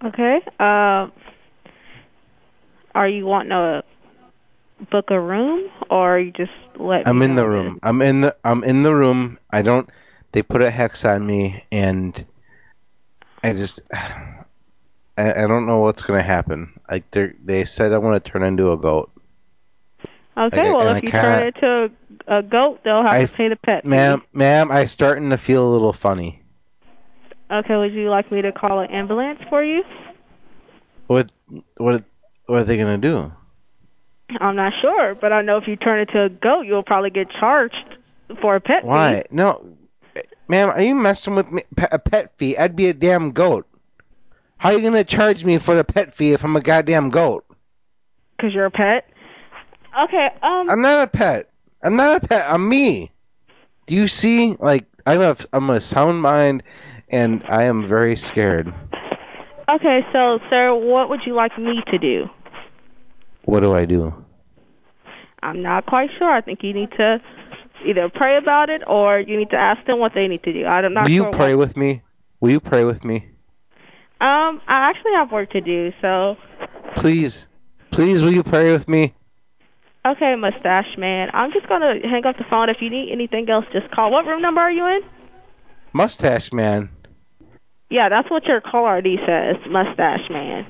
Speaker 17: Okay. Uh, are you wanting to book a room, or are you just let
Speaker 3: I'm
Speaker 17: me
Speaker 3: in
Speaker 17: know?
Speaker 3: the room. I'm in the I'm in the room. I don't. They put a hex on me, and I just (sighs) I, I don't know what's gonna happen. Like they they said, I want to turn into a goat.
Speaker 17: Okay.
Speaker 3: Okay,
Speaker 17: well,
Speaker 3: and
Speaker 17: if
Speaker 3: I
Speaker 17: you
Speaker 3: kinda-
Speaker 17: turn it to a, a goat, they'll have
Speaker 3: I-
Speaker 17: to pay the pet fee.
Speaker 3: Ma'am, ma'am, I'm starting to feel a little funny.
Speaker 17: Okay. Would you like me to call an ambulance for you?
Speaker 3: What what what are they gonna do?
Speaker 17: I'm not sure, but I know if you turn it to a goat, you'll probably get charged for a (laughs) pet fee.
Speaker 3: Why? No, ma'am, are you messing with me? Pe- a pet fee? I'd be a damn goat. How you gonna charge me for the pet fee if I'm a goddamn goat?
Speaker 17: Cause you're a pet. Okay. Um.
Speaker 3: I'm not a pet. I'm not a pet. I'm me. Do you see? Like I'm a I'm a sound mind, and I am very scared.
Speaker 17: Okay. So, sir, what would you like me to do?
Speaker 3: What do I do?
Speaker 17: I'm not quite sure. I think you need to either pray about it or you need to ask them what they need to do. I'm not
Speaker 3: Will you
Speaker 17: sure.
Speaker 3: pray with me? Will you pray with me?
Speaker 17: What. Um, I actually have work to do, so
Speaker 3: Please, please, will you pray with me?
Speaker 17: okay, mustache man. I'm just gonna hang up the phone. If you need anything else, just call. What room number are you in?
Speaker 3: Mustache man.
Speaker 17: Yeah, that's what your call ID says, mustache man.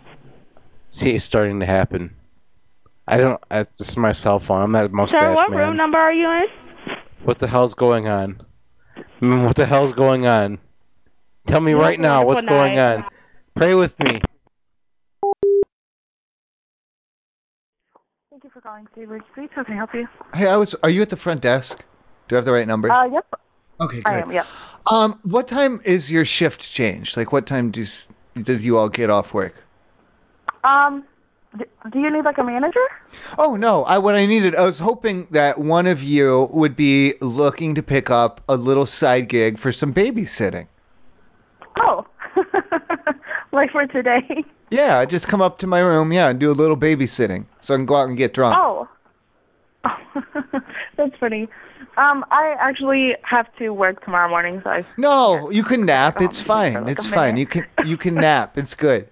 Speaker 3: See, it's starting to happen. I don't. I, this is my cell phone. I'm not mustache
Speaker 17: Sir, what
Speaker 3: man.
Speaker 17: room number are you in?
Speaker 3: What the hell's going on? Mm, What the hell's going on? Tell me
Speaker 17: You have
Speaker 3: right
Speaker 17: a
Speaker 3: now what's
Speaker 17: wonderful
Speaker 3: going
Speaker 17: night.
Speaker 3: on. Pray with me.
Speaker 18: Thank you for calling Seabridge Suites. How can I help you?
Speaker 2: Hey, I was. Are you at the front desk? Do I have the right number?
Speaker 18: Uh, yep.
Speaker 2: okay,
Speaker 18: I
Speaker 2: good.
Speaker 18: am, yep.
Speaker 2: Um, what time is your shift change? Like, what time do s- do you all get off work?
Speaker 18: Um, d- do you need like a manager? (laughs)
Speaker 2: Oh no, I what I needed. I was hoping that one of you would be looking to pick up a little side gig for some babysitting.
Speaker 18: Oh, like for today?
Speaker 2: Yeah, just come up to my room, yeah, and do a little babysitting, so I can go out and get drunk.
Speaker 18: Oh. (laughs) That's funny. Um, I actually have to work tomorrow morning, so I.
Speaker 2: No, you can nap. It's fine. it's fine. You can you can nap. It's good.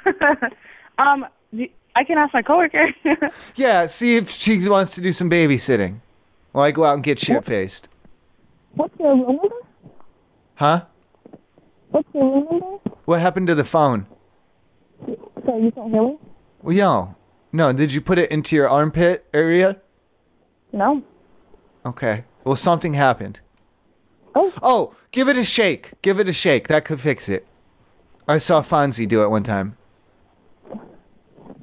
Speaker 18: (laughs) um, y- I can ask my coworker. (laughs)
Speaker 2: Yeah, see if she wants to do some babysitting. While I go out and get shit faced.
Speaker 18: What's your room number?
Speaker 2: Huh?
Speaker 18: What's your room number?
Speaker 2: What happened to the phone?
Speaker 18: So you can't hear me?
Speaker 2: Well, yo, no. Did you put it into your armpit area?
Speaker 18: No.
Speaker 2: Okay. Well, something happened.
Speaker 18: Oh.
Speaker 2: Oh, give it a shake. Give it a shake. That could fix it. I saw Fonzie do it one time.
Speaker 18: (laughs)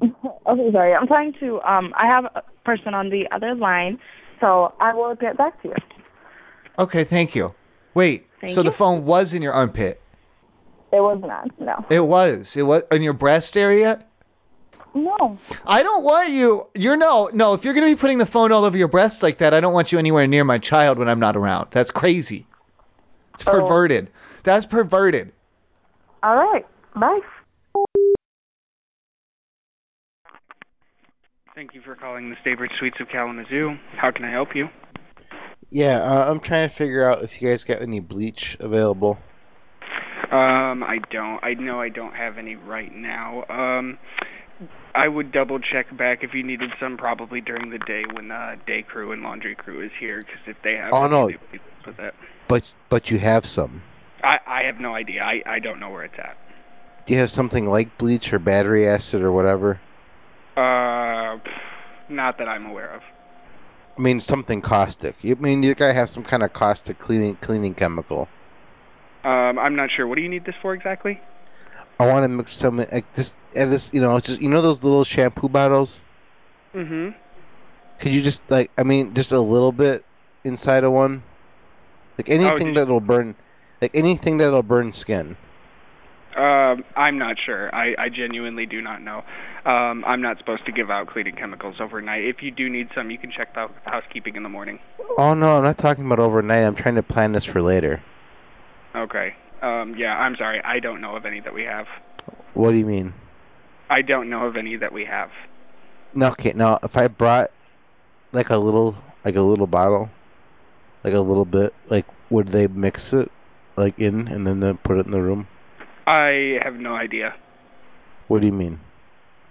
Speaker 18: okay, sorry. I'm trying to. Um, I have a person on the other line, so I will get back to you.
Speaker 2: Okay, thank you. Wait,
Speaker 18: Thank
Speaker 2: so the
Speaker 18: you.
Speaker 2: phone was in your armpit?
Speaker 18: It was not. No.
Speaker 2: It was. It was in your breast area?
Speaker 18: No.
Speaker 2: I don't want you. You're no, no. If you're gonna be putting the phone all over your breast like that, I don't want you anywhere near my child when I'm not around. That's crazy. It's
Speaker 18: Oh.
Speaker 2: perverted. That's perverted.
Speaker 18: All right. Bye.
Speaker 25: Thank you for calling the Staybridge Suites of Kalamazoo. How can I help you?
Speaker 3: Yeah, uh, I'm trying to figure out if you guys got any bleach available.
Speaker 25: Um, I don't. I know I don't have any right now. Um,
Speaker 5: I would double check back if you needed some probably during the day when uh, day crew and laundry crew is here because if they have
Speaker 3: Oh, no.
Speaker 5: it, they would put that.
Speaker 3: But but you have some.
Speaker 5: I I have no idea. I I don't know where it's at.
Speaker 3: Do you have something like bleach or battery acid or whatever?
Speaker 5: Uh, not that I'm aware of.
Speaker 3: I mean something caustic. I mean you gotta have some kind of caustic cleaning cleaning chemical.
Speaker 5: Um, I'm not sure. What do you need this for exactly?
Speaker 3: I want to mix some like this and this you know it's just you know those little shampoo bottles.
Speaker 5: Mm-hmm.
Speaker 3: Could you just like I mean just a little bit inside of one? Like anything that'll burn like anything that'll burn skin.
Speaker 5: Um, I'm not sure. I, I genuinely do not know. Um, I'm not supposed to give out cleaning chemicals overnight. If you do need some, you can check out with housekeeping in the morning.
Speaker 3: Oh no, I'm not talking about overnight. I'm trying to plan this for later.
Speaker 5: Okay. Um, yeah, I'm sorry. I don't know of any that we have.
Speaker 3: What do you mean?
Speaker 5: I don't know of any that we have.
Speaker 3: No, okay, now if I brought like a little, like a little bottle, like a little bit, like would they mix it, like in, and then they put it in the room?
Speaker 5: I have no idea.
Speaker 3: What do you mean?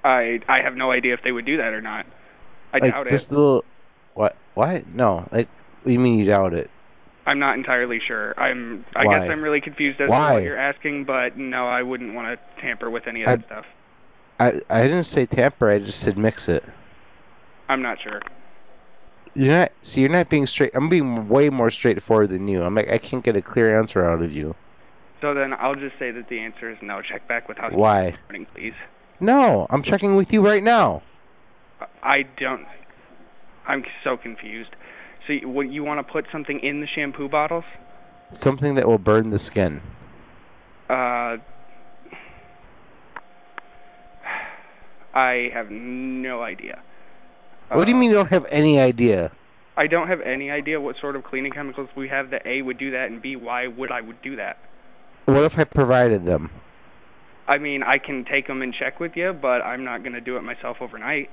Speaker 5: I I have no idea if they would do that or not. I
Speaker 3: like
Speaker 5: doubt
Speaker 3: this
Speaker 5: it.
Speaker 3: little, what? What? No, like what do you mean you doubt it?
Speaker 5: I'm not entirely sure. I'm I
Speaker 3: Why?
Speaker 5: guess I'm really confused as to
Speaker 3: Why?
Speaker 5: what you're asking, but no, I wouldn't want to tamper with any of
Speaker 3: I-
Speaker 5: that stuff.
Speaker 3: I I didn't say tamper. I just said mix it.
Speaker 5: I'm not sure.
Speaker 3: You're not. See, you're not being straight. I'm being way more straightforward than you. I'm like I can't get a clear answer out of you.
Speaker 5: So then I'll just say that the answer is no. Check back with housekeeping
Speaker 3: Why?
Speaker 5: in the morning, please.
Speaker 3: No, I'm checking with you right now.
Speaker 5: I don't. I'm so confused. So you, what, you want to put something in the shampoo bottles?
Speaker 3: Something that will burn the skin.
Speaker 5: Uh, I have no idea.
Speaker 3: What do you mean you don't have any idea?
Speaker 5: I don't have any idea what sort of cleaning chemicals we have that A would do that and B why would I would do that.
Speaker 3: What if I provided them?
Speaker 5: I mean, I can take them and check with you, but I'm not going to do it myself overnight.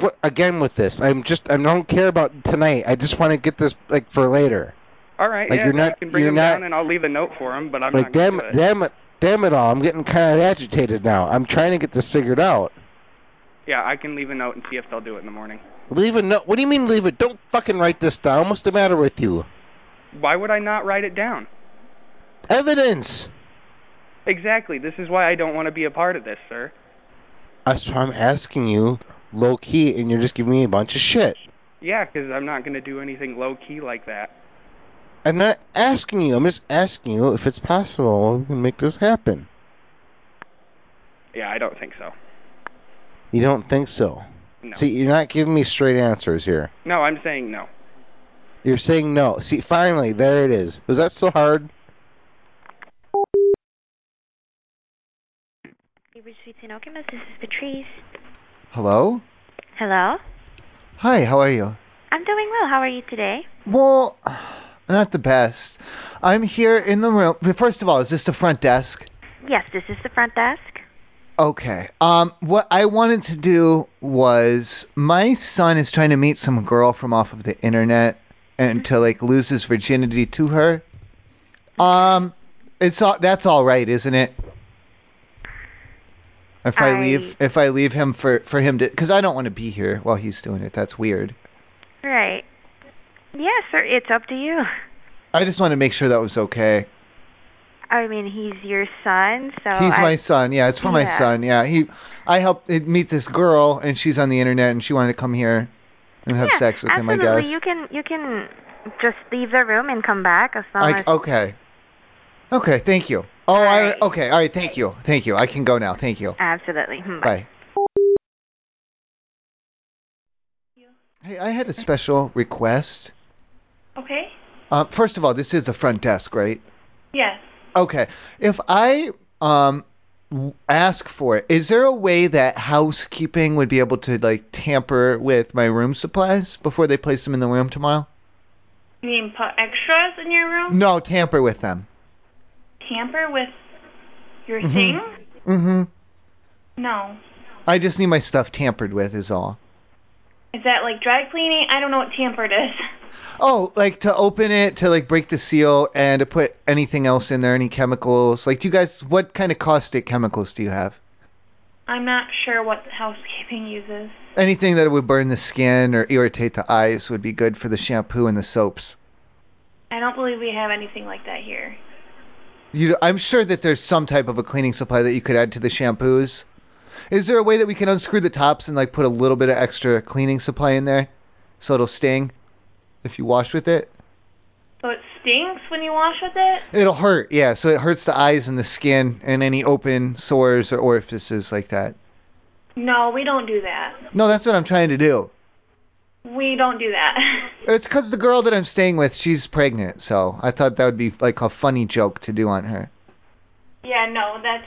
Speaker 3: What again with this? I'm just I don't care about tonight. I just want to get this like for later.
Speaker 5: All right,
Speaker 3: Like,
Speaker 5: yeah,
Speaker 3: you're
Speaker 5: I
Speaker 3: not-
Speaker 5: can bring
Speaker 3: you're
Speaker 5: them
Speaker 3: not-
Speaker 5: down and I'll leave a note for them, but I'm
Speaker 3: like
Speaker 5: not going
Speaker 3: damn
Speaker 5: to do it.
Speaker 3: damn it damn it all. I'm getting kind of agitated now. I'm trying to get this figured out.
Speaker 5: Yeah, I can leave a note and see if they'll do it in the morning.
Speaker 3: Leave a note. What do you mean leave it? Don't fucking write this down. What's the matter with you?
Speaker 5: Why would I not write it down?
Speaker 3: Evidence.
Speaker 5: Exactly. This is why I don't want to be a part of this, sir.
Speaker 3: That's why I'm asking you low key and you're just giving me a bunch of shit.
Speaker 5: Yeah, because I'm not going to do anything low key like that.
Speaker 3: I'm not asking you. I'm just asking you if it's possible we can make this happen.
Speaker 5: Yeah, I don't think so.
Speaker 3: You don't think so?
Speaker 5: No.
Speaker 3: See, you're not giving me straight answers here.
Speaker 5: No, I'm saying no.
Speaker 3: You're saying no. See, finally, there it is. Was that so hard?
Speaker 19: Cambridge Suites in Okemos, this is Patrice.
Speaker 2: Hello?
Speaker 19: Hello?
Speaker 2: Hi, how are you?
Speaker 19: I'm doing well. How are you today?
Speaker 2: Well, (sighs) not the best. I'm here in the room. First of all, is this the front desk?
Speaker 19: Yes, this is the front desk.
Speaker 2: Okay. Um, what I wanted to do was my son is trying to meet some girl from off of the internet and
Speaker 19: Mm-hmm.
Speaker 2: to like lose his virginity to her. Um, it's all that's all right, isn't it? If I, leave, if I leave him for for him to, because I don't want to be here while he's doing it. That's weird.
Speaker 19: Right. Yes, sir. It's up to you.
Speaker 2: I just want to make sure that was okay.
Speaker 19: I mean, he's your son, so
Speaker 2: He's
Speaker 19: Oh, I,
Speaker 2: my son. Yeah, it's for my
Speaker 19: Yeah.
Speaker 2: son. Yeah, he. I helped uh, meet this girl, and she's on the internet, and she wanted to come here and have
Speaker 19: yeah,
Speaker 2: sex with
Speaker 19: absolutely.
Speaker 2: him. I guess.
Speaker 19: You can you can just leave the room and come back as long
Speaker 2: I,
Speaker 19: as
Speaker 2: okay. Okay. Thank you. Oh, I, okay. All right. Thank you. Thank you. I can go now. Thank you.
Speaker 19: absolutely. Hmm,
Speaker 2: Bye. Hey, I had a special request.
Speaker 20: Okay.
Speaker 2: Uh, first of all, this is the front desk, right?
Speaker 20: Yes.
Speaker 2: Okay. If I um w- ask for it, is there a way that housekeeping would be able to like tamper with my room supplies before they place them in the room tomorrow?
Speaker 20: You mean put extras in your room?
Speaker 2: No, tamper with them.
Speaker 20: Tamper with your
Speaker 2: Mhm.
Speaker 20: thing?
Speaker 2: Mhm.
Speaker 20: No.
Speaker 2: I just need my stuff tampered with is all.
Speaker 20: Is that like dry cleaning? I don't know what tampered is.
Speaker 2: Oh, like to open it, to like break the seal and to put anything else in there, any chemicals. Like do you guys what kind of caustic chemicals do you have?
Speaker 27: (laughs) I'm not sure what housekeeping uses.
Speaker 2: Anything that would burn the skin or irritate the eyes would be good for the shampoo and the soaps.
Speaker 27: I don't believe we have anything like that here.
Speaker 2: You, I'm sure that there's some type of a cleaning supply that you could add to the shampoos. Is there a way that we can unscrew the tops and like put a little bit of extra cleaning supply in there so it'll sting if you wash with it?
Speaker 27: So it stinks when you wash with it?
Speaker 2: It'll hurt, yeah. So it hurts the eyes and the skin and any open sores or orifices like that.
Speaker 27: No, we don't do that.
Speaker 2: No, that's what I'm trying to do.
Speaker 27: We don't do that. (laughs)
Speaker 2: It's 'cause the girl that I'm staying with, she's pregnant, so I thought that would be like a funny joke to do on her.
Speaker 27: yeah, no, that's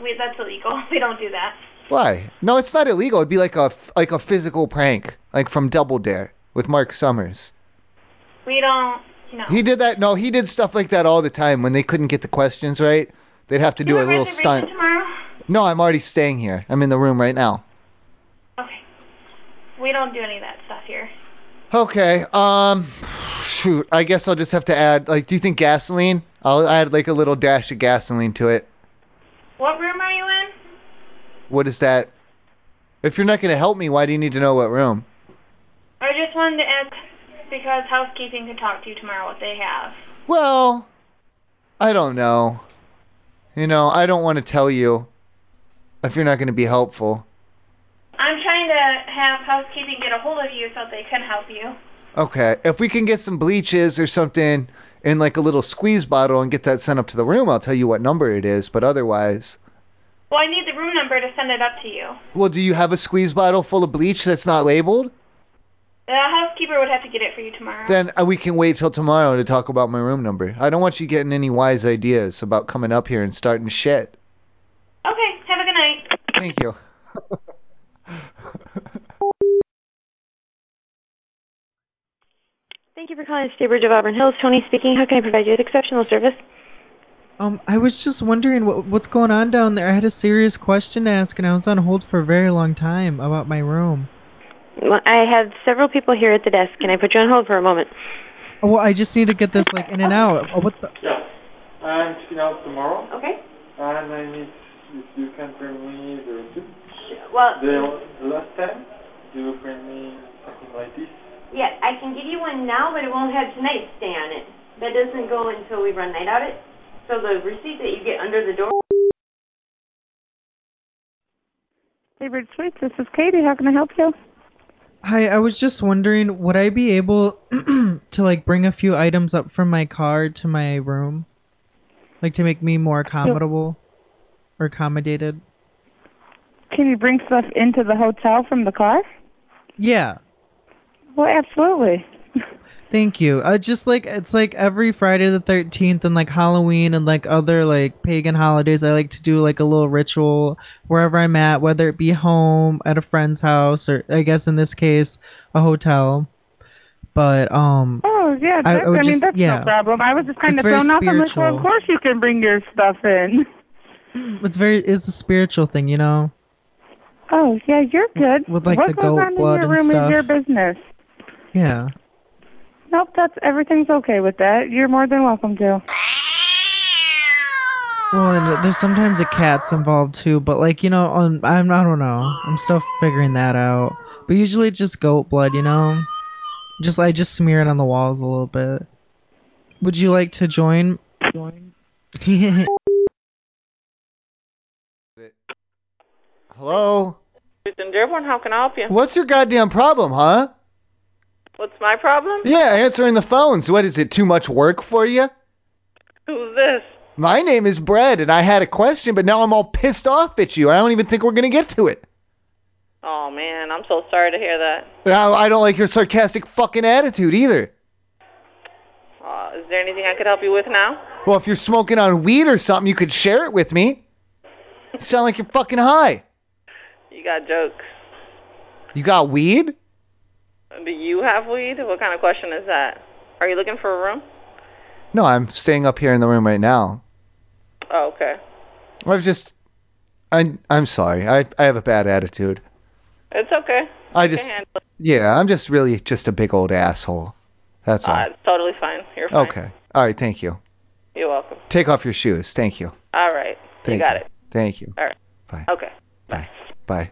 Speaker 27: we, that's illegal. (laughs) We don't do that.
Speaker 2: Why? No, it's not illegal. It'd be like a like a physical prank, like from Double Dare with Mark Summers.
Speaker 27: We don't. No.
Speaker 2: He did that. No, he did stuff like that all the time when they couldn't get the questions right. They'd have to do a little stunt.
Speaker 27: Tomorrow,
Speaker 2: No, I'm already staying here. I'm in the room right now.
Speaker 27: we don't do any of that stuff here.
Speaker 2: Okay. Um, shoot. I guess I'll just have to add. Like, do you think gasoline? I'll add like a little dash of gasoline to it.
Speaker 27: What room are you in?
Speaker 2: What is that? If you're not gonna help me, why do you need to know what room?
Speaker 27: I just wanted to ask because housekeeping can talk to you tomorrow what they have.
Speaker 2: Well, I don't know. You know, I don't want to tell you if you're not gonna be helpful.
Speaker 27: I'm trying to have housekeeping get a hold of you so they can help you.
Speaker 2: Okay. If we can get some bleaches or something in like a little squeeze bottle and get that sent up to the room, I'll tell you what number it is. But otherwise,
Speaker 27: Well, I need the room number to send it up to you.
Speaker 2: well, do you have a squeeze bottle full of bleach that's not labeled?
Speaker 27: The housekeeper would have to get it for you tomorrow.
Speaker 2: Then uh, we can wait till tomorrow to talk about my room number. I don't want you getting any wise ideas about coming up here and starting shit.
Speaker 27: Okay, have a good night.
Speaker 2: Thank you.
Speaker 20: Thank you for calling Staybridge of Auburn Hills. Tony speaking. How can I provide you with exceptional service?
Speaker 28: Um, I was just wondering what what's going on down there. I had a serious question to ask, and I was on hold for a very long time about my room.
Speaker 20: Well, I have several people here at the desk. Can I put you on hold for a moment?
Speaker 28: Oh, well, I just need to get this like in and out. Oh, what the?
Speaker 4: Yeah. I'm checking out tomorrow.
Speaker 20: Okay.
Speaker 4: And I need if you can bring me the receipt.
Speaker 20: Well-
Speaker 4: the, the last time you bring me something like this.
Speaker 20: Yeah, I can give you one now, but it won't have tonight's stay on it. That doesn't go until we run night audit. So the receipt that you get under the door.
Speaker 12: Favorite Suites, this is Katie. How can I help you?
Speaker 28: Hi, I was just wondering, would I be able (clears throat) to like bring a few items up from my car to my room, like to make me more accommodable or accommodated?
Speaker 12: Can you bring stuff into the hotel from the car?
Speaker 28: Yeah.
Speaker 12: Well, absolutely.
Speaker 28: Thank you. Uh, just like it's like every Friday the thirteenth and like Halloween and like other like pagan holidays, I like to do like a little ritual wherever I'm at, whether it be home at a friend's house or I guess in this case a hotel. But um,
Speaker 12: Oh, yeah.
Speaker 28: I- I
Speaker 12: That's, I,
Speaker 28: would
Speaker 12: mean,
Speaker 28: just-
Speaker 12: that's
Speaker 28: yeah.
Speaker 12: no problem. I was just kind
Speaker 28: It's
Speaker 12: of
Speaker 28: very
Speaker 12: thrown off. I'm like, well,
Speaker 28: spiritual.
Speaker 12: of course you can bring your stuff in.
Speaker 28: it's very it's a spiritual thing, you know.
Speaker 12: Oh, yeah, you're good.
Speaker 28: With, like,
Speaker 12: what
Speaker 28: the
Speaker 12: goes
Speaker 28: goat
Speaker 12: on
Speaker 28: blood
Speaker 12: in your
Speaker 28: and
Speaker 12: room
Speaker 28: stuff.
Speaker 12: is your business.
Speaker 28: Yeah.
Speaker 12: Nope, that's everything's okay with that. You're more than welcome to.
Speaker 28: Well, and there's sometimes a cat's involved too, but like you know, on I'm I don't know, I'm still figuring that out. But usually it's just goat blood, you know. Just I just smear it on the walls a little bit. Would you like to join? (laughs) Join.
Speaker 2: Hello.
Speaker 17: It's in Dearborn. How can I help you?
Speaker 2: What's your goddamn problem, huh?
Speaker 17: What's my problem?
Speaker 2: Yeah, answering the phones. What is it? Too much work for you?
Speaker 17: Who's this?
Speaker 2: My name is Brad, and I had a question, but now I'm all pissed off at you. I don't even think we're gonna get to it.
Speaker 17: Oh man, I'm so sorry to hear that.
Speaker 2: Now, I don't like your sarcastic fucking attitude either.
Speaker 17: Uh, is there anything I could help you with now?
Speaker 2: Well, if you're smoking on weed or something, you could share it with me. You sound like you're fucking high.
Speaker 17: You got jokes.
Speaker 2: You got weed?
Speaker 17: Do you have weed? What kind of question is that? Are you looking for a room?
Speaker 2: No, I'm staying up here in the room right now.
Speaker 17: Oh, okay.
Speaker 2: I've just, I, I'm sorry. I, I have a bad attitude.
Speaker 17: It's okay.
Speaker 2: I
Speaker 17: You can
Speaker 2: just,
Speaker 17: handle it.
Speaker 2: yeah, I'm just really just a big old asshole. That's all.
Speaker 17: Uh, it's totally fine. You're fine.
Speaker 2: Okay. All right. Thank you.
Speaker 17: You're welcome.
Speaker 2: Take off your shoes. Thank you.
Speaker 17: All right.
Speaker 2: Thank
Speaker 17: you got
Speaker 2: you.
Speaker 17: it.
Speaker 2: Thank you.
Speaker 17: All right.
Speaker 2: Bye.
Speaker 17: Okay.
Speaker 2: Bye. Bye.